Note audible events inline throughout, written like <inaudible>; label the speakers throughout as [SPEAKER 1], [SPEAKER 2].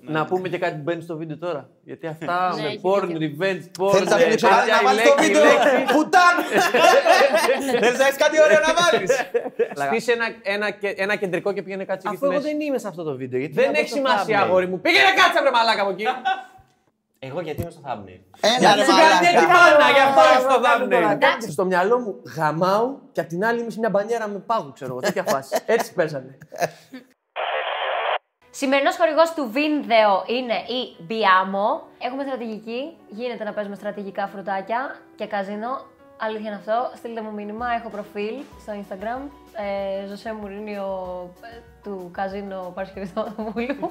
[SPEAKER 1] Να πούμε και κάτι μπαίνει στο βίντεο τώρα. Γιατί αυτά
[SPEAKER 2] Ναι,
[SPEAKER 1] με
[SPEAKER 2] έχει
[SPEAKER 1] porn,
[SPEAKER 2] δίκιο.
[SPEAKER 1] revenge, porn.
[SPEAKER 3] Θέλει να
[SPEAKER 1] ε,
[SPEAKER 3] βγει
[SPEAKER 1] τέτοια,
[SPEAKER 3] να
[SPEAKER 1] η
[SPEAKER 3] βάλει
[SPEAKER 1] λέξη,
[SPEAKER 3] το βίντεο.
[SPEAKER 1] η λέξη.
[SPEAKER 3] Πουτάν! Θέλει να έχει κάτι ωραίο να βάλει.
[SPEAKER 1] Στήσε ένα, ένα, και- ένα κεντρικό και πήγαινε κάτσε
[SPEAKER 4] Αφού
[SPEAKER 1] εκεί στη
[SPEAKER 4] εγώ
[SPEAKER 1] μέση.
[SPEAKER 4] δεν είμαι σε αυτό το βίντεο. Γιατί
[SPEAKER 1] Δεν
[SPEAKER 4] να πω
[SPEAKER 1] έχει
[SPEAKER 4] στο
[SPEAKER 1] σημασία,
[SPEAKER 4] thumbnail.
[SPEAKER 1] αγόρι μου. Πήγαινε κάτσε βρε μαλάκα από εκεί.
[SPEAKER 5] Εγώ γιατί είμαι στο thumbnail.
[SPEAKER 3] Έλα ρε
[SPEAKER 1] Σου κάνει έτσι
[SPEAKER 3] μαλάκα.
[SPEAKER 1] μάνα, γι' αυτό
[SPEAKER 4] Καλά,
[SPEAKER 1] έχει το
[SPEAKER 4] καλά,
[SPEAKER 1] thumbnail.
[SPEAKER 4] καλά.
[SPEAKER 2] Εντάξει.
[SPEAKER 1] Στο μυαλό μου γαμάω και απ' την άλλη είμαι σε μια μπανιέρα με πάγου, ξέρω εγώ. Τέτοια <laughs> φάση. Έτσι παίζανε.
[SPEAKER 2] Σημερινό χορηγό του Βίνδεο είναι η Biamo. Έχουμε στρατηγική. Γίνεται να παίζουμε στρατηγικά φρουτάκια και καζίνο. Αλήθεια είναι αυτό. Στείλτε μου μήνυμα. Έχω προφίλ στο Instagram. Ε, Ζωσέ Μουρίνιο ε, του καζίνο Παρασκευή Θεοδομούλου.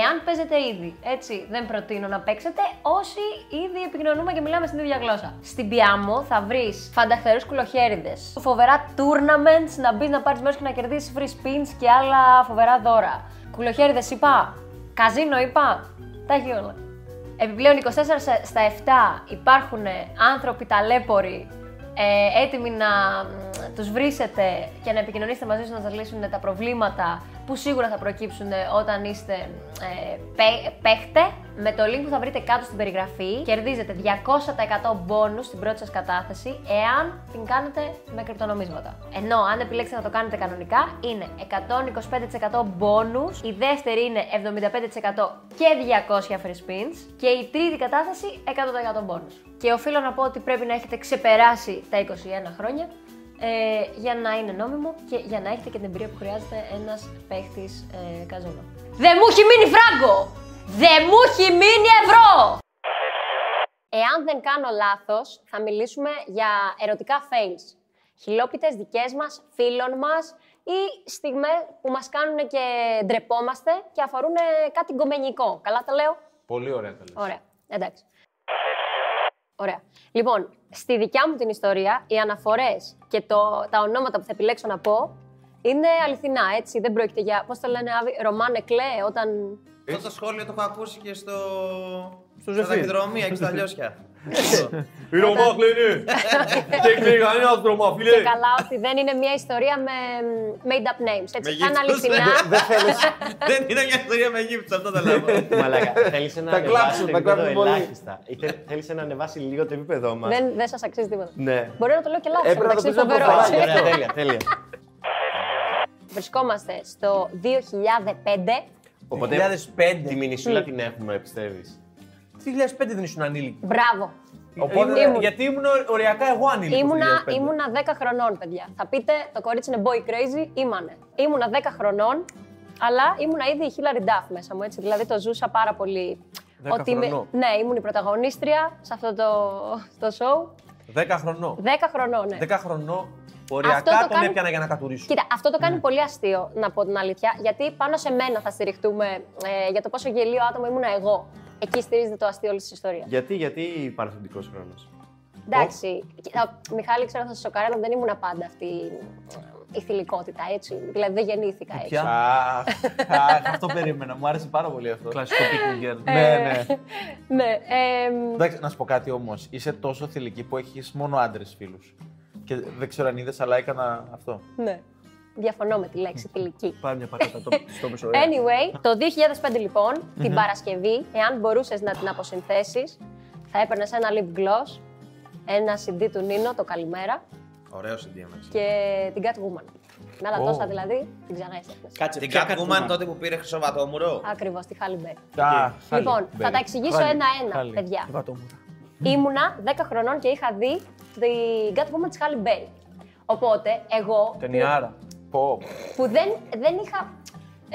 [SPEAKER 2] Εάν παίζετε ήδη, έτσι δεν προτείνω να παίξετε όσοι ήδη επικοινωνούμε και μιλάμε στην ίδια γλώσσα. Στην Biamo θα βρεις φανταχτερού κουλοχέριδες, φοβερά tournaments να μπεις να πάρεις μέρος και να κερδίσεις free spins και άλλα φοβερά δώρα. Κουλοχέριδες είπα. Καζίνο είπα. Τα έχει όλα. Επιπλέον 24 σε- στα 7 υπάρχουν ε, άνθρωποι ταλέποροι ε, έτοιμοι να μ, τους βρίσετε και να επικοινωνήσετε μαζί τους να σας λύσουν τα προβλήματα που σίγουρα θα προκύψουν όταν είστε ε, παι- παίχτε. Με το link που θα βρείτε κάτω στην περιγραφή κερδίζετε 200% bonus στην πρώτη σας κατάθεση εάν την κάνετε με κρυπτονομίσματα. Ενώ αν επιλέξετε να το κάνετε κανονικά είναι 125% bonus, η δεύτερη είναι 75% και 200 free spins και η τρίτη κατάθεση 100% bonus. Και οφείλω να πω ότι πρέπει να έχετε ξεπεράσει τα 21 χρόνια ε, για να είναι νόμιμο και για να έχετε και την εμπειρία που χρειάζεται ένας παίχτης ε, καζίνο. Δεν μου έχει μείνει φράγκο! Δεν μου έχει μείνει ευρώ! Εάν δεν κάνω λάθος, θα μιλήσουμε για ερωτικά fails. Χιλόπιτες δικές μας, φίλων μας ή στιγμές που μας κάνουν και ντρεπόμαστε και αφορούν ε, κάτι γκομενικό. Καλά τα λέω?
[SPEAKER 5] Πολύ ωραία τα λες.
[SPEAKER 2] Ωραία. Εντάξει. Ωραία. Λοιπόν, στη δικιά μου την ιστορία, οι αναφορές και το, τα ονόματα που θα επιλέξω να πω είναι αληθινά, έτσι. Δεν πρόκειται για. Πώς το λένε, Άβη, Ρωμάνε Κλέ, όταν.
[SPEAKER 3] Αυτό το σχόλιο το έχω ακούσει και στο.
[SPEAKER 1] Στο
[SPEAKER 3] Στα
[SPEAKER 1] Ζεφύρ.
[SPEAKER 3] ταχυδρομεία και στα <laughs> λιώσια. Ναι.
[SPEAKER 2] Και καλά, ότι δεν είναι μια ιστορία με μ, made-up names. Έτσι. Θα είναι
[SPEAKER 3] γύψους.
[SPEAKER 2] αληθινά.
[SPEAKER 3] Δεν είναι μια ιστορία με Αιγύπτου, αυτό το λέω. <laughs>
[SPEAKER 5] Μαλάκα, θέλεις
[SPEAKER 4] <laughs>
[SPEAKER 5] να
[SPEAKER 4] Τα
[SPEAKER 5] ανεβάσει
[SPEAKER 4] κλάψουν,
[SPEAKER 5] το
[SPEAKER 4] τα
[SPEAKER 5] επίπεδο
[SPEAKER 4] κλάψουν πολύ.
[SPEAKER 5] ελάχιστα. Θέλεις να ανεβάσει λίγο το επίπεδό μας.
[SPEAKER 2] δεν δεν σας αξίζει τίποτα.
[SPEAKER 5] Ναι.
[SPEAKER 2] Μπορεί να το λέω και λάθος.
[SPEAKER 4] Έπρεπε Ε, να το ναι. πεις από
[SPEAKER 5] Ωραία,
[SPEAKER 4] Ωραία,
[SPEAKER 5] Ωραία, τέλεια, τέλεια.
[SPEAKER 2] Βρισκόμαστε στο 2005.
[SPEAKER 5] Οπότε
[SPEAKER 4] 2005.
[SPEAKER 5] τη μηνυσούλα την έχουμε, πιστεύεις.
[SPEAKER 4] 2005 δεν ήσουν ανήλικη.
[SPEAKER 2] Μπράβο.
[SPEAKER 4] Οπότε,
[SPEAKER 2] Ήμουν-
[SPEAKER 4] Γιατί ήμουν ωριακά εγώ ανήλικη.
[SPEAKER 2] Ήμουνα, ήμουνα 10 χρονών, παιδιά. Θα πείτε, το κορίτσι είναι boy crazy, ήμανε. Ήμουνα 10 χρονών, αλλά ήμουνα ήδη η Hillary Duff μέσα μου, έτσι. Δηλαδή το ζούσα πάρα πολύ.
[SPEAKER 4] 10 χρονών.
[SPEAKER 2] ναι, ήμουν η πρωταγωνίστρια σε αυτό το, το show.
[SPEAKER 4] 10 χρονών.
[SPEAKER 2] 10 χρονών, ναι.
[SPEAKER 4] 10 χρονών.
[SPEAKER 2] Αυτό το
[SPEAKER 4] Οριακά τον
[SPEAKER 2] κάνει-
[SPEAKER 4] έπιανα για να κατουρίσω.
[SPEAKER 2] Κοίτα, αυτό το κάνει πολύ αστείο, να πω την αλήθεια, γιατί πάνω σε μένα θα στηριχτούμε ε, για το πόσο γελίο άτομο ήμουνα εγώ. Εκεί στηρίζεται το αστείο όλης της ιστορίας.
[SPEAKER 5] Γιατί, γιατί παραθυντικό χρόνος.
[SPEAKER 2] Εντάξει. Κοίτα, Μιχάλη, ξέρω θα σε σοκάρει, αλλά δεν ήμουν πάντα αυτή ε, η θηλυκότητα, έτσι. Δηλαδή δεν γεννήθηκα έτσι.
[SPEAKER 4] Ποια?
[SPEAKER 3] Αχ, αχ, αυτό περίμενα. Μου άρεσε πάρα πολύ αυτό.
[SPEAKER 4] Κλασικό picking girl.
[SPEAKER 2] Ε,
[SPEAKER 3] Ναι, ναι.
[SPEAKER 2] <laughs> Ναι. εμ,
[SPEAKER 3] Εντάξει, να σου πω κάτι όμως. Είσαι τόσο θηλυκή που έχεις μόνο άντρες φίλους. Και δεν ξέρω αν είδες, αλλά έκανα αυτό.
[SPEAKER 2] ναι. Διαφωνώ με τη λέξη θηλυκή.
[SPEAKER 4] Πάρε μια πατάτα
[SPEAKER 2] <laughs>
[SPEAKER 4] το στο μισό. ε.
[SPEAKER 2] Anyway, το 2005 λοιπον λοιπόν, την Παρασκευή, εάν μπορούσες να την αποσυνθέσεις, θα έπαιρνες ένα lip gloss, ένα CD του Νίνο, το Καλημέρα
[SPEAKER 3] Ωραίο συνδύαμα.
[SPEAKER 2] και την Catwoman. Με άλλα
[SPEAKER 4] Ω.
[SPEAKER 2] τόσα δηλαδή, την ξαναέστεχνε.
[SPEAKER 5] Κάτσε,
[SPEAKER 3] Την
[SPEAKER 5] ποια
[SPEAKER 3] Catwoman τότε που πήρε χρυσοβατόμουρο.
[SPEAKER 2] Ακριβώς, τη Χάλι Μπέρι.
[SPEAKER 3] Α, χάλι,
[SPEAKER 2] Λοιπόν, θα
[SPEAKER 3] μπέλη.
[SPEAKER 2] τα εξηγήσω
[SPEAKER 4] Χάλι,
[SPEAKER 2] ένα-ένα,
[SPEAKER 4] χάλι.
[SPEAKER 2] παιδιά.
[SPEAKER 4] Βατόμουρα.
[SPEAKER 2] Ήμουνα 10 χρονών και είχα δει την Catwoman της Halle Berry. Οπότε, εγώ
[SPEAKER 4] Ταινιάρα.
[SPEAKER 3] Πω.
[SPEAKER 2] που δεν, δεν είχα.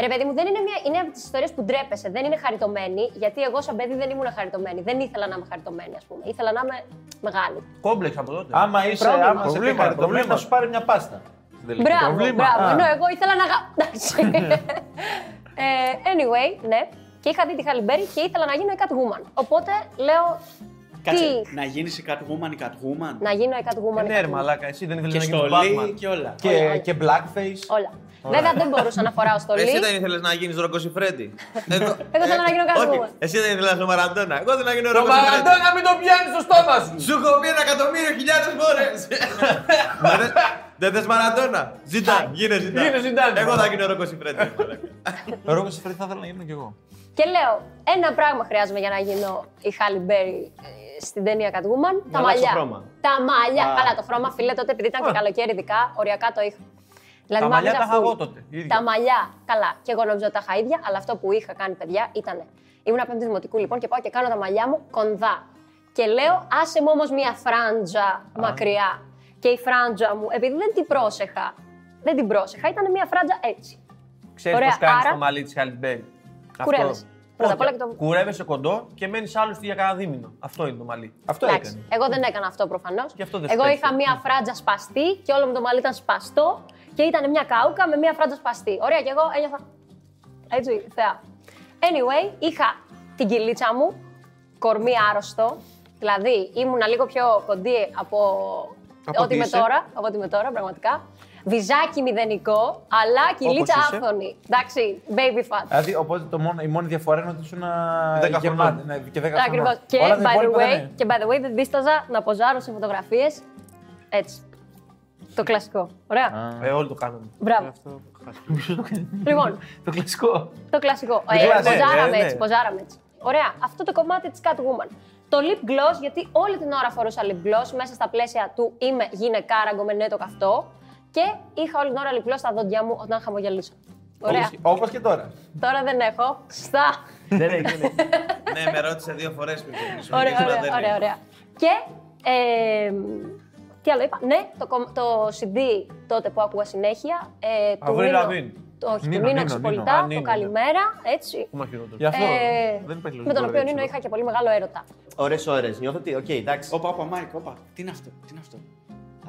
[SPEAKER 2] Ρε παιδί μου, δεν είναι, μια, είναι από τις ιστορίες που ντρέπεσαι. Δεν είναι χαριτωμένη, γιατί εγώ σαν παιδί δεν ήμουν χαριτωμένη. Δεν ήθελα να είμαι χαριτωμένη, ας πούμε. Ήθελα να είμαι μεγάλη.
[SPEAKER 4] Κόμπλεξ από τότε.
[SPEAKER 3] Άμα είσαι
[SPEAKER 2] Πρόβλημα.
[SPEAKER 3] άμα σε
[SPEAKER 4] Προβλήματα,
[SPEAKER 3] πήχαρε το βλέμμα,
[SPEAKER 4] προβλήματα.
[SPEAKER 3] θα σου πάρει μια πάστα. Στην τελική.
[SPEAKER 2] Μπράβο,
[SPEAKER 4] Πρόβλημα.
[SPEAKER 2] μπράβο.
[SPEAKER 4] Α. Ναι.
[SPEAKER 2] Ενώ εγώ ήθελα να. γα- Εντάξει. <laughs> ε, anyway, ναι. Και είχα δει τη Χαλιμπέρι και ήθελα να γίνω η Catwoman. Οπότε λέω.
[SPEAKER 6] Κάτσε,
[SPEAKER 2] Τι.
[SPEAKER 6] να γίνεις η Catwoman η Catwoman.
[SPEAKER 2] Να γίνω η Catwoman. η
[SPEAKER 4] Ναι, ρε
[SPEAKER 2] Catwoman.
[SPEAKER 4] μαλάκα, εσύ δεν ήθελες
[SPEAKER 6] Και
[SPEAKER 4] να γίνει
[SPEAKER 6] στολή
[SPEAKER 4] Batman.
[SPEAKER 6] και όλα.
[SPEAKER 3] Και, και blackface.
[SPEAKER 2] Όλα. Βέβαια δεν μπορούσα να φοράω στολή.
[SPEAKER 3] Εσύ δεν ήθελες να γίνεις Ροκοσιφρέντι. Εγώ
[SPEAKER 2] <laughs> Εγώ θέλω να γίνω Catwoman.
[SPEAKER 3] Όχι, Εσύ δεν ήθελες να είσαι Μαραντόνα. Εγώ θέλω να γίνω
[SPEAKER 1] Το
[SPEAKER 3] Ροκοσιφρέντι.
[SPEAKER 1] μαγαντό να μην το πιάνεις στο στόμα σου.
[SPEAKER 3] Σου έχω πει ένα εκατομμύριο χιλιάδες φορές. Δεν θες Μαραντόνα. Ζητάν, γίνε ζητάν.
[SPEAKER 1] Γίνε ναι. Ζιντάν.
[SPEAKER 3] Εγώ Ε, θα γίνω Ροκοσιφρέντι.
[SPEAKER 4] Ρόγκο Φρέντι θα ήθελα να γίνω κι εγώ.
[SPEAKER 2] Και λέω, Ένα πράγμα χρειάζομαι για να γίνω η Χάλι Μπέρι ε, στην ταινία Catwoman. τα
[SPEAKER 5] αλλάξω
[SPEAKER 2] μαλλιά.
[SPEAKER 5] χρώμα.
[SPEAKER 2] Τα μαλλιά.
[SPEAKER 5] Α.
[SPEAKER 2] Καλά, το χρώμα, φίλε, τότε επειδή ήταν και καλοκαίρι, ειδικά, οριακά το είχα. Δηλαδή,
[SPEAKER 1] Τα
[SPEAKER 2] μ'
[SPEAKER 1] μαλλιά
[SPEAKER 2] άρεσε
[SPEAKER 1] τα είχα
[SPEAKER 2] full.
[SPEAKER 1] εγώ τότε, ίδια.
[SPEAKER 2] Τα μαλλιά, καλά. Και εγώ νόμιζα ότι τα είχα ίδια, αλλά αυτό που είχα κάνει, παιδιά, ήταν. Ήμουν πέμπτη δημοτικού λοιπόν και πάω και κάνω τα μαλλιά μου κονδά. Και λέω, άσε μου όμως μία φράντζα μακριά. Και η φράντζα μου, επειδή δεν την πρόσεχα, δεν την πρόσεχα, ήταν μία φράντζα έτσι.
[SPEAKER 1] Ξέρεις
[SPEAKER 2] Ωραία,
[SPEAKER 1] πώς κάνεις
[SPEAKER 2] άρα-
[SPEAKER 1] το μαλλί της Χαλιμπέρι.
[SPEAKER 2] Κουρεύεσαι. Πρώτα απ' όλα και το-
[SPEAKER 1] Κουρεύεσαι κοντό και μένεις άλλος για κανένα δίμηνο. Αυτό είναι το μαλλί.
[SPEAKER 3] Αυτό
[SPEAKER 2] Εντάξει,
[SPEAKER 3] έκανε.
[SPEAKER 2] Εγώ δεν έκανα αυτό προφανώς.
[SPEAKER 1] Γι' αυτό δεν
[SPEAKER 2] Εγώ
[SPEAKER 1] σου
[SPEAKER 2] είχα
[SPEAKER 1] πέφτει.
[SPEAKER 2] μία φράτζα σπαστή και όλο μου το μαλλί ήταν σπαστό και ήταν μια κάουκα με μία φράτζα σπαστή. Ωραία, και εγώ ένιωθα. Έτσι, θεά. Anyway, είχα την κυλίτσα μου, κορμί άρρωστο. Δηλαδή, ήμουνα λίγο πιο κοντή από,
[SPEAKER 3] Από
[SPEAKER 2] ό,τι
[SPEAKER 3] τι
[SPEAKER 2] είμαι
[SPEAKER 3] είσαι.
[SPEAKER 2] τώρα. Από ό,τι είμαι τώρα, πραγματικά. Βυζάκι μηδενικό, αλλά κυλίτσα
[SPEAKER 1] είσαι.
[SPEAKER 2] άφθονη. Εντάξει, baby fat.
[SPEAKER 3] Δηλαδή, οπότε το μόνο, η μόνη διαφορά είναι ότι ήσουν
[SPEAKER 1] Δέκα
[SPEAKER 3] γεμάτη
[SPEAKER 1] χρονών.
[SPEAKER 3] ναι, και 10
[SPEAKER 2] Ναι,
[SPEAKER 3] χρόνια.
[SPEAKER 2] ακριβώς. Και, by the way, και by the way, δεν δίσταζα να ποζάρω σε φωτογραφίες. Έτσι. Το κλασικό. Ωραία.
[SPEAKER 1] Ε, όλοι το κάνουμε.
[SPEAKER 2] Μπράβο. λοιπόν,
[SPEAKER 1] Το κλασικό.
[SPEAKER 2] το κλασικό.
[SPEAKER 1] Δεν
[SPEAKER 2] Ε,
[SPEAKER 1] κλασικό,
[SPEAKER 2] ποζάραμε
[SPEAKER 1] ε, ναι.
[SPEAKER 2] έτσι, ποζάραμε έτσι. Ωραία. Αυτό το κομμάτι της Catwoman. Το lip gloss, γιατί όλη την ώρα φορούσα lip gloss μέσα στα πλαίσια του είμαι γυναικάραγκο με ναι το καυτό. Και είχα όλη την ώρα lip gloss στα δόντια μου όταν χαμογελούσα. Ωραία.
[SPEAKER 3] Όπως και τώρα.
[SPEAKER 2] Τώρα δεν έχω. Στα.
[SPEAKER 1] Δεν έχει.
[SPEAKER 2] <laughs>
[SPEAKER 6] ναι, με ρώτησε δύο φορές πριν ξεκινήσουμε.
[SPEAKER 2] Ωραία,
[SPEAKER 6] γιατί τώρα
[SPEAKER 2] ωραία,
[SPEAKER 6] δεν
[SPEAKER 2] ωραία,
[SPEAKER 6] είναι.
[SPEAKER 2] ωραία. Και. ε, τι άλλο είπα. Ναι, το, κομ- το CD τότε που άκουγα συνέχεια. Ε, του
[SPEAKER 1] Αυρίλα
[SPEAKER 2] Νίνο-
[SPEAKER 1] Βίν.
[SPEAKER 2] Το, όχι,
[SPEAKER 3] Νίνο,
[SPEAKER 2] του Νίνο
[SPEAKER 3] Νίνο,
[SPEAKER 2] Ξυπολιτά,
[SPEAKER 1] Νίνο. Α,
[SPEAKER 2] το
[SPEAKER 1] Νίνο, ναι.
[SPEAKER 2] Καλημέρα, έτσι.
[SPEAKER 1] Ακόμα χειρότερο.
[SPEAKER 3] Γι' αυτό
[SPEAKER 2] Ε,
[SPEAKER 3] δεν υπάρχει
[SPEAKER 2] με τον
[SPEAKER 3] λόγος
[SPEAKER 2] οποίο
[SPEAKER 3] να
[SPEAKER 2] Νίνο
[SPEAKER 3] ρίξω
[SPEAKER 2] είχα και πολύ μεγάλο έρωτα.
[SPEAKER 5] Ωραίε ώρες. Νιώθω ότι. Οκ, εντάξει.
[SPEAKER 6] Όπα, όπα, Μάικ, όπα. Τι είναι αυτό, τι είναι αυτό.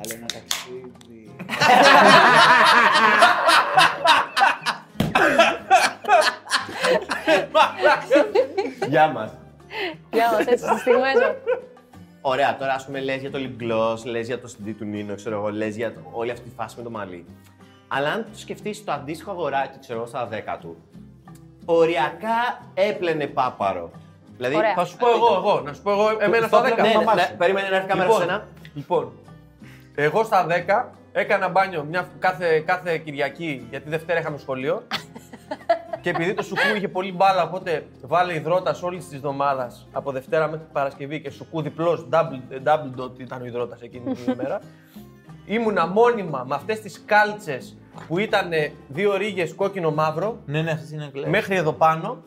[SPEAKER 6] Άλλο ένα ταξίδι.
[SPEAKER 5] Γεια μας.
[SPEAKER 2] Για μας, έτσι στις στιγμές μου.
[SPEAKER 5] Ωραία, τώρα ας πούμε λες για το lip gloss, λες για το CD του Νίνο, ξέρω εγώ, λες για το- όλη αυτή τη φάση με το μαλλί. Αλλά αν το σκεφτείς το αντίστοιχο αγοράκι, ξέρω εγώ, στα 10 του, οριακά έπλαινε πάπαρο. Δηλαδή,
[SPEAKER 2] Ωραία.
[SPEAKER 1] Θα σου πω εγώ, εγώ. Να σου πω εγώ, εμένα στα
[SPEAKER 5] στο
[SPEAKER 1] 10.
[SPEAKER 5] Ναι, ναι,
[SPEAKER 1] μαμάς
[SPEAKER 5] ναι,
[SPEAKER 1] σου.
[SPEAKER 5] περίμενε να έρθει κάμερα σε σένα.
[SPEAKER 1] λοιπόν, εγώ στα 10 έκανα μπάνιο μια, κάθε, κάθε Κυριακή, γιατί Δευτέρα είχαμε
[SPEAKER 5] <laughs>
[SPEAKER 1] σχολείο. και επειδή το σουκού είχε πολύ μπάλα, οπότε βάλε υδρότας όλης της εβδομάδας από Δευτέρα μέχρι Παρασκευή και σουκού διπλός, double, double dot ήταν ο υδρότας εκείνη
[SPEAKER 5] <laughs>
[SPEAKER 1] την ημέρα. Ήμουνα μόνιμα με αυτές τις κάλτσες που ήταν δύο ρίγες κόκκινο-μαύρο
[SPEAKER 3] Ναι, ναι, αυτές είναι κλαίε.
[SPEAKER 1] μέχρι εδώ πάνω,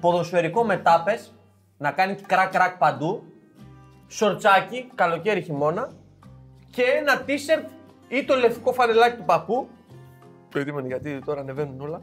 [SPEAKER 1] ποδοσφαιρικό με τάπες, να κάνει κρακ κρακ παντού, σορτσάκι, καλοκαίρι χειμώνα και ένα t-shirt ή το λευκό φανελάκι του παππού, περίμενε γιατί τώρα ανεβαίνουν όλα,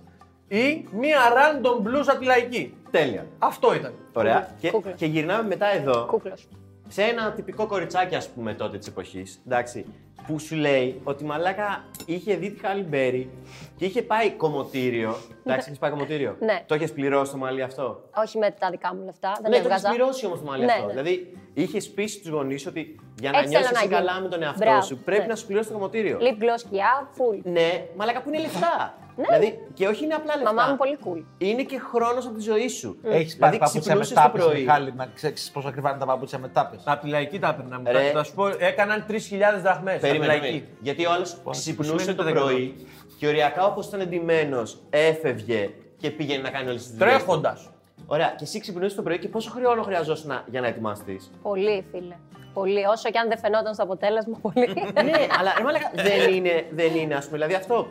[SPEAKER 1] ή μία random μπλούζα τη λαϊκή.
[SPEAKER 5] Τέλεια.
[SPEAKER 1] Αυτό ήταν.
[SPEAKER 5] Ωραία. Και,
[SPEAKER 2] Κούκλα.
[SPEAKER 5] και γυρνάμε μετά εδώ.
[SPEAKER 2] Κούκλος.
[SPEAKER 5] σε ένα τυπικό κοριτσάκι, ας πούμε, τότε της εποχής. Εντάξει. Που σου λέει ότι μαλάκα είχε δει τη Χαλιμπέρι και είχε πάει κομμωτήριο. Εντάξει, έχεις πάει κομμωτήριο.
[SPEAKER 2] Ναι.
[SPEAKER 5] Το έχεις πληρώσει το μαλλί αυτό.
[SPEAKER 2] Όχι με τα δικά μου λεφτά, δεν
[SPEAKER 5] ναι, το έχεις
[SPEAKER 2] έβγαζα.
[SPEAKER 5] πληρώσει όμως το μαλλί
[SPEAKER 2] Ναι,
[SPEAKER 5] αυτό.
[SPEAKER 2] ναι.
[SPEAKER 5] Δηλαδή είχες πείσει τους γονείς ότι για να
[SPEAKER 2] Έτσι θέλω
[SPEAKER 5] νιώσει
[SPEAKER 2] να γίνω.
[SPEAKER 5] καλά με τον εαυτό
[SPEAKER 2] Μπράβο,
[SPEAKER 5] σου πρέπει
[SPEAKER 2] ναι.
[SPEAKER 5] να σου πληρώσει το κομμωτήριο.
[SPEAKER 2] Lip gloss και ιά, full.
[SPEAKER 5] Ναι, μαλάκα που είναι λεφτά. Δηλαδή, και όχι είναι απλά λεφτά.
[SPEAKER 2] Ναι. Μαμά μου πολύ Mm. cool.
[SPEAKER 5] Είναι και χρόνος από τη ζωή σου.
[SPEAKER 3] Έχεις πάρει
[SPEAKER 5] δηλαδή,
[SPEAKER 3] παπούτσια με
[SPEAKER 5] ξυπνούσες το
[SPEAKER 3] τάπες.
[SPEAKER 5] πρωί.
[SPEAKER 3] Μιχάλη, να ξέρεις πόσο ακριβά είναι τα παπούτσια με τάπες.
[SPEAKER 1] Από τη λαϊκή τα έπαιρνα. μου.
[SPEAKER 5] Ρε.
[SPEAKER 1] Θα- Θα σου πω, έκαναν 3.000 δραχμές. από τη
[SPEAKER 5] Περίμενε.
[SPEAKER 1] λαϊκή.
[SPEAKER 5] περίμενε. Γιατί ο άλλος ξυπνούσε
[SPEAKER 1] σημαίνει
[SPEAKER 5] το
[SPEAKER 1] το
[SPEAKER 5] πρωί και οριακά όπως ήταν εντυμένος, έφευγε και πήγαινε να κάνει όλες τις δουλειές.
[SPEAKER 1] Τρέχοντας.
[SPEAKER 5] Ωραία, και εσύ ξυπνούσες το πρωί και πόσο χρόνο χρειαζόσουν να- για να ετοιμαστείς.
[SPEAKER 2] Πολύ, φίλε. Πολύ. Όσο και αν δεν φαινόταν στο αποτέλεσμα,
[SPEAKER 5] <laughs>
[SPEAKER 2] πολύ.
[SPEAKER 5] ναι, αλλά ρε μαλάκα, δεν είναι, δεν είναι, ας πούμε. Δηλαδή αυτό.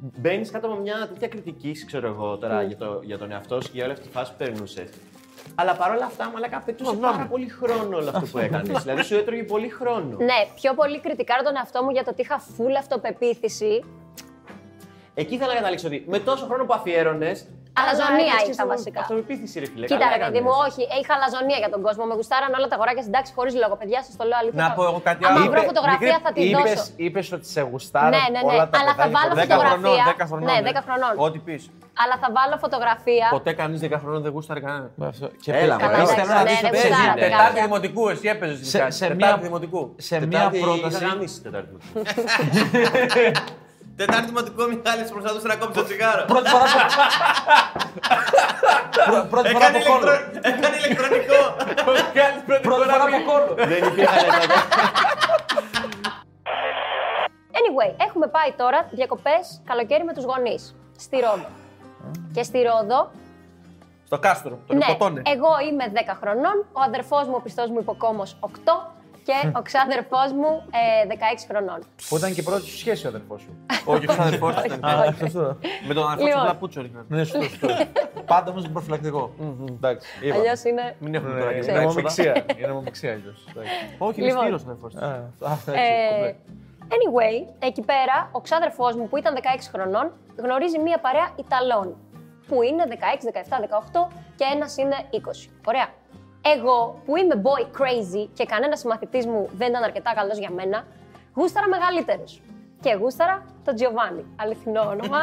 [SPEAKER 5] Μπαίνεις κάτω από μια τέτοια κριτική, ξέρω εγώ τώρα, για, το, για τον εαυτό σου και για όλη αυτή τη φάση που περνούσες. Αλλά παρόλα αυτά, μαλάκα, πετούσε πάρα πολύ χρόνο όλο αυτό που έκανες. δηλαδή σου έτρωγε πολύ χρόνο.
[SPEAKER 2] Ναι, πιο πολύ κριτικάρω τον εαυτό μου για το ότι είχα full αυτοπεποίθηση.
[SPEAKER 5] Εκεί ήθελα να καταλήξω ότι με τόσο χρόνο που αφιέρωνες.
[SPEAKER 2] Αλαζονία είχα βασικά.
[SPEAKER 5] Αυτοπεποίθηση, ρε φίλε.
[SPEAKER 2] Κοίτα,
[SPEAKER 5] καλά
[SPEAKER 2] ρε παιδί μου,
[SPEAKER 5] έκανες.
[SPEAKER 2] όχι, ε, είχα λαζονία για τον κόσμο. Με γουστάραν όλα τα αγοράκια στην τάξη χωρίς λόγο. Παιδιά, σας το λέω αλήθεια.
[SPEAKER 1] Να
[SPEAKER 2] θα-
[SPEAKER 1] πω εγώ κάτι
[SPEAKER 2] Άμα
[SPEAKER 1] άλλο.
[SPEAKER 2] βρω
[SPEAKER 1] Είπε-
[SPEAKER 2] φωτογραφία θα τη δώσω.
[SPEAKER 3] Είπες ότι σε γουστάρω.
[SPEAKER 2] Ναι, ναι, ναι,
[SPEAKER 3] Όλα τα
[SPEAKER 2] αλλά θα
[SPEAKER 3] παιδάκια
[SPEAKER 2] βάλω
[SPEAKER 3] των 10
[SPEAKER 2] φωτογραφία.
[SPEAKER 3] χρονών, 10 χρονών.
[SPEAKER 2] Ναι, 10 χρονών.
[SPEAKER 3] Ό,τι πεις.
[SPEAKER 2] Αλλά θα βάλω φωτογραφία.
[SPEAKER 1] Ποτέ κανείς 10 χρονών δεν γούσταρε κανένα.
[SPEAKER 3] Ναι.
[SPEAKER 5] Έλα,
[SPEAKER 2] Καλά, εντάξει,
[SPEAKER 5] Είστε να
[SPEAKER 2] ναι,
[SPEAKER 5] δεις
[SPEAKER 2] δεν γουστάρατε
[SPEAKER 5] ότι παίζει, ναι.
[SPEAKER 2] κάποια.
[SPEAKER 1] Τετάρτη δημοτικού, εσύ έπαιζες.
[SPEAKER 3] Σε, σε
[SPEAKER 1] μία
[SPEAKER 3] μια,
[SPEAKER 1] δημοτικού.
[SPEAKER 3] σε μια
[SPEAKER 5] Τετάρτη
[SPEAKER 3] πρόταση.
[SPEAKER 5] είχα γαμίσει Τετάρτη.
[SPEAKER 6] Τετάρτη δημοτικό Μιχάλης προσπαθούσε να κόψει το τσιγάρο.
[SPEAKER 3] Πρώτη φορά που. Πρω- Πρώτη φορά
[SPEAKER 6] Έκανε,
[SPEAKER 3] που κόλλω.
[SPEAKER 6] ηλεκτρο- έκανε ηλεκτρονικό.
[SPEAKER 3] Πρώτη φορά που κόλλω. <laughs>
[SPEAKER 5] Δεν υπήρχαν τότε.
[SPEAKER 2] Anyway, έχουμε πάει τώρα διακοπές καλοκαίρι με τους γονείς στη Ρόδο. Και στη Ρόδο
[SPEAKER 4] Στο κάστρο. Τον
[SPEAKER 2] ναι,
[SPEAKER 4] υποτώνε.
[SPEAKER 2] εγώ είμαι 10 χρονών, ο αδερφός μου, ο πιστός μου υποκόμος 8 και ο ξάδερφός μου ε, 16 χρονών.
[SPEAKER 3] Που ήταν και πρώτη σου σχέση ο αδερφός σου.
[SPEAKER 4] Όχι, ο ξάδερφός ήταν.
[SPEAKER 3] Α, σωστό.
[SPEAKER 4] Με τον αδερφό του
[SPEAKER 2] Λοιπόν.
[SPEAKER 4] Πλαπούτσο ρίχναν.
[SPEAKER 3] Ναι, σωστό. σωστό. Πάντα όμως με προφυλακτικό. Εντάξει. είπα.
[SPEAKER 2] Αλλιώς είναι...
[SPEAKER 4] Μην έχουμε τώρα
[SPEAKER 3] Ναι,
[SPEAKER 4] και
[SPEAKER 3] Είναι
[SPEAKER 4] τα έξοδα.
[SPEAKER 3] νομομηξία. Είναι <laughs> νομομηξία αλλιώ.
[SPEAKER 4] Όχι, είναι
[SPEAKER 2] Λοιπόν.
[SPEAKER 4] στήρος ο αδερφός της.
[SPEAKER 2] Ε, anyway, εκεί πέρα ο ξάδερφός μου που ήταν 16 χρονών γνωρίζει μία παρέα Ιταλών που είναι 16, 17, 18 και ένας είναι 20. Ωραία. Εγώ που είμαι boy crazy και κανένας μαθητής μου δεν ήταν αρκετά καλός για μένα, γούσταρα μεγαλύτερους. Και γούσταρα τον Giovanni, αληθινό
[SPEAKER 4] <laughs>
[SPEAKER 2] όνομα.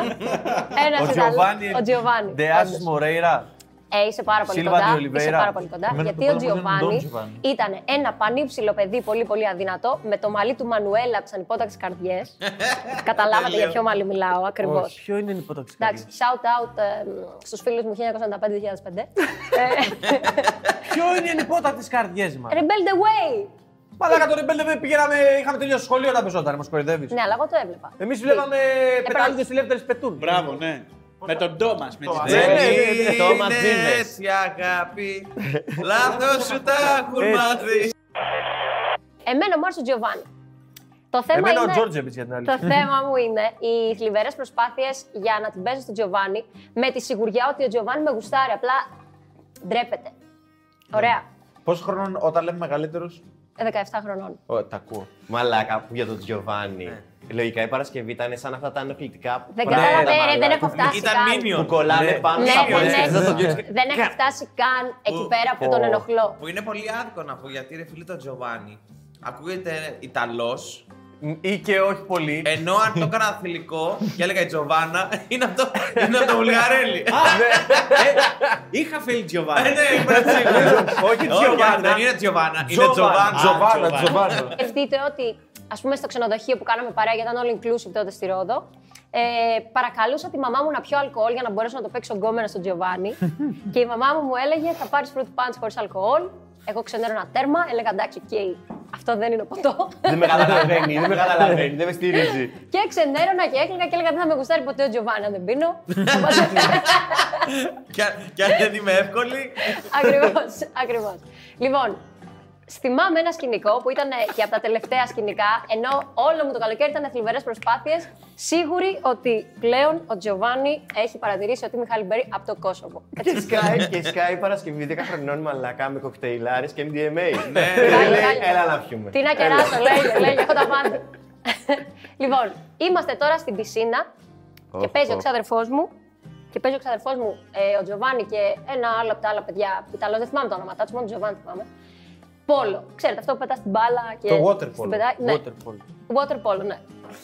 [SPEAKER 2] Ένας
[SPEAKER 4] Ο
[SPEAKER 2] Ιταλ-
[SPEAKER 4] Τζιοβάνι.
[SPEAKER 2] Ο Giovanni.
[SPEAKER 4] Ντεάσης
[SPEAKER 2] όντως.
[SPEAKER 4] Μορέιρα.
[SPEAKER 2] Ε, είσαι πάρα πολύ
[SPEAKER 4] Silva de
[SPEAKER 2] κοντά.
[SPEAKER 4] Oliveira.
[SPEAKER 2] Είσαι πάρα πολύ κοντά.
[SPEAKER 3] Εμένα
[SPEAKER 2] γιατί
[SPEAKER 3] το
[SPEAKER 2] ο
[SPEAKER 3] πρώτο μου ήταν
[SPEAKER 2] Τζιοβάνι
[SPEAKER 3] Don Giovanni.
[SPEAKER 2] ήταν ένα πανύψηλο παιδί πολύ πολύ αδύνατο, με το μαλλί του Μανουέλα από τις ανυπόταξε καρδιές.
[SPEAKER 4] <laughs>
[SPEAKER 2] Καταλάβατε για ποιο μαλλί μιλάω ακριβώς.
[SPEAKER 1] Όχι, ποιο είναι η υποταξική.
[SPEAKER 2] Εντάξει, shout out ε, στους φίλους μου 1995-2005.
[SPEAKER 4] <laughs> Ποιο είναι η νυπότα τη καρδιές μα.
[SPEAKER 2] Rebel the way!
[SPEAKER 4] Μαλάκα το Rebel TV πήγαμε, είχαμε τελειώσει σχολείο όταν πεζόταν, μας κοροϊδεύεις.
[SPEAKER 2] Ναι, αλλά εγώ το έβλεπα.
[SPEAKER 4] Εμείς βλέπαμε
[SPEAKER 2] Ε,
[SPEAKER 4] πετάλιδε ελεύθερε πετούν.
[SPEAKER 7] Μπράβο, ναι. Με τον Τόμας. Με τις
[SPEAKER 4] Ε,
[SPEAKER 1] Ε,
[SPEAKER 5] Ναι, ναι, ναι,
[SPEAKER 7] τέσσερις.
[SPEAKER 5] ναι, ναι. Τόμα Τζίνες.
[SPEAKER 4] η ε, αγάπη. Λάθος σου τα
[SPEAKER 1] Ε,
[SPEAKER 4] έχουν μάθει.
[SPEAKER 2] Εμένα μου άρεσε ο Τζιοβάνι. Το θέμα
[SPEAKER 4] Εμένα ο
[SPEAKER 2] είναι...
[SPEAKER 4] Τζόρτζεβιτ για την άλλη.
[SPEAKER 2] Το θέμα μου είναι οι θλιβερές προσπάθειες για να την παίζω στον Τζιοβάνι με τη σιγουριά ότι ο Τζιοβάνι με γουστάρει. Απλά ντρέπεται.
[SPEAKER 4] Ναι.
[SPEAKER 2] Ωραία.
[SPEAKER 3] Πόσο χρόνο όταν λέμε μεγαλύτερους.
[SPEAKER 2] Ε, 17 χρονών.
[SPEAKER 3] Τα ακούω.
[SPEAKER 5] Μαλάκα που για τον Τζιοβάνι. Λογικά η Παρασκευή ήταν σαν αυτά τα ενοχλητικά που.
[SPEAKER 2] Δεν
[SPEAKER 5] πράγματα,
[SPEAKER 2] καταλαβαίνω, ρε,
[SPEAKER 5] μαλάκα,
[SPEAKER 2] δεν έχω
[SPEAKER 5] που-
[SPEAKER 2] φτάσει
[SPEAKER 8] Ήταν
[SPEAKER 2] καν.
[SPEAKER 8] Minion.
[SPEAKER 5] Που κολλάνε πάνω
[SPEAKER 2] Ναι,
[SPEAKER 5] στα πόδια
[SPEAKER 2] ναι,
[SPEAKER 5] και ε, δεν θα το
[SPEAKER 2] ναι. Δεν έχω φτάσει καν εκεί πέρα που τον ενοχλώ.
[SPEAKER 8] Που είναι πολύ άδικο να πω γιατί ρε φίλε τον Τζοβάνι. Ακούγεται Ιταλός.
[SPEAKER 4] Ή και όχι πολύ.
[SPEAKER 8] Ενώ αν το έκανα θηλυκό και έλεγα η Τζοβάνα, είναι από το, είναι από το Βουλγαρέλι.
[SPEAKER 7] Είχα φέρει
[SPEAKER 8] Ε,
[SPEAKER 7] Τζιοβάνι.
[SPEAKER 8] ναι, μπράβο.
[SPEAKER 4] Όχι
[SPEAKER 8] Όχι,
[SPEAKER 4] Τζιοβάνα.
[SPEAKER 8] δεν είναι Τζοβάνα, είναι Τζοβάνα.
[SPEAKER 3] Τζοβάνα,
[SPEAKER 7] Τζοβάνα.
[SPEAKER 3] Τζοβάνα.
[SPEAKER 2] Σκεφτείτε ότι, ας πούμε, στο ξενοδοχείο που κάναμε παρέα, γιατί ήταν all inclusive τότε στη Ρόδο, ε, παρακαλούσα τη μαμά μου να πιω αλκοόλ για να μπορέσω να το παίξω γκόμενα στον Τζιοβάνι. και η μαμά μου μου έλεγε: Θα πάρεις fruit punch χωρίς αλκοόλ. Εγώ ξενέρωνα τέρμα, έλεγα εντάξει, οκ, αυτό δεν είναι ποτό.
[SPEAKER 5] Δεν με καταλαβαίνει, δεν με καταλαβαίνει, δεν με στηρίζει.
[SPEAKER 2] και ξενέρωνα και έκλαιγα και έλεγα: Δεν θα με γουστάρει ποτέ ο Τζιοβάνι, αν δεν πίνω. Οπότε-
[SPEAKER 8] Και αν- Και αν δεν είμαι εύκολη,
[SPEAKER 2] Ακριβώς, ακριβώς. Λοιπόν, θυμάμαι ένα σκηνικό που ήταν ε, και από τα τελευταία σκηνικά, ενώ όλο μου το καλοκαίρι ήταν θλιβερές προσπάθειες. Σίγουρη ότι πλέον ο Τζιοβάνι έχει παρατηρήσει ότι είμαι χαλιμπέρι από το Κόσοβο.
[SPEAKER 5] Και σκάει, και σκάει Παρασκευή 10 χρονών μαλακά με κοκτέιλάρες και MDMA. Ναι,
[SPEAKER 2] Κάλια,
[SPEAKER 5] λέει,
[SPEAKER 2] κάλια.
[SPEAKER 5] έλα να πιούμε.
[SPEAKER 2] Τι να
[SPEAKER 5] Έλα.
[SPEAKER 2] κεράσω, λέγε, λέγε, έχω τα πάντα. λοιπόν, είμαστε τώρα στην πισίνα και
[SPEAKER 5] Οχ,
[SPEAKER 2] παίζει ο
[SPEAKER 5] οχ.
[SPEAKER 2] ξάδερφός μου και παίζει ο ξαδερφός μου, ε, ο Τζοβάνι και ένα άλλο από τα άλλα παιδιά. Ιταλό, δεν θυμάμαι τα ονόματά τους, μόνο Τζοβάνι θυμάμαι. Πόλο. Ξέρετε αυτό που πετάς στην μπάλα και.
[SPEAKER 4] Το water
[SPEAKER 2] στην
[SPEAKER 4] polo.
[SPEAKER 2] πετά- Ναι.
[SPEAKER 4] Water polo.
[SPEAKER 2] Water polo, ναι.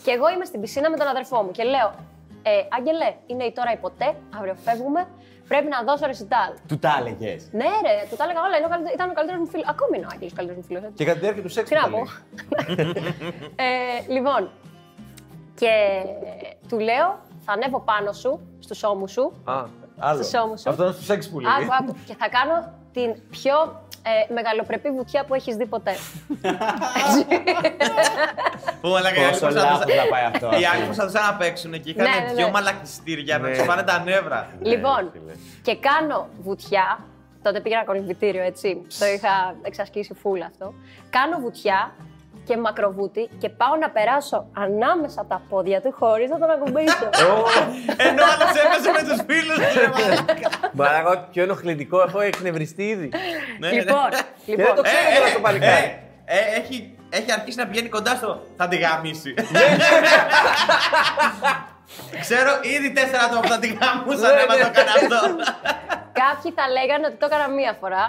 [SPEAKER 2] Και εγώ είμαι στην πισίνα με τον αδερφό μου και λέω: ε, Άγγελε, είναι η τώρα ή ποτέ, αύριο φεύγουμε. Πρέπει να δώσω ρεσιτάλ.
[SPEAKER 5] Του τα έλεγες.
[SPEAKER 2] Ναι, ρε, του τα έλεγα όλα. είναι ο καλύτερος- Ήταν ο καλύτερος μου φίλος. Ακόμη είναι ο Άγγελο καλύτερος μου ε, φίλο.
[SPEAKER 3] Και κατά τη διάρκεια του σεξ.
[SPEAKER 2] Τι να
[SPEAKER 3] τα
[SPEAKER 2] πω.
[SPEAKER 3] λέει.
[SPEAKER 2] <laughs> ε, λοιπόν, και του λέω, θα ανέβω πάνω σου, στους ώμους σου,
[SPEAKER 4] Α,
[SPEAKER 3] Άλλο.
[SPEAKER 2] Στους ώμους σου.
[SPEAKER 3] Αυτό είναι στο σεξ που λέει.
[SPEAKER 2] άκου, άκου, και θα κάνω την πιο ε, μεγαλοπρεπή βουτιά που έχεις δει ποτέ.
[SPEAKER 8] Που μαλάκα οι άλλοι
[SPEAKER 5] Πόσο
[SPEAKER 8] προσπαθούσαν-
[SPEAKER 5] λάθος να πάει αυτό,
[SPEAKER 8] Οι
[SPEAKER 5] ας
[SPEAKER 8] άλλοι
[SPEAKER 5] πούμε.
[SPEAKER 8] προσπαθούσαν να παίξουν και
[SPEAKER 2] Ναι, ναι,
[SPEAKER 8] είχαν
[SPEAKER 2] ναι.
[SPEAKER 8] δυο μαλακιστήρια να του πάνε τα νεύρα.
[SPEAKER 2] λοιπόν,
[SPEAKER 5] φίλε.
[SPEAKER 2] και κάνω βουτιά, τότε πήγαινα κολυμβητήριο, έτσι, το είχα εξασκήσει φούλ αυτό. Κάνω βουτιά και μακροβούτι και πάω να περάσω ανάμεσα από τα πόδια του χωρίς να τον ακουμπήσω.
[SPEAKER 8] Ε, Ενώ άλλος έπεσε με τους φίλους του.
[SPEAKER 4] Μαλάκα, ό,τι πιο ενοχλητικό έχω εκνευριστεί ήδη.
[SPEAKER 8] ναι,
[SPEAKER 2] λοιπόν,
[SPEAKER 8] Ε,
[SPEAKER 4] Και δεν
[SPEAKER 2] λοιπόν,
[SPEAKER 4] το ξέρω τώρα το παλικάρι.
[SPEAKER 8] Έχει έχει αρχίσει να πηγαίνει κοντά στο. Θα τη
[SPEAKER 3] <laughs>
[SPEAKER 8] γαμίσει. Ξέρω ήδη τέσσερα άτομα που θα τη γαμούσαν
[SPEAKER 3] Ναι,
[SPEAKER 8] άμα το έκανα αυτό.
[SPEAKER 2] Κάποιοι θα λέγανε ότι το έκανα μία φορά.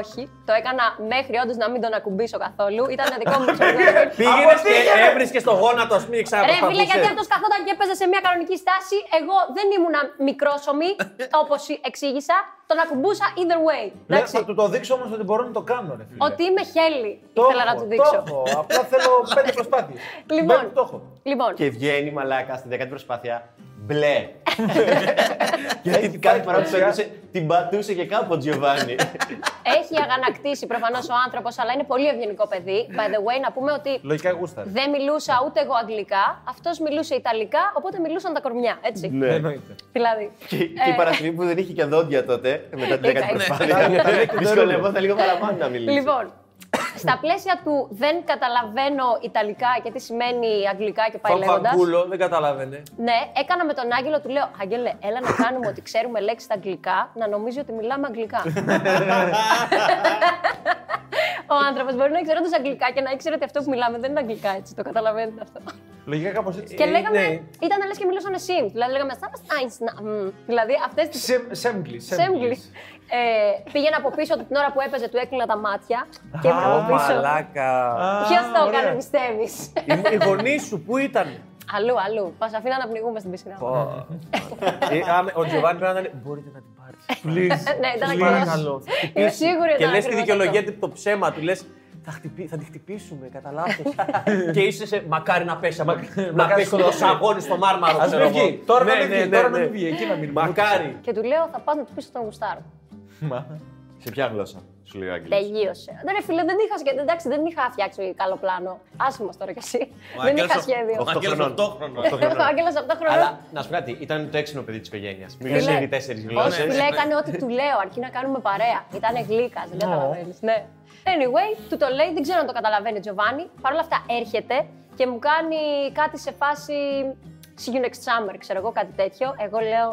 [SPEAKER 2] Όχι, το έκανα μέχρι όντως να μην τον ακουμπήσω καθόλου. Ήταν δικό
[SPEAKER 3] <laughs>
[SPEAKER 2] μου
[SPEAKER 3] Ναι,
[SPEAKER 2] εξωτερικό.
[SPEAKER 4] Πήγαινες και έβρισκες το γόνατο, ας πούμε, και
[SPEAKER 2] Ρε φίλε, γιατί
[SPEAKER 4] ξαναπροσπαθούσε.
[SPEAKER 2] αυτός καθόταν και έπαιζε σε μια κανονική στάση. Εγώ δεν ήμουνα μικρόσωμη,
[SPEAKER 3] <laughs>
[SPEAKER 2] όπως εξήγησα. Τον ακουμπούσα either way.
[SPEAKER 3] Λέω,
[SPEAKER 2] Εντάξει.
[SPEAKER 3] Ναι, Θα του το δείξω όμως ότι μπορώ να το κάνω. Ρε, φίλε.
[SPEAKER 2] Ότι είμαι χέλη,
[SPEAKER 3] Το
[SPEAKER 2] ήθελα να
[SPEAKER 3] έχω,
[SPEAKER 2] του δείξω.
[SPEAKER 3] Το έχω. Απλά θέλω πέντε προσπάθειες.
[SPEAKER 2] Λοιπόν.
[SPEAKER 3] Το έχω.
[SPEAKER 2] Λοιπόν,
[SPEAKER 5] Και βγαίνει μαλάκα στην δέκατη προσπάθεια. μπλε. <laughs> Γιατί κάθε φορά που περνούσε, την πατούσε και κάπου ο Τζιοβάνι.
[SPEAKER 2] Έχει αγανακτήσει προφανώς ο άνθρωπος, αλλά είναι πολύ ευγενικό παιδί. By the way, να πούμε ότι
[SPEAKER 3] Λογικά γούστα.
[SPEAKER 2] δεν μιλούσα ούτε εγώ αγγλικά, αυτός μιλούσε ιταλικά, οπότε μιλούσαν τα κορμιά. Έτσι.
[SPEAKER 3] Ε,
[SPEAKER 5] Ναι.
[SPEAKER 2] Δηλαδή.
[SPEAKER 5] Και, και η Παρασκευή που δεν είχε και δόντια τότε, μετά την έκατη
[SPEAKER 2] Ναι.
[SPEAKER 5] προσπάθεια. Δυσκολευόταν λίγο παραπάνω να μιλήσει.
[SPEAKER 2] Λοιπόν, στα πλαίσια του δεν καταλαβαίνω Ιταλικά και τι σημαίνει Αγγλικά και πάει λέγοντα.
[SPEAKER 1] Φαμφαγκούλο, δεν καταλάβαινε.
[SPEAKER 2] Ναι, έκανα με τον Άγγελο, του λέω Άγγελε, έλα να κάνουμε ότι ξέρουμε λέξεις στα αγγλικά, να νομίζει ότι μιλάμε αγγλικά. Ο άνθρωπος μπορεί να ξέροντας αγγλικά και να ήξερε ότι αυτό που μιλάμε δεν είναι αγγλικά, έτσι. Το καταλαβαίνετε αυτό.
[SPEAKER 3] Λογικά κάπως
[SPEAKER 5] Ε,
[SPEAKER 3] έτσι.
[SPEAKER 2] και λέγαμε,
[SPEAKER 5] ναι.
[SPEAKER 2] ήταν λες και μιλούσαν εσύ. Δηλαδή, λέγαμε Σάμπα Δηλαδή, αυτές τις
[SPEAKER 3] Σέμπλι.
[SPEAKER 2] Σέμπλη. Ε, πήγαινα από πίσω του την ώρα που έπαιζε, του έκλεινα τα μάτια και ήμουν
[SPEAKER 1] Ω,
[SPEAKER 2] από πίσω.
[SPEAKER 1] μαλάκα.
[SPEAKER 2] Ποιος το έκανε, πιστεύεις.
[SPEAKER 1] Οι- Οι γονείς σου πού ήταν.
[SPEAKER 2] αλλού, αλλού. Μα αφήνα να πνιγούμε στην πισινά.
[SPEAKER 1] Ε, αν- Ο Τζοβάνι πρέπει να ήταν. Μπορείτε να την πάρει.
[SPEAKER 2] ναι, ήταν ακριβώ.
[SPEAKER 1] Παρακαλώ.
[SPEAKER 2] Είμαι σίγουρη ότι
[SPEAKER 1] Και
[SPEAKER 2] ήταν
[SPEAKER 1] λες τη
[SPEAKER 2] ακριβώς
[SPEAKER 1] δικαιολογία
[SPEAKER 2] αυτό.
[SPEAKER 1] το ψέμα του. Λες θα, χτυπη- θα τη χτυπήσουμε, κατά
[SPEAKER 4] <laughs>
[SPEAKER 1] λάθος. και είσαι σε μακάρι να πέσει. από- να πέσει το σαγόνι στο μάρμαρο.
[SPEAKER 3] Ας
[SPEAKER 1] ξέρω
[SPEAKER 3] μην
[SPEAKER 1] εγώ».
[SPEAKER 3] βγει. Τώρα να
[SPEAKER 1] Ναι,
[SPEAKER 3] μην
[SPEAKER 1] ναι,
[SPEAKER 3] βγει.
[SPEAKER 1] ναι,
[SPEAKER 3] Τώρα να
[SPEAKER 1] ναι.
[SPEAKER 3] μην βγει. Εκεί να μην
[SPEAKER 1] Μακάρι.
[SPEAKER 2] Και του λέω, θα πας να του πεις τον Γουστάρο.
[SPEAKER 5] Σε ποια γλώσσα, σου λέει ο Άγγελος.
[SPEAKER 2] Τελείωσε. Δεν ρε φίλε, δεν είχα, σχέδιο. εντάξει, δεν είχα φτιάξει καλό πλάνο. Άσε μας τώρα κι εσύ.
[SPEAKER 7] Ο
[SPEAKER 2] δεν
[SPEAKER 7] Άγγελος
[SPEAKER 2] είχα
[SPEAKER 7] ο-
[SPEAKER 2] σχέδιο.
[SPEAKER 7] Ο Άγγελος
[SPEAKER 5] χρονών.
[SPEAKER 7] οκτώχρονο.
[SPEAKER 2] <laughs> Ο Άγγελος από τα
[SPEAKER 5] Αλλά
[SPEAKER 2] χρόνια.
[SPEAKER 5] να σου πω κάτι, ήταν το έξυπνο παιδί της οικογένειας. Μιλούσε ήδη Ναι. τέσσερις
[SPEAKER 2] Όχι,
[SPEAKER 5] γλώσσες.
[SPEAKER 2] φίλε, έκανε ό,τι του λέω, αρκεί να κάνουμε παρέα. Ήτανε γλύκας, δεν καταλαβαίνεις. Ναι. Anyway, του το λέει, δεν ξέρω αν το καταλαβαίνει ο Τζοβάνι. Παρ' όλα αυτά έρχεται και μου κάνει κάτι σε φάση. See you next summer, ξέρω εγώ, κάτι τέτοιο. Εγώ λέω.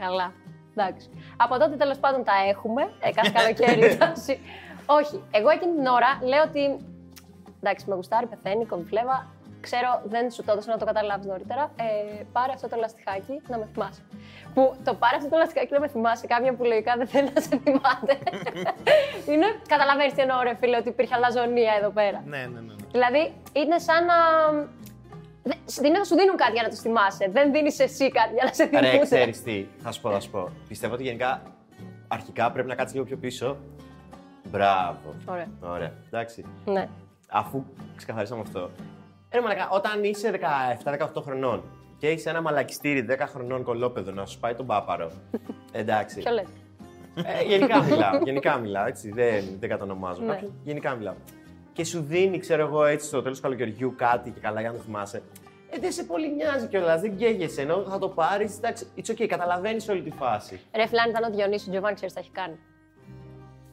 [SPEAKER 2] Καλά. Εντάξει. Από τότε τέλος πάντων τα έχουμε. Ε, κάθε καλοκαίρι. εντάξει. Όχι. Εγώ εκείνη την ώρα λέω ότι. Εντάξει, με γουστάρει, πεθαίνει, κομφλέβα. Ξέρω, δεν σου το έδωσα να το καταλάβεις νωρίτερα. Ε, πάρε αυτό το λαστιχάκι να με θυμάσαι. Που το πάρε αυτό το λαστιχάκι να με θυμάσαι. Κάποιον που λογικά δεν θέλει να σε
[SPEAKER 7] <laughs>
[SPEAKER 2] θυμάται. είναι. Καταλαβαίνεις τι εννοώ, ρε φίλε, ότι υπήρχε αλαζονία εδώ πέρα.
[SPEAKER 7] Ναι, ναι, ναι. ναι.
[SPEAKER 2] Δηλαδή, είναι σαν να. Δε- Δεν σου δίνουν κάτι για να τους θυμάσαι. Δεν δίνεις εσύ κάτι για να σε
[SPEAKER 5] Ρε,
[SPEAKER 2] θυμούνται.
[SPEAKER 5] ξέρεις τι, θα σου πω, θα σου πω. Πιστεύω ότι γενικά αρχικά πρέπει να κάτσεις λίγο πιο πίσω. Μπράβο.
[SPEAKER 2] Ωραία.
[SPEAKER 5] Ωραία. Εντάξει.
[SPEAKER 2] Ναι.
[SPEAKER 5] Αφού ξεκαθαρίσαμε αυτό. Ε, Ρε μαλακά, όταν είσαι 17-18 χρονών και έχει ένα μαλακιστήρι 10 χρονών κολόπεδο να σου πάει τον
[SPEAKER 2] <laughs>
[SPEAKER 5] πάπαρο. Εντάξει.
[SPEAKER 2] Ποιο λες.
[SPEAKER 5] Ε,
[SPEAKER 2] <laughs>
[SPEAKER 5] γενικά μιλάω. Γενικά μιλάω, έτσι. Δεν, δεν κατανομάζω
[SPEAKER 2] Ναι.
[SPEAKER 5] κάποιον. Γενικά μιλάω. Και σου δίνει, ξέρω εγώ, έτσι στο τέλος του καλοκαιριού κάτι και καλά για να το θυμάσαι. Ε, δεν σε πολύ νοιάζει κιόλας, δεν καίγεσαι. Ενώ θα το πάρεις, εντάξει, it's okay, καταλαβαίνεις όλη τη φάση.
[SPEAKER 2] Ρε φίλε, αν ήταν ο Διονύσης, ο Τζοβάνι, ξέρεις τι θα έχει κάνει.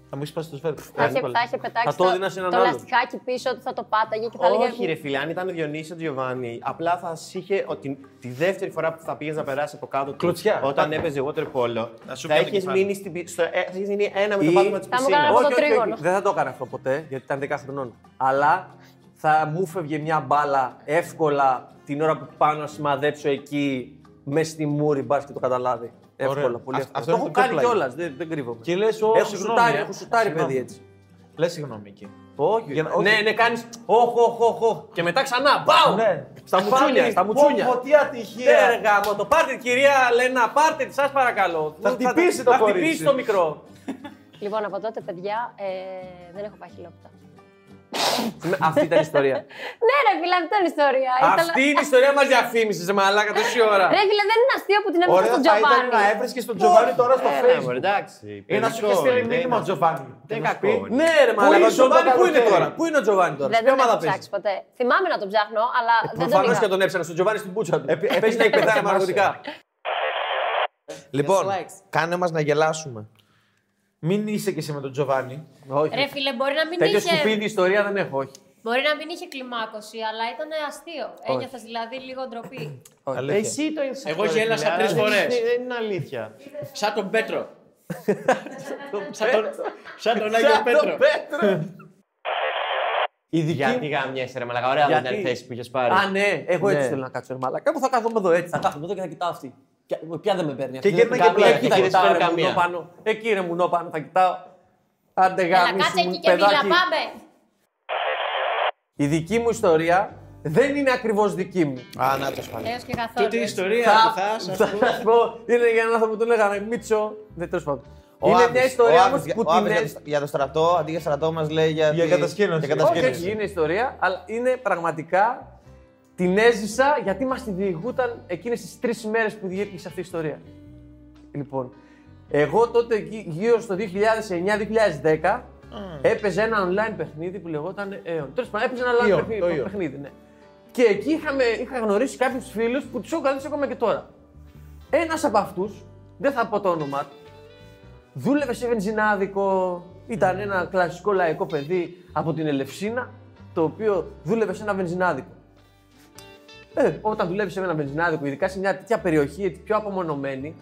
[SPEAKER 3] Θα μου έχεις σπάσει το σφαίρο.
[SPEAKER 1] Ναι,
[SPEAKER 2] Θα είχε, θα είχε πετάξει
[SPEAKER 1] το έδινα
[SPEAKER 2] το,
[SPEAKER 1] σε έναν
[SPEAKER 2] το
[SPEAKER 1] άλλο.
[SPEAKER 2] λαστιχάκι πίσω, ότι θα το πάταγε και θα έλεγε.
[SPEAKER 5] Όχι, ρε φίλε, αν ήταν ο Διονύσης ο Τζιοβάνι, απλά θα σ' είχε ότι τη δεύτερη φορά που θα πήγες να περάσει από κάτω του,
[SPEAKER 3] Κλωτσιά.
[SPEAKER 5] όταν έπαιζε water polo,
[SPEAKER 7] Θα σου
[SPEAKER 5] θα
[SPEAKER 7] πιάνει
[SPEAKER 5] είχε
[SPEAKER 7] κεφάλι.
[SPEAKER 5] μείνει στην πι- στο, ε, θα είχες μείνει ένα με το
[SPEAKER 1] Ή-
[SPEAKER 5] πάτωμα της
[SPEAKER 2] Θα μου
[SPEAKER 5] πισίνας.
[SPEAKER 2] κάνανε-
[SPEAKER 1] Όχι,
[SPEAKER 2] το
[SPEAKER 1] όχι, όχι,
[SPEAKER 2] τρίγωνο.
[SPEAKER 1] Δεν θα το έκανα αυτό ποτέ, γιατί ήταν 10 χρονών. Αλλά θα μου φεύγε μια μπάλα εύκολα την ώρα που πάνω να σημαδέψω εκεί μέσα στη μούρη, μπας και το καταλάβει. Εύκολα,
[SPEAKER 3] Ωραία.
[SPEAKER 1] πολύ
[SPEAKER 3] Ας-
[SPEAKER 1] εύκολα.
[SPEAKER 3] αυτό
[SPEAKER 1] το έχω
[SPEAKER 3] είναι το πιο
[SPEAKER 1] κάνει
[SPEAKER 3] πλάγι.
[SPEAKER 1] κιόλα, δεν, δεν κρύβομαι.
[SPEAKER 3] Και λες, «Ω,
[SPEAKER 1] έχω
[SPEAKER 3] συγγνώμη,
[SPEAKER 1] σουτάρει,
[SPEAKER 3] ε,
[SPEAKER 1] έχω σουτάρει
[SPEAKER 3] συγγνώμη».
[SPEAKER 1] παιδί έτσι.
[SPEAKER 3] Λες συγγνώμη εκεί.
[SPEAKER 1] Όχι.
[SPEAKER 3] Για να- όχι.
[SPEAKER 1] Ναι, ναι, κάνεις. Όχ, όχ, όχ, όχ. Και μετά ξανά. Μπάου!
[SPEAKER 3] Ναι.
[SPEAKER 1] Στα
[SPEAKER 3] Πάλι,
[SPEAKER 1] μουτσούνια. Στα
[SPEAKER 3] πω,
[SPEAKER 1] μουτσούνια.
[SPEAKER 3] πω, τι ατυχία.
[SPEAKER 1] Ναι, ρε γάμο, το πάρτε, κυρία Λένα, πάρτε τη, σας παρακαλώ.
[SPEAKER 3] Θα χτυπήσει το
[SPEAKER 1] Θα
[SPEAKER 3] κορίτσι.
[SPEAKER 1] χτυπήσει το μικρό.
[SPEAKER 2] Λοιπόν, από τότε, παιδιά, ε, δεν έχω πάει χιλόπιτα.
[SPEAKER 1] Αυτή ήταν η ιστορία.
[SPEAKER 2] Ναι, ρε φίλε, αυτή ήταν η ιστορία. Ήθελα-
[SPEAKER 1] Αυτή είναι η ιστορία μας διαφήμισης, σε μαλάκα τόση ώρα.
[SPEAKER 2] Ρε φίλε, δεν είναι αστείο που την έμεινε στον Τζοβάνι.
[SPEAKER 3] έβρισκε τον Τζοβάνι τώρα στο
[SPEAKER 5] Έλα, μωρέ, εντάξει.
[SPEAKER 3] Ή να σου είχες
[SPEAKER 5] παιδικό
[SPEAKER 3] στείλει
[SPEAKER 5] είναι,
[SPEAKER 3] μήνυμα ο
[SPEAKER 5] δεν-
[SPEAKER 3] Τζοβάνι.
[SPEAKER 5] Δεν
[SPEAKER 3] Να σου
[SPEAKER 5] κακό
[SPEAKER 3] πει,
[SPEAKER 5] είναι.
[SPEAKER 1] Ναι, ρε
[SPEAKER 3] Πού
[SPEAKER 1] μαλάκα.
[SPEAKER 3] είναι
[SPEAKER 1] Ο
[SPEAKER 3] ο
[SPEAKER 1] Τζοβάνι πού είναι
[SPEAKER 3] Τζοβάνι
[SPEAKER 1] τώρα. Πού είναι ο Τζοβάνι τώρα.
[SPEAKER 2] Δεν
[SPEAKER 1] σε ποια
[SPEAKER 2] τον έχω
[SPEAKER 1] ομάδα παίζεις.
[SPEAKER 2] ψάξει ποτέ. Θυμάμαι να τον ψάχνω, αλλά δεν τον
[SPEAKER 1] Προφανώς και
[SPEAKER 2] είχα.
[SPEAKER 1] τον έψανα. Στον Τζοβάνι στην πούτσα του.
[SPEAKER 5] Επί-
[SPEAKER 1] Παίζει να έχει πεθάνει με
[SPEAKER 5] θυμάσαι.
[SPEAKER 1] ναρκωτικά.
[SPEAKER 7] Λοιπόν, κάνε μας να γελάσουμε.
[SPEAKER 3] Μην είσαι και εσύ με τον Τζοβάνι.
[SPEAKER 1] Όχι.
[SPEAKER 9] φίλε, μπορεί να μην
[SPEAKER 1] Τέτοιο σκουπίδι ιστορία δεν έχω, όχι.
[SPEAKER 9] Μπορεί να μην είχε κλιμάκωση, αλλά ήταν αστείο. Ένιωθες δηλαδή λίγο ντροπή.
[SPEAKER 5] Εσύ το είσαι.
[SPEAKER 6] Εγώ γέλασα τρεις φορές.
[SPEAKER 5] Δεν είναι αλήθεια.
[SPEAKER 6] Σαν τον Πέτρο. σαν, τον, σαν τον Άγιο Πέτρο.
[SPEAKER 5] Η δική Γιατί γαμιέσαι, ρε Μαλακά, ωραία δεν
[SPEAKER 1] Γιατί?
[SPEAKER 5] ήταν η θέση που είχες πάρει.
[SPEAKER 1] Α, ναι, εγώ
[SPEAKER 5] Ναι.
[SPEAKER 1] έτσι θέλω να κάτσω. ρε Μαλάκα, εγώ θα κάθομαι εδώ έτσι. Θα κάθομαι εδώ και θα κοιτάω αυτή. Ποια- Ποια δεν με παίρνει. αυτή, δεν
[SPEAKER 5] Και γέρνα
[SPEAKER 1] με
[SPEAKER 5] και
[SPEAKER 1] κάνει.
[SPEAKER 5] πλάκα,
[SPEAKER 1] Εκεί
[SPEAKER 5] και
[SPEAKER 1] θα
[SPEAKER 5] δεν
[SPEAKER 1] κοιτάω.
[SPEAKER 5] συμφέρει
[SPEAKER 1] ρε
[SPEAKER 5] καμία.
[SPEAKER 1] μουνό πάνω. Εκεί ρε μουνό πάνω θα κοιτάω. Άντε
[SPEAKER 9] Έλα,
[SPEAKER 1] γάμισε
[SPEAKER 9] κάτσε
[SPEAKER 1] μου,
[SPEAKER 9] εκεί και μίλα,
[SPEAKER 1] παιδάκι.
[SPEAKER 9] πάμε.
[SPEAKER 1] Η δική μου ιστορία δεν είναι ακριβώς δική μου.
[SPEAKER 5] Ναι.
[SPEAKER 7] Α, να το σπαλί.
[SPEAKER 9] Έως και καθόλου.
[SPEAKER 6] Τούτη η
[SPEAKER 9] έτσι.
[SPEAKER 6] ιστορία
[SPEAKER 1] Θα-
[SPEAKER 6] που θα σας
[SPEAKER 1] θα
[SPEAKER 6] πω.
[SPEAKER 1] σας πω, είναι για έναν άνθρωπο που τον λέγανε Μίτσο. Δεν τέλος πάντων.
[SPEAKER 7] Ο
[SPEAKER 1] είναι
[SPEAKER 7] Άβης-
[SPEAKER 1] μια ιστορία
[SPEAKER 7] ο
[SPEAKER 1] όμως
[SPEAKER 7] Άβης-
[SPEAKER 1] που
[SPEAKER 7] ο Άβης
[SPEAKER 1] την
[SPEAKER 7] για το
[SPEAKER 1] έ-
[SPEAKER 7] στρα- Για το στρατό, αντί για στρατό μας λέει για.
[SPEAKER 3] Για
[SPEAKER 7] τη-
[SPEAKER 3] κατασκήνωση.
[SPEAKER 7] για
[SPEAKER 1] Όχι, όχι,
[SPEAKER 7] κατασκήνωση.
[SPEAKER 1] είναι ιστορία, αλλά είναι πραγματικά Την έζησα γιατί μας τη διηγούταν εκείνες τις τρεις μέρε που διήρκησε αυτή η ιστορία. Λοιπόν, εγώ τότε εκεί γύρω στο 2009-2010 έπαιζε ένα online παιχνίδι που λεγόταν Aeon. Τέλος πάντων, έπαιζε ένα online
[SPEAKER 3] Aeon,
[SPEAKER 1] παιχνίδι,
[SPEAKER 3] Mm. το Aeon.
[SPEAKER 1] παιχνίδι, ναι. Και εκεί είχαμε, είχα γνωρίσει κάποιους φίλους που τους έχω καλέσει ακόμα και τώρα. Ένας από αυτούς, δεν θα πω το όνομά του, δούλευε σε βενζινάδικο. Ήταν ένα κλασικό λαϊκό παιδί από την Ελευσίνα, το οποίο δούλευε σε ένα βενζινάδικο. Ε, όταν δουλεύεις σε ένα βενζινάδικο, ειδικά σε μια τέτοια περιοχή έτσι, πιο απομονωμένη,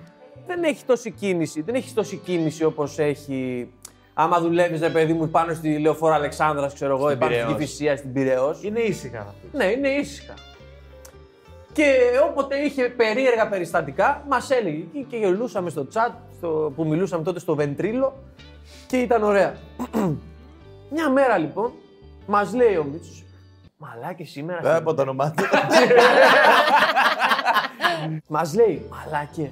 [SPEAKER 1] δεν έχει τόση κίνηση. Δεν έχεις τόση κίνηση όπως έχει. Άμα δουλεύεις, ρε παιδί μου, πάνω στη λεωφόρα Αλεξάνδρας, ξέρω εγώ, πάνω στην
[SPEAKER 5] Πειραιώς.
[SPEAKER 1] Κυφυσία, στην Πυραιό.
[SPEAKER 7] Είναι ήσυχα αυτή.
[SPEAKER 1] Ναι, είναι ήσυχα. Και όποτε είχε περίεργα περιστατικά, μας έλεγε εκεί και γελούσαμε στο chat στο, που μιλούσαμε τότε στο Βεντρίλο και ήταν ωραία. <clears throat> Μια μέρα λοιπόν, μας λέει ο Μίτσος, Μαλάκι σήμερα.
[SPEAKER 3] Δεν από το
[SPEAKER 1] <laughs>
[SPEAKER 3] όνομά του.
[SPEAKER 1] Μας λέει, μαλάκες.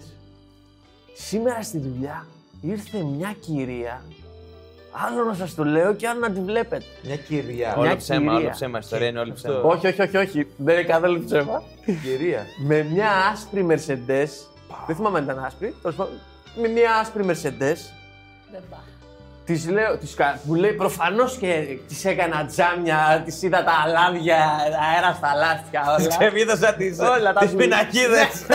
[SPEAKER 1] Σήμερα στη δουλειά ήρθε μια κυρία. Άλλο να σας το λέω και άλλο να τη βλέπετε.
[SPEAKER 3] Μια κυρία.
[SPEAKER 1] Μια
[SPEAKER 8] Όλο ψέμα,
[SPEAKER 1] κυρία.
[SPEAKER 8] όλο ψέμα. η Ιστορία είναι όλο ψέμα.
[SPEAKER 1] Όχι, όχι, όχι, όχι. Δεν είναι καθόλου ψέμα.
[SPEAKER 3] Κυρία.
[SPEAKER 1] με μια άσπρη Mercedes. Δεν θυμάμαι αν ήταν άσπρη. τέλος πάντων, Με μια άσπρη Mercedes. Της λέω, της, κα- μου λέει προφανώς και της έκανα τζάμια, της είδα τα αλάδια, αέρα στα λάστια,
[SPEAKER 8] <laughs>
[SPEAKER 1] όλα.
[SPEAKER 8] Ξεβίδωσα τις,
[SPEAKER 1] Όλα τα
[SPEAKER 8] τις
[SPEAKER 1] δουλειά.
[SPEAKER 8] πινακίδες.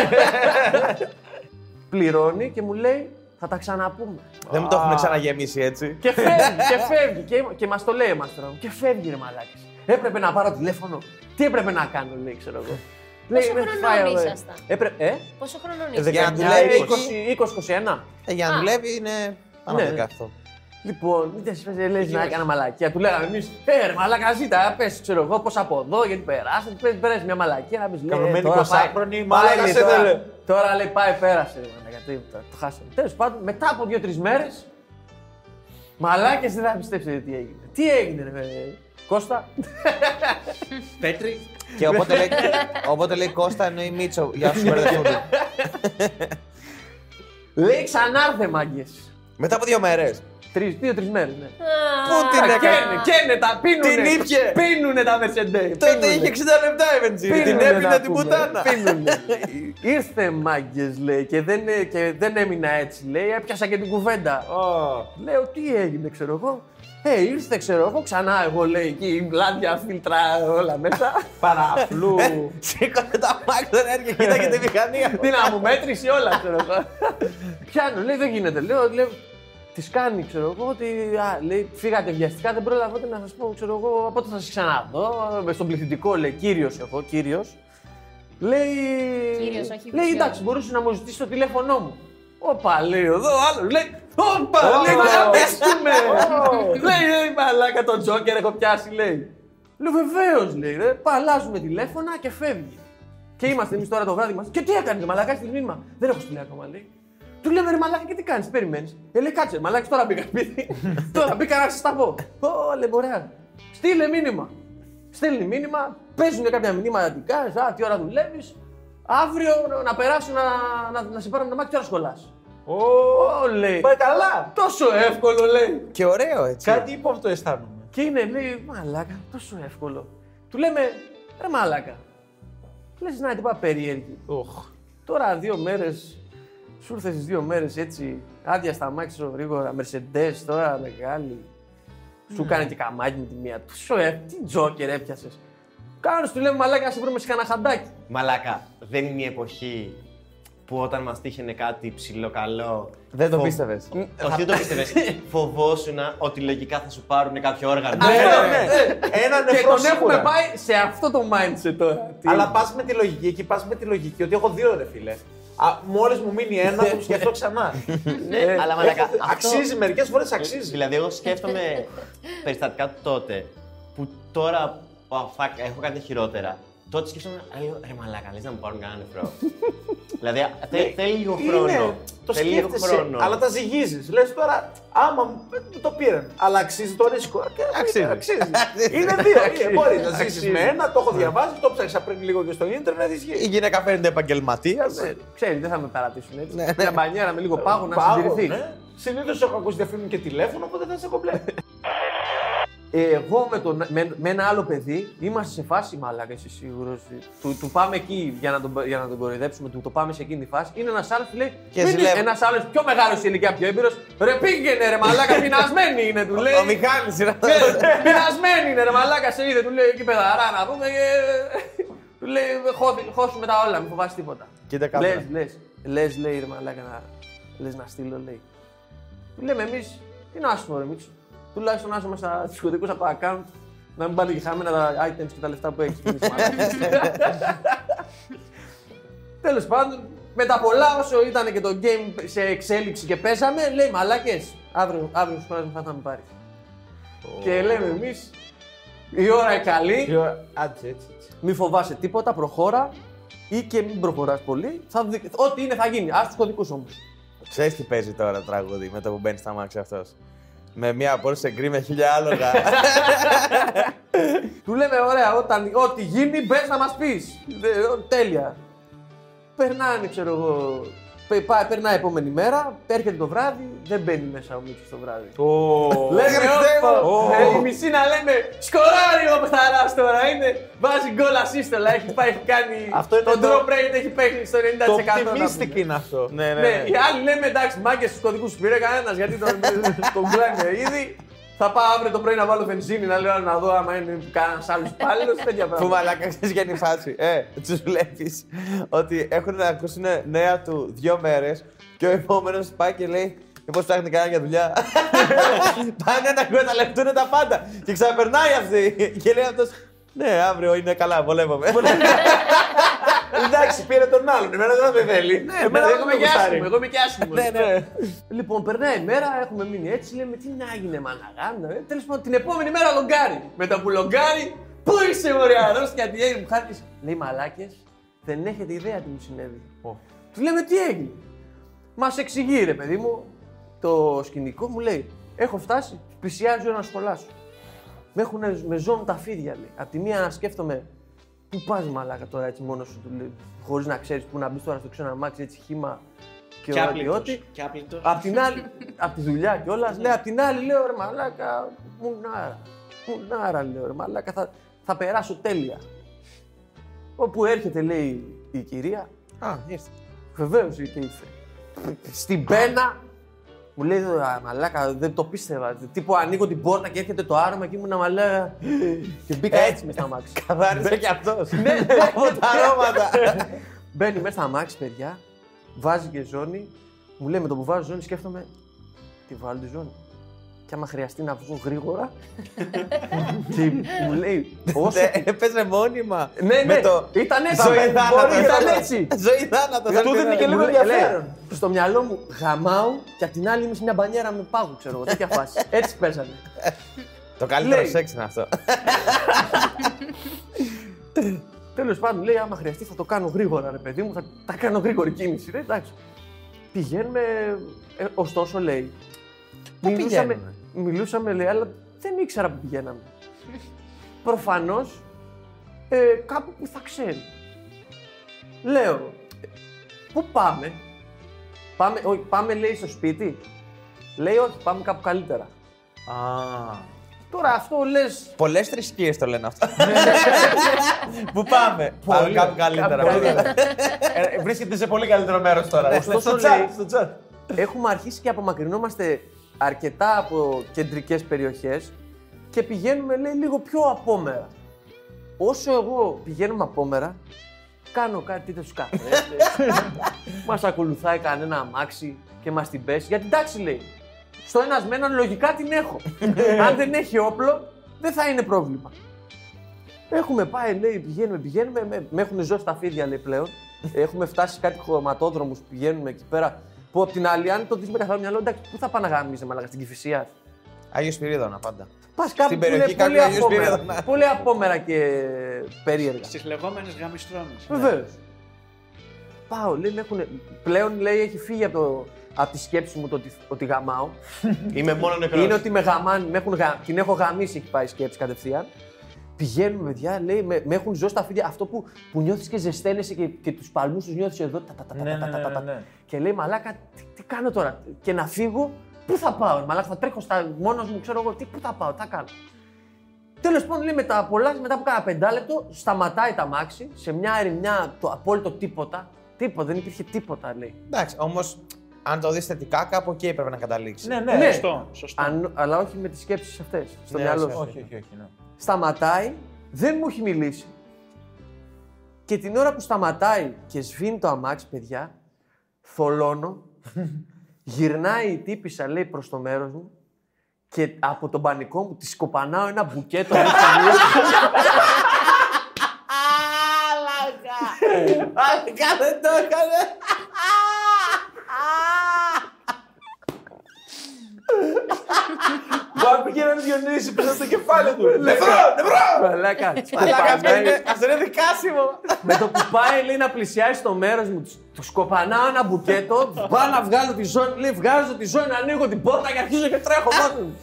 [SPEAKER 1] Πληρώνει και μου λέει θα τα ξαναπούμε.
[SPEAKER 8] Δεν μου το έχουν ξαναγεμίσει έτσι.
[SPEAKER 1] Και φεύγει, και φεύγει. Και, και μας το λέει εμά τώρα. Και φεύγει, ρε μαλάκι. Έπρεπε να πάρω τηλέφωνο. Τι έπρεπε να κάνω, λέει, ξέρω εγώ.
[SPEAKER 2] Πόσο
[SPEAKER 1] «Ρε,
[SPEAKER 2] χρονών
[SPEAKER 1] φάει, ωραία».
[SPEAKER 2] ήσασταν?
[SPEAKER 1] Έπρεπε. Ε,
[SPEAKER 2] Πόσο χρονών είσαι.
[SPEAKER 8] Για να
[SPEAKER 1] μια-
[SPEAKER 8] δουλεύει εκεί.
[SPEAKER 1] 20, 20-21.
[SPEAKER 8] Ε, Για να δουλεύει είναι πάνω
[SPEAKER 1] Ναι.
[SPEAKER 8] από αυτό.
[SPEAKER 1] Λοιπόν, μην τις πες, λες να έκανα μαλακία. Του λέγαμε εμείς, Ε, ρε, μαλακά, ζήτα, πες, ξέρω εγώ, πώς από εδώ, γιατί περάσατε. Πε, πέρασε μια μαλακία, να πει λέει.
[SPEAKER 3] Καμωμένη
[SPEAKER 1] τώρα πάει.
[SPEAKER 3] εικοσάχρονη,
[SPEAKER 1] Πάει,
[SPEAKER 3] μαλάκα
[SPEAKER 1] λέει,
[SPEAKER 3] σε
[SPEAKER 1] τώρα-
[SPEAKER 3] θέλε.
[SPEAKER 1] Τώρα λέει, πάει, πέρασε. Ρε, μαλάκα, τι, το, το χάσαμε. Τέλος πάντων, μετά από δύο-τρει μέρες, μαλάκες δεν θα πιστέψετε τι έγινε. Τι έγινε, ρε, Κώστα.
[SPEAKER 8] Πέτρι. Και οπότε
[SPEAKER 3] <laughs>
[SPEAKER 8] λέει, οπότε λέει Κώστα εννοεί Μίτσο για να σου μπερδευτούν.
[SPEAKER 3] Ναι.
[SPEAKER 1] λέει, ξανάρθε μάγκες.
[SPEAKER 8] Μετά από δύο μέρες.
[SPEAKER 1] Δύο-τρει μέρες, ναι.
[SPEAKER 8] Πού την έκανε.
[SPEAKER 1] Καίνε, καίνε, τα πίνουνε.
[SPEAKER 8] Την ήπιε.
[SPEAKER 1] Πίνουνε τα Mercedes.
[SPEAKER 8] Τότε είχε 60 λεπτά η βενζίνη. Την
[SPEAKER 1] Πίνουνε να
[SPEAKER 8] έπινε την
[SPEAKER 1] πούμε.
[SPEAKER 8] πουτάνα.
[SPEAKER 1] Πίνουνε. <laughs> Ήρθε μάγκες, λέει, και δεν, ε, και δεν έμεινα έτσι, λέει. Έπιασα και την κουβέντα. Λέω, τι έγινε, ξέρω εγώ. Ε, ήρθε, ξέρω εγώ, ξανά εγώ, λέει, εκεί, μπλάντια, φίλτρα, όλα μέσα. Παραφλού.
[SPEAKER 8] Ε, Σήκωνε τα μάξα έργα και
[SPEAKER 1] <laughs>
[SPEAKER 8] κοίταγε τη μηχανία.
[SPEAKER 1] τι να μου μέτρησε όλα, ξέρω εγώ. Πιάνω, λέει, δεν γίνεται. Λέω, λέω τη κάνει, ξέρω εγώ, ότι α, λέει, φύγατε βιαστικά, δεν πρόλαβα ούτε να σας πω, ξέρω εγώ, πότε θα σας ξαναδώ. Ε, Στον πληθυντικό λέει, κύριος εγώ, κύριος. Λέει.
[SPEAKER 2] Κύριος, όχι
[SPEAKER 1] λέει,
[SPEAKER 2] υπουργός.
[SPEAKER 1] εντάξει, μπορούσε να μου ζητήσει το τηλέφωνό μου. Όπα, λέει εδώ, άλλος. Λέει, όπα, λέει,
[SPEAKER 8] Ω.
[SPEAKER 1] μα να πέσουμε. Λέει, λέει, μαλάκα τον τζόκερ έχω πιάσει, λέει. Λέω, βεβαίως, λέει, ρε. Παλάζουμε τηλέφωνα και φεύγει. Και είμαστε εμείς τώρα το βράδυ μας. Και τι έκανε, μαλακά στη μήνυμα. Δεν έχω στείλει ακόμα, λέει. Του λέμε ρε μαλάκα και τι κάνεις, περιμένεις. Ε, λέει κάτσε, μαλάκα τώρα μπήκα
[SPEAKER 8] <laughs>
[SPEAKER 1] σπίτι. τώρα μπήκα να σας τα πω. Ω, λέει ωραία. Στείλε μήνυμα. Στέλνει μήνυμα, παίζουν κάποια μηνύματα τι κάνει, α, τι ώρα δουλεύεις. Αύριο να περάσω να, να, να σε πάρω με το μάτι, τι ώρα σχολάς. Ω, λέει.
[SPEAKER 7] Πάει καλά.
[SPEAKER 1] Τόσο εύκολο, λέει.
[SPEAKER 8] Και ωραίο έτσι.
[SPEAKER 7] Κάτι είπε αυτό αισθάνομαι.
[SPEAKER 1] Και είναι, λέει, μαλάκα, τόσο εύκολο. Του λέμε, ρε μαλάκα. Λες να είναι τίποτα περίεργη. Τώρα δύο μέρες, σου ήρθες στις δύο μέρες έτσι, άδεια στα μάξι γρήγορα, Mercedes τώρα μεγάλη. Σου κάνει και καμάκι με τη μία. Τόσο ε, τι τζόκερ έπιασες. Κάνω του λέμε μαλάκα, να σε βρούμε σε κανένα χαντάκι.
[SPEAKER 5] Ναι, Μαλάκα, δεν είναι η εποχή που όταν μας τύχαινε κάτι ψιλοκαλό.
[SPEAKER 3] Δεν το
[SPEAKER 5] φοβ-
[SPEAKER 3] πίστευες.
[SPEAKER 5] Όχι, δεν το πίστευες.
[SPEAKER 7] <laughs>
[SPEAKER 5] Φοβόσουν ότι λογικά θα σου πάρουν κάποιο όργανο.
[SPEAKER 8] Ναι.
[SPEAKER 7] Ναι.
[SPEAKER 3] ναι.
[SPEAKER 8] Ε,
[SPEAKER 3] Ένα
[SPEAKER 1] Και
[SPEAKER 3] νεφρό
[SPEAKER 1] τον έχουμε
[SPEAKER 3] σίγουρα.
[SPEAKER 1] πάει σε αυτό το mindset τώρα. Τι-
[SPEAKER 7] Αλλά πας με τη λογική και πας με τη λογική ότι έχω δύο ρε φίλε. Μόλις μου μείνει ένα, θα το σκεφτώ ξανά.
[SPEAKER 5] <laughs>
[SPEAKER 7] Ε,
[SPEAKER 5] Ναι, αλλά μαλάκα.
[SPEAKER 7] Έχω-
[SPEAKER 5] αυτό-
[SPEAKER 7] Αξίζει, μερικές φορές αξίζει.
[SPEAKER 5] Δηλαδή, εγώ σκέφτομαι περιστατικά του τότε που τώρα πω, fuck, έχω κάτι χειρότερα. Τότε σκέφτομαι, α, λέω, ρε μαλάκα, λες να μου πάρουν κανένα
[SPEAKER 7] <laughs>
[SPEAKER 5] νεφρό. δηλαδή, θε- θέλει λίγο χρόνο.
[SPEAKER 7] Ναι. Είναι, το
[SPEAKER 5] Θέλει λίγο
[SPEAKER 7] σκέφτεσαι,
[SPEAKER 5] χρόνο.
[SPEAKER 7] αλλά τα ζυγίζεις. Λες τώρα, άμα μου- ε, το πήραν. Αλλά αξίζει το ρίσκο. Ε,
[SPEAKER 8] Αξίζει.
[SPEAKER 7] αξίζει. είναι δύο. Μπορείς να ζήσεις
[SPEAKER 8] Αξίζει. Ναι.
[SPEAKER 7] με ένα, το έχω διαβάσει, το ψάξα πριν λίγο και στο ίντερνετ.
[SPEAKER 8] Η
[SPEAKER 7] Ισχύει.
[SPEAKER 8] γυναίκα φαίνεται επαγγελματίας.
[SPEAKER 1] Ξέρεις, δεν θα με παρατήσουν έτσι. Μια μπανιέρα με λίγο πάγο να
[SPEAKER 7] Πάγο,
[SPEAKER 1] συντηρηθείς.
[SPEAKER 5] <laughs>
[SPEAKER 7] ναι. Συνήθως έχω ακούσει διαφήμιση και τηλέφωνο, οπότε δεν σε κομπλέ.
[SPEAKER 1] Ε, εγώ με, τον, με, με ένα άλλο παιδί είμαστε σε φάση μαλάκα, είσαι σίγουρος. Του, του, πάμε εκεί για να τον, για να τον κοροϊδέψουμε, του το πάμε σε εκείνη τη φάση. Είναι ένας άλλος που λέει.
[SPEAKER 8] Και ζηλεύω.
[SPEAKER 1] Ένας άλλος πιο μεγάλος σε ηλικία, πιο έμπειρος. Ρε πήγαινε ρε
[SPEAKER 8] <laughs>
[SPEAKER 1] μαλάκα, πεινασμένη είναι, του λέει.
[SPEAKER 8] Ο Μιχάλης είναι
[SPEAKER 1] «Ε, Πεινασμένη είναι ρε μαλάκα, σε είδε, του λέει εκεί παιδαρά να πούμε. και- Του λέει «Χώθη- χώσουμε τα όλα, μην φοβάσαι τίποτα.
[SPEAKER 8] Κοίτα κάμερα.
[SPEAKER 1] Λε, λες, λες, λέει ρε μαλάκα να. Λες να στείλω, λέει. Του λέμε εμείς, τι να σου πω, ρε Μίτσο. Τουλάχιστον άσο μέσα στα δισκοτικού από τα account να μην πάνε και χαμένα τα items και τα λεφτά που <laughs> έχεις. Τέλος πάντων, με τα πολλά όσο ήταν και το game σε εξέλιξη και παίζαμε, λέει μαλάκες. Αύριο, αύριο σου πάρει, θα τα με πάρεις. Και λέμε εμείς, η ώρα είναι καλή.
[SPEAKER 8] Άτσε, έτσι. έτσι.
[SPEAKER 1] Μη φοβάσαι τίποτα, προχώρα ή και μην προχωράς πολύ. Θα δει- Ό,τι είναι θα γίνει. Ας τους κωδικούς όμως.
[SPEAKER 8] Ξέρεις τι παίζει τώρα τραγούδι μετά που μπαίνει στα μάξι αυτός. Με μία Porsche Green με χίλια άλογα. <laughs>
[SPEAKER 3] <laughs>
[SPEAKER 1] Του λέμε, ωραία, όταν ό,τι γίνει, μπες να μας πεις. ε, Τέλεια. Περνάνε, ξέρω εγώ. πε- πά- Περνάει η επόμενη μέρα, έρχεται το βράδυ, δεν μπαίνει μέσα ο Μίτσος το βράδυ. Λέμε, όπα, ε, η μισή να λέμε σκοράρει ο Πεχταράς τώρα είναι, βάζει γκολ ασίστελα, έχει πάει, έχει κάνει,
[SPEAKER 8] Αυτό είναι
[SPEAKER 1] τον
[SPEAKER 8] το-
[SPEAKER 1] drop rate έχει παίξει στο 90%.
[SPEAKER 8] Το
[SPEAKER 1] να πούμε.
[SPEAKER 8] optimistic είναι αυτό. Ναι, ναι,
[SPEAKER 1] Ναι,
[SPEAKER 8] ναι.
[SPEAKER 1] οι άλλοι λέμε εντάξει, μάγκες στους κωδικούς που πήρε κανένας γιατί τον, <laughs> τον κλάνε ήδη. Θα πάω αύριο το πρωί να βάλω βενζίνη να λέω να δω άμα είναι κανένας άλλος υπάλληλος. Τέτοια
[SPEAKER 8] Που
[SPEAKER 1] πράγματα.
[SPEAKER 8] μαλάκα ξέρεις για την φάση. Ε, τους βλέπεις ότι έχουν να ακούσουν νέα του δύο μέρες και ο επόμενος πάει και λέει Μήπως ψάχνει κανένα για δουλειά.
[SPEAKER 7] <laughs>
[SPEAKER 8] Πάνε να εκμεταλλευτούν τα πάντα. Και ξαπερνάει αυτή. Και λέει αυτός, ναι, αύριο είναι καλά, βολεύομαι.
[SPEAKER 7] Εντάξει, πήρε τον άλλον. Εμένα δεν θα με θέλει. Ναι,
[SPEAKER 1] Εμένα
[SPEAKER 7] δεν
[SPEAKER 1] εγώ
[SPEAKER 7] με
[SPEAKER 1] είμαι Ε, και
[SPEAKER 7] γουστάρει.
[SPEAKER 1] άσχημο. Εγώ είμαι και άσχημο.
[SPEAKER 8] Ναι, ναι.
[SPEAKER 1] Λοιπόν, περνάει η μέρα, έχουμε μείνει έτσι, λέμε τι να έγινε μαναγάμνα. Τέλος πάντων, την επόμενη μέρα λογκάρι. Μετά που λογκάρι, πού είσαι ωραία, αρρώστια, τι έγινε, μου χάρτης. Λέει μαλάκες, δεν έχετε ιδέα τι μου συνέβη. Του λέμε τι έγινε. Μας εξηγεί ρε παιδί μου το σκηνικό, μου λέει: Έχω φτάσει, πλησιάζει ένα σχολάσου. Με έχουν με ζώνουν τα φίδια, λέει. Απ' τη μία σκέφτομαι, πού πας μαλάκα τώρα έτσι μόνος σου, χωρίς να ξέρεις πού να μπεις τώρα στο ξένα αμάξι, έτσι χύμα και, ό,τι
[SPEAKER 6] Και άπλητος.
[SPEAKER 1] ό,τι.
[SPEAKER 6] Και άπλητος.
[SPEAKER 1] Απ' την άλλη, απ' τη δουλειά κιόλας, λέει, απ' την άλλη λέω ρε μαλάκα, μουνάρα. Μουνάρα λέω ρε μαλάκα, θα, θα περάσω τέλεια. Όπου έρχεται λέει η κυρία,
[SPEAKER 8] Α, ήρθε.
[SPEAKER 1] Βεβαίως και ήρθε. Στην πένα. Μου λέει εδώ, «Α, μαλάκα, δεν το πίστευα. Τύπου ανοίγω την πόρτα και έρχεται το άρωμα και ήμουν μαλάκα. Και μπήκα έτσι μέσα στα αμάξι.
[SPEAKER 8] Ε, Καθάρισε κι αυτός. <laughs>
[SPEAKER 1] Ναι,
[SPEAKER 8] Από τα αρώματα.
[SPEAKER 1] Μπαίνει μέσα στα αμάξι, παιδιά. Βάζει και ζώνη. Μου λέει με το που βάζω ζώνη, σκέφτομαι. Τι βάλω τη ζώνη. Και άμα χρειαστεί να βγω γρήγορα. και μου λέει, όσο.
[SPEAKER 8] Ναι, Έπαιζε μόνιμα.
[SPEAKER 1] Ναι, ναι,
[SPEAKER 8] Με το
[SPEAKER 1] ήταν έτσι.
[SPEAKER 8] ζωή θάνατος.
[SPEAKER 1] Μπορεί, ήταν έτσι.
[SPEAKER 8] Ζωή θάνατος.
[SPEAKER 1] Του
[SPEAKER 8] αυτή
[SPEAKER 1] δίνει
[SPEAKER 8] είναι.
[SPEAKER 1] και λίγο ενδιαφέρον. Στο μυαλό μου γαμάω και απ' την άλλη είμαι σε μια μπανιέρα με πάγου, ξέρω εγώ. Τέτοια <laughs> φάση. Έτσι παίζανε.
[SPEAKER 8] Το καλύτερο
[SPEAKER 1] Λέει.
[SPEAKER 8] σεξ είναι αυτό.
[SPEAKER 1] Τέλος πάντων, λέει: Άμα χρειαστεί, θα το κάνω γρήγορα, ρε παιδί μου. Θα τα κάνω γρήγορη κίνηση. Ρε, εντάξει. Πηγαίνουμε. ε, ωστόσο, λέει.
[SPEAKER 8] Πού
[SPEAKER 1] μιλούσαμε,
[SPEAKER 8] πηγαίνουμε?
[SPEAKER 1] μιλούσαμε, λέει, αλλά δεν ήξερα που
[SPEAKER 8] <laughs>
[SPEAKER 1] πηγαίναμε. Προφανώς ε, κάπου που θα ξέρει. Λέω, πού πάμε. Πάμε, όχι, πάμε λέει στο σπίτι. Λέει όχι, πάμε κάπου καλύτερα. Τώρα αυτό λες
[SPEAKER 8] Πολλές θρησκείες το λένε αυτό. Πού πάμε. Πάμε κάπου καλύτερα.
[SPEAKER 1] Κάπου
[SPEAKER 8] βέβαια.
[SPEAKER 7] Ε, Βρίσκεται σε πολύ καλύτερο μέρος τώρα.
[SPEAKER 1] Ωστόσο,
[SPEAKER 7] Στο chat,
[SPEAKER 1] λέει-
[SPEAKER 7] στο chat.
[SPEAKER 1] έχουμε αρχίσει και απομακρυνόμαστε αρκετά από κεντρικές περιοχές και πηγαίνουμε λέει λίγο πιο απόμερα. Όσο εγώ πηγαίνουμε απόμερα, κάνω κάτι τέτοιους καθρέφτες,
[SPEAKER 8] <laughs>
[SPEAKER 1] μας ακολουθάει κανένα αμάξι και μας την πέσει, γιατί εντάξει λέει, στο ένας με έναν λογικά την έχω.
[SPEAKER 8] Ναι.
[SPEAKER 1] Αν δεν έχει όπλο, δεν θα είναι πρόβλημα. Έχουμε πάει, λέει, πηγαίνουμε, πηγαίνουμε. Με, με έχουν ζώσει τα φίδια, λέει πλέον. Έχουμε φτάσει σε κάτι χρωματόδρομου που πηγαίνουμε εκεί πέρα. Που απ' την άλλη, αν το δεις με καθαρό μυαλό, εντάξει, πού θα πάνε να γάμιζε, μαλάκα στην κυφυσία.
[SPEAKER 8] Άγιος Σπυρίδωνα πάντα.
[SPEAKER 1] Πας κάπου που είναι
[SPEAKER 8] περιοχή κάποιου
[SPEAKER 1] πολύ
[SPEAKER 8] Αγίου
[SPEAKER 1] απόμερα,
[SPEAKER 8] Σπυρίδωνα.
[SPEAKER 1] πολύ απόμερα και περίεργα.
[SPEAKER 6] Στις λεγόμενες γαμιστρώνε.
[SPEAKER 1] Βεβαίω. Πάω, λέει, με έχουνε- πλέον λέει, έχει φύγει από, το, από τη σκέψη μου το ότι, ότι γαμάω.
[SPEAKER 5] Είμαι μόνο νεκρός.
[SPEAKER 1] Είναι ότι με γαμάν, με έχουν γα- την έχω γαμίσει, έχει πάει η σκέψη κατευθείαν. Πηγαίνουμε, παιδιά, λέει, με, με έχουν ζώσει τα φίδια. Αυτό που, που νιώθεις και ζεσταίνεσαι και, και τους παλμούς τους νιώθεις εδώ. Τα, τα, τα, τα,
[SPEAKER 7] Ναι,
[SPEAKER 1] τα,
[SPEAKER 7] ναι,
[SPEAKER 1] τα, τα,
[SPEAKER 7] ναι,
[SPEAKER 1] τα.
[SPEAKER 7] ναι.
[SPEAKER 1] Και λέει, Μαλάκα, τι, τι κάνω τώρα. Και να φύγω, πού θα πάω, ρε Μαλάκα, θα τρέχω στα, μόνος μου, ξέρω εγώ, τι, πού θα πάω, τι θα κάνω. Τέλος πάντων, λέει, μετά από όλα, μετά από κάνα πεντάλεπτο, σταματάει τα μάξι σε μια ερημιά το απόλυτο τίποτα. Τίποτα, δεν υπήρχε τίποτα, λέει.
[SPEAKER 7] Εντάξει, όμως αν το δεις θετικά, κάπου εκεί έπρεπε να καταλήξεις.
[SPEAKER 6] Ναι, ναι,
[SPEAKER 1] Ναι.
[SPEAKER 6] σωστό. σωστό.
[SPEAKER 1] Αν, αλλά όχι με τις σκέψεις αυτές. Στο
[SPEAKER 7] Ναι,
[SPEAKER 1] μυαλό σου.
[SPEAKER 7] όχι,
[SPEAKER 1] Όχι.
[SPEAKER 7] όχι, όχι. ναι.
[SPEAKER 1] Σταματάει, δεν μου έχει μιλήσει. Και την ώρα που σταματάει και σβήνει το αμάξι, παιδιά,
[SPEAKER 3] <laughs>
[SPEAKER 1] θολώνω, γυρνάει η τύπησα, λέει, προς το μέρος μου και από τον πανικό μου τη σκοπανάω ένα μπουκέτο
[SPEAKER 3] <laughs>
[SPEAKER 1] με
[SPEAKER 3] Κάνε το, κάνε. Μπορεί να πήγαινε να διονύσει πίσω στο κεφάλι του. Νευρό, νευρό!
[SPEAKER 1] Μαλάκα, σκοπανάει.
[SPEAKER 3] Μαλάκα, Αυτό είναι δικάσιμο.
[SPEAKER 1] με το που πάει, λέει, να πλησιάσει το μέρος μου, τους σκοπανάω ένα μπουκέτο, πάω να βγάλω τη ζώνη, λέει, βγάζω τη ζώνη, ανοίγω την πόρτα και αρχίζω και τρέχω μόνος μου.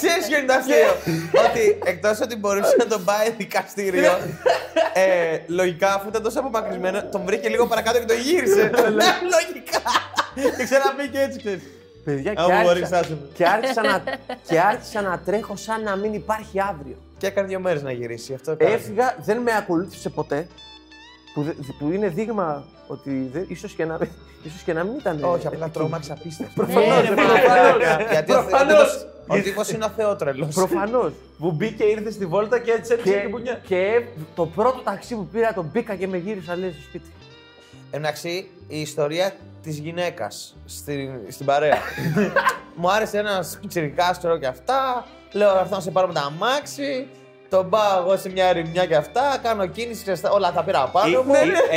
[SPEAKER 3] Ξέρεις ποιο είναι το αστείο. ότι εκτός ότι μπορούσε να τον πάει δικαστήριο, ε, λογικά αφού ήταν τόσο απομακρυσμένο, τον βρήκε λίγο παρακάτω και τον γύρισε.
[SPEAKER 8] Ναι.
[SPEAKER 3] Λογικά. Και ξαναμπήκε έτσι, ξέρεις.
[SPEAKER 1] Παιδιά, και
[SPEAKER 3] Άμα μπορείς,
[SPEAKER 1] άρχισα,
[SPEAKER 3] άσε με.
[SPEAKER 1] και, άρχισα να, και άρχισα να τρέχω σαν να μην υπάρχει αύριο.
[SPEAKER 3] Και έκανε δύο μέρες να γυρίσει.
[SPEAKER 8] Ε,
[SPEAKER 3] Αυτό έκανε.
[SPEAKER 1] Έφυγα, δεν με ακολούθησε ποτέ. Που, δε- που είναι δείγμα ότι δεν, ίσως, και να, ίσως και να μην ήταν. ε,
[SPEAKER 7] Όχι, απλά τρόμαξα πίστευτα.
[SPEAKER 2] Ναι, ρε,
[SPEAKER 6] Ε,
[SPEAKER 1] Προφανώ.
[SPEAKER 7] Γιατί ο Θεός-
[SPEAKER 1] Προφανώς.
[SPEAKER 7] ο τύπος είναι αθεότρελος.
[SPEAKER 1] Προφανώς.
[SPEAKER 7] Που μπήκε, ήρθε στη βόλτα και έτσι
[SPEAKER 1] και, και το πρώτο ταξί που πήρα τον μπήκα και με γύρισα λέει στο σπίτι.
[SPEAKER 7] Εντάξει, η ιστορία της γυναίκας στην, στην παρέα. Μου άρεσε ένας πιτσιρικά ξέρω και αυτά. Λέω: Θα έρθω να σε πάρω με τα αμάξι. Τον πάω εγώ σε μια ρημιά και αυτά. Κάνω κίνηση, ξέρεις, τα- όλα τα πήρα πάνω μου.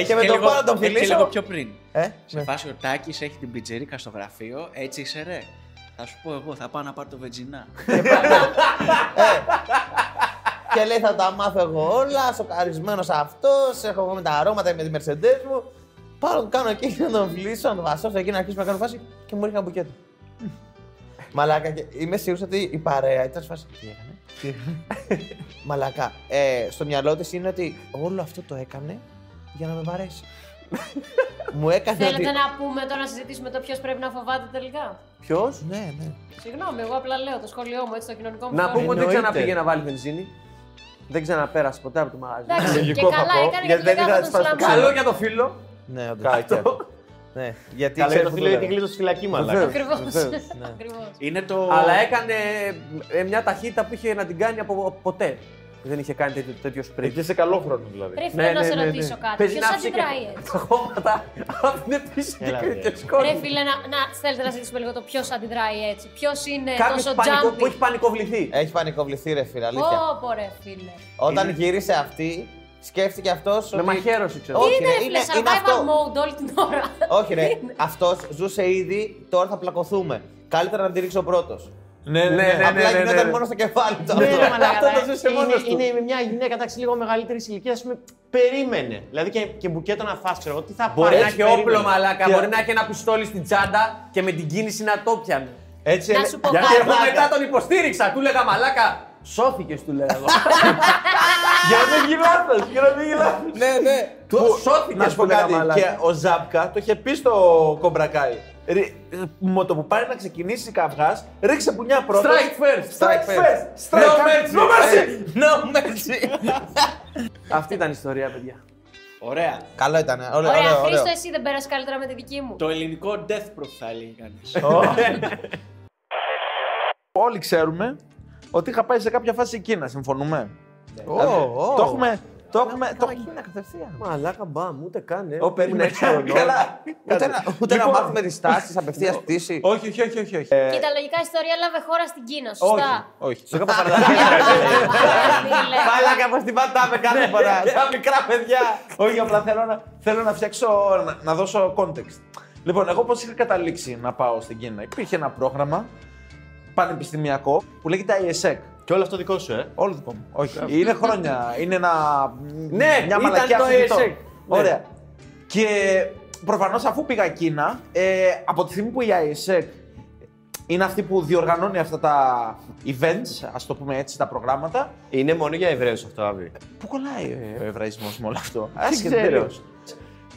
[SPEAKER 7] και με τον πάω να τον
[SPEAKER 6] έχει και
[SPEAKER 7] φιλήσω.
[SPEAKER 6] ε, λίγο πιο πριν.
[SPEAKER 7] Ε,
[SPEAKER 6] Σε φάση ο Τάκης έχει την πιτζερίκα στο γραφείο, έτσι είσαι ρε. Θα σου πω εγώ, θα πάω να πάρω το βετζινά.
[SPEAKER 7] και λέει: Θα τα μάθω εγώ όλα. Σοκαρισμένος αυτός. Έχω εγώ με τα αρώματα με τη Mercedes μου. Πάω να τον κάνω εκεί να τον φιλήσω, να τον βασώσω εκεί να αρχίσουμε να κάνω φάση και μου ρίχνει ένα μπουκέτο. Μαλάκα, και είμαι σίγουρος ότι η παρέα ήταν σε φάση. Τι έκανε. τι έκανε». Μαλάκα. Ε, στο μυαλό της είναι ότι όλο αυτό το έκανε για να με βαρέσει. μου έκανε ότι.
[SPEAKER 2] Θέλετε να πούμε τώρα να συζητήσουμε το ποιος πρέπει να φοβάται τελικά.
[SPEAKER 1] Ποιος.
[SPEAKER 7] Ναι, ναι.
[SPEAKER 2] Συγγνώμη, εγώ απλά λέω το σχόλιο μου, έτσι το κοινωνικό μου
[SPEAKER 1] Να
[SPEAKER 2] σχόλιο.
[SPEAKER 1] πούμε ότι δεν
[SPEAKER 7] Εννοείται.
[SPEAKER 1] ξαναπήγε να βάλει βενζίνη. Δεν ξαναπέρασε ποτέ από το μαγαζί.
[SPEAKER 2] Εντάξει, και
[SPEAKER 3] Λογικό θα
[SPEAKER 2] καλά
[SPEAKER 3] πω,
[SPEAKER 2] έκανε γιατί
[SPEAKER 3] γιατί
[SPEAKER 2] δεν
[SPEAKER 3] δεν είχα
[SPEAKER 2] έκανε
[SPEAKER 3] τις
[SPEAKER 2] τον
[SPEAKER 3] φάσεις
[SPEAKER 2] σλαμ.
[SPEAKER 1] Καλό για το φίλο.
[SPEAKER 7] Ναι, όντως.
[SPEAKER 3] Κάτι.
[SPEAKER 7] ναι. Γιατί
[SPEAKER 5] Καλά,
[SPEAKER 7] ξέρεις
[SPEAKER 5] το
[SPEAKER 7] που
[SPEAKER 5] φίλο
[SPEAKER 7] το
[SPEAKER 5] είναι
[SPEAKER 7] λέω.
[SPEAKER 5] κλείδωσε στη φυλακή, μαλάκα.
[SPEAKER 1] Βεβαίως.
[SPEAKER 2] Ακριβώ. <laughs>
[SPEAKER 1] Βεβαίως,
[SPEAKER 6] Είναι το...
[SPEAKER 1] Αλλά έκανε ε, ε, μια ταχύτητα που είχε να την κάνει από ποτέ. Δεν είχε κάνει τέτοιο, τέτοιο
[SPEAKER 5] Ε,
[SPEAKER 1] sprint.
[SPEAKER 3] Εκεί σε καλό χρόνο
[SPEAKER 5] Ναι,
[SPEAKER 3] δηλαδή.
[SPEAKER 2] Ρε
[SPEAKER 1] ναι,
[SPEAKER 2] φίλε, να σε ρωτήσω κάτι.
[SPEAKER 1] Παίζει
[SPEAKER 2] Ποιος
[SPEAKER 1] να ψήκε
[SPEAKER 2] αντιδράει έτσι.
[SPEAKER 1] Τα χώματα αφήνε πίσω και
[SPEAKER 5] Έλα,
[SPEAKER 1] κρύβει
[SPEAKER 5] ρε.
[SPEAKER 1] και σκόνη.
[SPEAKER 2] Ρε φίλε, να, να θέλετε να ζητήσουμε λίγο το ποιος αντιδράει έτσι. Ποιος είναι
[SPEAKER 1] Κάποιος
[SPEAKER 2] τόσο
[SPEAKER 1] πανικό,
[SPEAKER 2] jumpy.
[SPEAKER 1] που έχει πανικοβληθεί.
[SPEAKER 5] Ε,
[SPEAKER 7] Έχει πανικοβληθεί, ρε φίλε. Αλήθεια.
[SPEAKER 2] Πω, πω, ρε φίλε.
[SPEAKER 7] Όταν γύρισε αυτή, σκέφτηκε αυτός.
[SPEAKER 1] Με μαχαίρωση, ξέρω.
[SPEAKER 7] Όχι,
[SPEAKER 2] Είναι,
[SPEAKER 7] ρε,
[SPEAKER 2] ρε φίλε,
[SPEAKER 7] είναι- είναι
[SPEAKER 2] survival
[SPEAKER 7] αυτό.
[SPEAKER 2] mode όλη την ώρα.
[SPEAKER 7] Όχι, ρε. Αυτός ζούσε ήδη, τώρα θα πλακωθούμε. Καλύτερα να τη ρίξω πρώτος.
[SPEAKER 3] Ναι, ναι, ναι.
[SPEAKER 7] Απλά γινόταν μόνος στο κεφάλι του
[SPEAKER 5] Ναι, ρε,
[SPEAKER 7] αυτό.
[SPEAKER 5] μαλάκα,
[SPEAKER 1] Αυτό το
[SPEAKER 5] αλλά
[SPEAKER 1] ζούσε
[SPEAKER 5] είναι-
[SPEAKER 1] μόνος του.
[SPEAKER 5] Είναι μια γυναίκα, εντάξει, λίγο μεγαλύτερη ηλικία, ας πούμε, περίμενε. Δηλαδή και, και μπουκέτο να φας, ξέρω εγώ, τι θα πάρει.
[SPEAKER 1] Μπορεί να
[SPEAKER 5] έτσι,
[SPEAKER 1] έχει όπλο,
[SPEAKER 5] περίμενε.
[SPEAKER 1] μαλάκα.
[SPEAKER 5] Τι-
[SPEAKER 1] Μπορεί να έχει ένα πιστόλι στην τσάντα και με την κίνηση να το πιάνει.
[SPEAKER 7] Έτσι
[SPEAKER 2] Να
[SPEAKER 7] είναι.
[SPEAKER 2] σου πω
[SPEAKER 1] Γιατί
[SPEAKER 2] κάτι.
[SPEAKER 1] εγώ μετά τον υποστήριξα. Του λέγα μαλάκα. Σώθηκες, του λέγα εγώ.
[SPEAKER 3] Για να μην γυλάθος, για να μην γυλάθος.
[SPEAKER 7] Ναι, ναι.
[SPEAKER 1] Του
[SPEAKER 3] Να
[SPEAKER 1] σώθηκε,
[SPEAKER 3] σου πω
[SPEAKER 1] του λέγα
[SPEAKER 3] κάτι.
[SPEAKER 1] μαλάκα.
[SPEAKER 3] Και ο Ζάπκα το είχε πει στο κομπρακάι. Ρι- Με το που πάει να ξεκινήσει καυγάς, ρίξε πουνιά πρώτα.
[SPEAKER 1] Strike first.
[SPEAKER 3] Strike first.
[SPEAKER 4] Ναι,
[SPEAKER 3] Strike
[SPEAKER 1] No
[SPEAKER 3] first.
[SPEAKER 1] mercy.
[SPEAKER 3] No mercy.
[SPEAKER 7] No
[SPEAKER 4] Ε,
[SPEAKER 7] mercy.
[SPEAKER 4] <laughs>
[SPEAKER 1] Αυτή ήταν η ιστορία, παιδιά.
[SPEAKER 6] Ωραία.
[SPEAKER 7] Καλό ήταν. ε. Ωραίο,
[SPEAKER 2] Ωραία,
[SPEAKER 7] ωραίο, ωραίο.
[SPEAKER 2] Χρήστο, εσύ δεν πέρασε καλύτερα με τη δική μου.
[SPEAKER 6] Το ελληνικό death proof θα έλεγε κανείς.
[SPEAKER 3] Όλοι ξέρουμε ότι είχα πάει σε κάποια φάση η Κίνα, συμφωνούμε.
[SPEAKER 7] Ω,
[SPEAKER 3] Δηλαδή,
[SPEAKER 7] ω.
[SPEAKER 3] Το έχουμε. Το έχουμε. Το...
[SPEAKER 1] Μαλάκα, μπαμ, ούτε καν. ε.
[SPEAKER 3] Ω, περίμενε. ναι. Καλά.
[SPEAKER 7] Ούτε να- Ούτε να μάθουμε τι τάσει απευθεία πτήση.
[SPEAKER 3] Λοιπόν- Όχι, όχι, όχι, όχι. όχι.
[SPEAKER 2] Και τα λογικά η ιστορία έλαβε χώρα στην Κίνα, σωστά.
[SPEAKER 3] Ε. όχι. <laughs>
[SPEAKER 2] Φίλε.
[SPEAKER 7] Μαλάκα, πώ την πατάμε κάθε φορά.
[SPEAKER 3] Τα μικρά παιδιά. Ναι. Όχι, απλά θέλω να, θέλω να φτιάξω, να, να δώσω context. Λοιπόν, εγώ πώς είχα καταλήξει να πάω στην Κίνα. Υπήρχε ένα πρόγραμμα πανεπιστημιακό που λέγεται E ISEC.
[SPEAKER 5] Και όλο αυτό δικό σου, ε.
[SPEAKER 3] Όλο δικό μου. Όχι. Είναι χρόνια. Είναι ένα.
[SPEAKER 1] Ναι,
[SPEAKER 3] μια
[SPEAKER 1] ήταν
[SPEAKER 3] μαλακιά
[SPEAKER 1] το
[SPEAKER 3] φοιτητό.
[SPEAKER 1] ASEC. Ναι.
[SPEAKER 3] Ωραία. Και προφανώς αφού πήγα Κίνα, ε, από τη στιγμή που η ISEC είναι αυτή που διοργανώνει αυτά τα events, ας το πούμε έτσι, τα προγράμματα,
[SPEAKER 5] Είναι μόνο για Εβραίους αυτό, Άβη.
[SPEAKER 3] Πού κολλάει ο Εβραϊσμός με όλο αυτό.
[SPEAKER 5] Δεν
[SPEAKER 3] Άσχετο
[SPEAKER 5] ξέρω.
[SPEAKER 3] τελείως.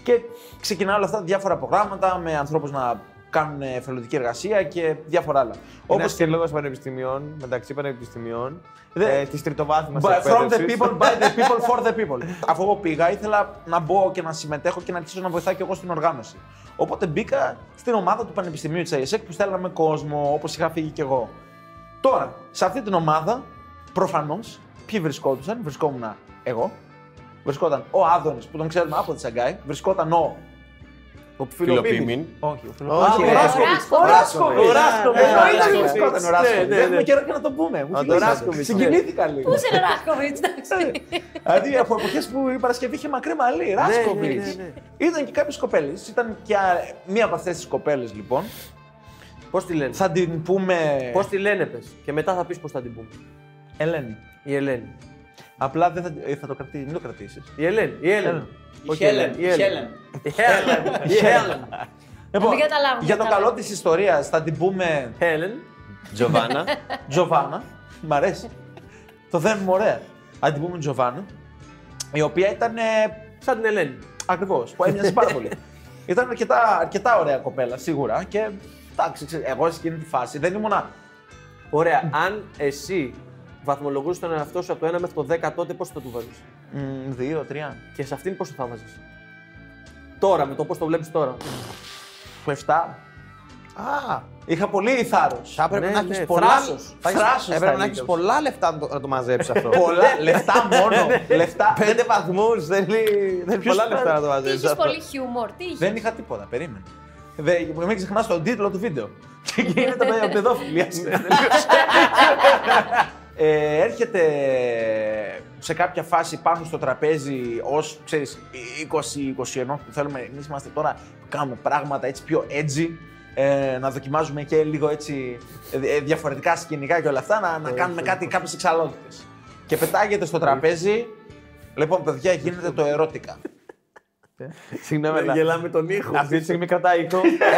[SPEAKER 3] Και ξεκινά όλα αυτά τα διάφορα προγράμματα με ανθρώπους να κάνουν εθελοντική εργασία και διάφορα άλλα.
[SPEAKER 8] Όπω
[SPEAKER 3] Όπως-
[SPEAKER 8] και λόγο πανεπιστημίων, μεταξύ πανεπιστημίων,
[SPEAKER 3] Δε-
[SPEAKER 8] ε, της τριτοβάθμιας
[SPEAKER 3] By- From the
[SPEAKER 8] εκπαίδευσης.
[SPEAKER 3] people, by the people, for the people. <laughs> Αφού εγώ πήγα, ήθελα να μπω και να συμμετέχω και να αρχίσω να βοηθάω και εγώ στην οργάνωση. Οπότε μπήκα στην ομάδα του Πανεπιστημίου της ΑΕΣΕΚ E που στέλναμε κόσμο, όπως είχα φύγει κι εγώ. Τώρα, σε αυτή την ομάδα, προφανώς, ποιοι βρισκόντουσαν, βρισκόμουν εγώ, βρισκόταν ο Άδωνης που τον ξέρουμε από τη Σαγκάη, βρισκόταν ο. Ο
[SPEAKER 5] Φιλοπίμην.
[SPEAKER 3] Όχι, ο
[SPEAKER 8] Όχι, ρε.
[SPEAKER 3] Φιλοπίμην. Ο Ράσκοβιτς. Ο Ράσκοβιτς.
[SPEAKER 8] Ο Ράσκοβιτς.
[SPEAKER 3] Ε, εννοείται
[SPEAKER 8] Ο
[SPEAKER 3] ότι
[SPEAKER 8] Ράσκοβιτς.
[SPEAKER 3] βρισκόταν ο
[SPEAKER 8] Ναι,
[SPEAKER 3] Ράσκοβιτς.
[SPEAKER 8] ναι, ναι.
[SPEAKER 3] Έχουμε καιρό και να τον πούμε. Μου
[SPEAKER 8] τον
[SPEAKER 3] θυμίσατε.
[SPEAKER 8] Ράσκοβιτς, ναι.
[SPEAKER 3] Συγκινήθηκα λίγο.
[SPEAKER 10] Πού είναι ο Ράχκοβιτ, εντάξει.
[SPEAKER 3] Δηλαδή από εποχές που η Παρασκευή είχε μακρύ
[SPEAKER 4] Ναι,
[SPEAKER 3] μαλλί, Ράσκοβιτ. Ήταν και κάποιες κοπέλες. Ήταν και α, μία από αυτές τις κοπέλες λοιπόν.
[SPEAKER 4] Πώς τη λένε.
[SPEAKER 3] Θα την πούμε.
[SPEAKER 4] Πώς τη λένε, πες. Και μετά θα πεις πώς θα την πούμε.
[SPEAKER 3] Ελένη.
[SPEAKER 4] Η Ελένη.
[SPEAKER 3] Απλά δεν θα, ε, θα το κρατήσει, μην το κρατήσεις.
[SPEAKER 4] Η Ελένη. Η Ελένη.
[SPEAKER 6] Η Χέλεν. Η Χέλεν.
[SPEAKER 4] Η Χέλεν. Η Χέλεν.
[SPEAKER 10] μην καταλάβουμε,
[SPEAKER 3] Λοιπόν, για το
[SPEAKER 10] καταλάβουμε.
[SPEAKER 3] καλό της ιστορίας θα την πούμε
[SPEAKER 4] Χέλεν.
[SPEAKER 3] <laughs>
[SPEAKER 5] Τζοβάνα.
[SPEAKER 3] Τζοβάνα. Μ' αρέσει. το δένουμε ωραία. Θα την πούμε Τζοβάνα. Η οποία ήταν ε,
[SPEAKER 4] Σαν την Ελένη.
[SPEAKER 3] Ακριβώς, που έμοιαζε πάρα
[SPEAKER 7] <laughs>
[SPEAKER 3] πολύ. Ήταν αρκετά, αρκετά ωραία κοπέλα, σίγουρα. Και εντάξει, ξέρεις, εγώ σε εκείνη τη φάση δεν ήμουνα.
[SPEAKER 4] Ωραία. Αν εσύ βαθμολογούσε τον εαυτό σου από το 1 μέχρι το 10, τότε πώ θα του βάζεις.
[SPEAKER 3] μ, Δύο, τρία.
[SPEAKER 4] Και σε αυτήν πώ θα βάζεις. Τώρα, με το πώς το βλέπεις τώρα.
[SPEAKER 3] Που εφτά. Α, είχα πολύ θάρρος.
[SPEAKER 7] Θα έπρεπε
[SPEAKER 4] Ναι,
[SPEAKER 7] να
[SPEAKER 4] ναι,
[SPEAKER 7] έχει πολλά.
[SPEAKER 4] θράσος.
[SPEAKER 7] θα έχεις-
[SPEAKER 3] Θράσος
[SPEAKER 7] Έπρεπε
[SPEAKER 3] θα
[SPEAKER 7] να έχει
[SPEAKER 3] ήταν.
[SPEAKER 7] πολλά λεφτά να το- να το μαζέψεις αυτό.
[SPEAKER 3] Πολλά λεφτά
[SPEAKER 7] <laughs>
[SPEAKER 3] μόνο. λεφτά.
[SPEAKER 7] Ναι, Πέντε βαθμούς, δεν είναι.
[SPEAKER 3] Ποιος
[SPEAKER 7] Πολλά λεφτά να το
[SPEAKER 10] Τι
[SPEAKER 7] μαζέψεις
[SPEAKER 10] είχες
[SPEAKER 7] αυτό.
[SPEAKER 10] πολύ χιούμορ, τι είχες.
[SPEAKER 3] δεν είχα τίποτα, περίμενε. Δε, μην ξεχνάς τον τίτλο του βίντεο. <laughs> Και γίνεται παι- παιδόφιλη. ας πούμε, τελείως. ε, έρχεται σε κάποια φάση πάνω στο τραπέζι ως, ξέρεις, 20-21 που θέλουμε, εμείς είμαστε τώρα που κάνουμε πράγματα έτσι πιο edgy, ε, να δοκιμάζουμε και λίγο έτσι ε, διαφορετικά σκηνικά και όλα αυτά, να, να κάνουμε κάτι, κάποιες εξαλότητες. Και πετάγεται στο τραπέζι, λοιπόν παιδιά γίνεται το ερώτηκα.
[SPEAKER 8] Συγγνώμη,
[SPEAKER 7] Ναι,
[SPEAKER 8] αλλά
[SPEAKER 4] Γελάμε τον ήχο.
[SPEAKER 8] Ναι, αυτή τη στιγμή κρατάει ήχο. ε, ε,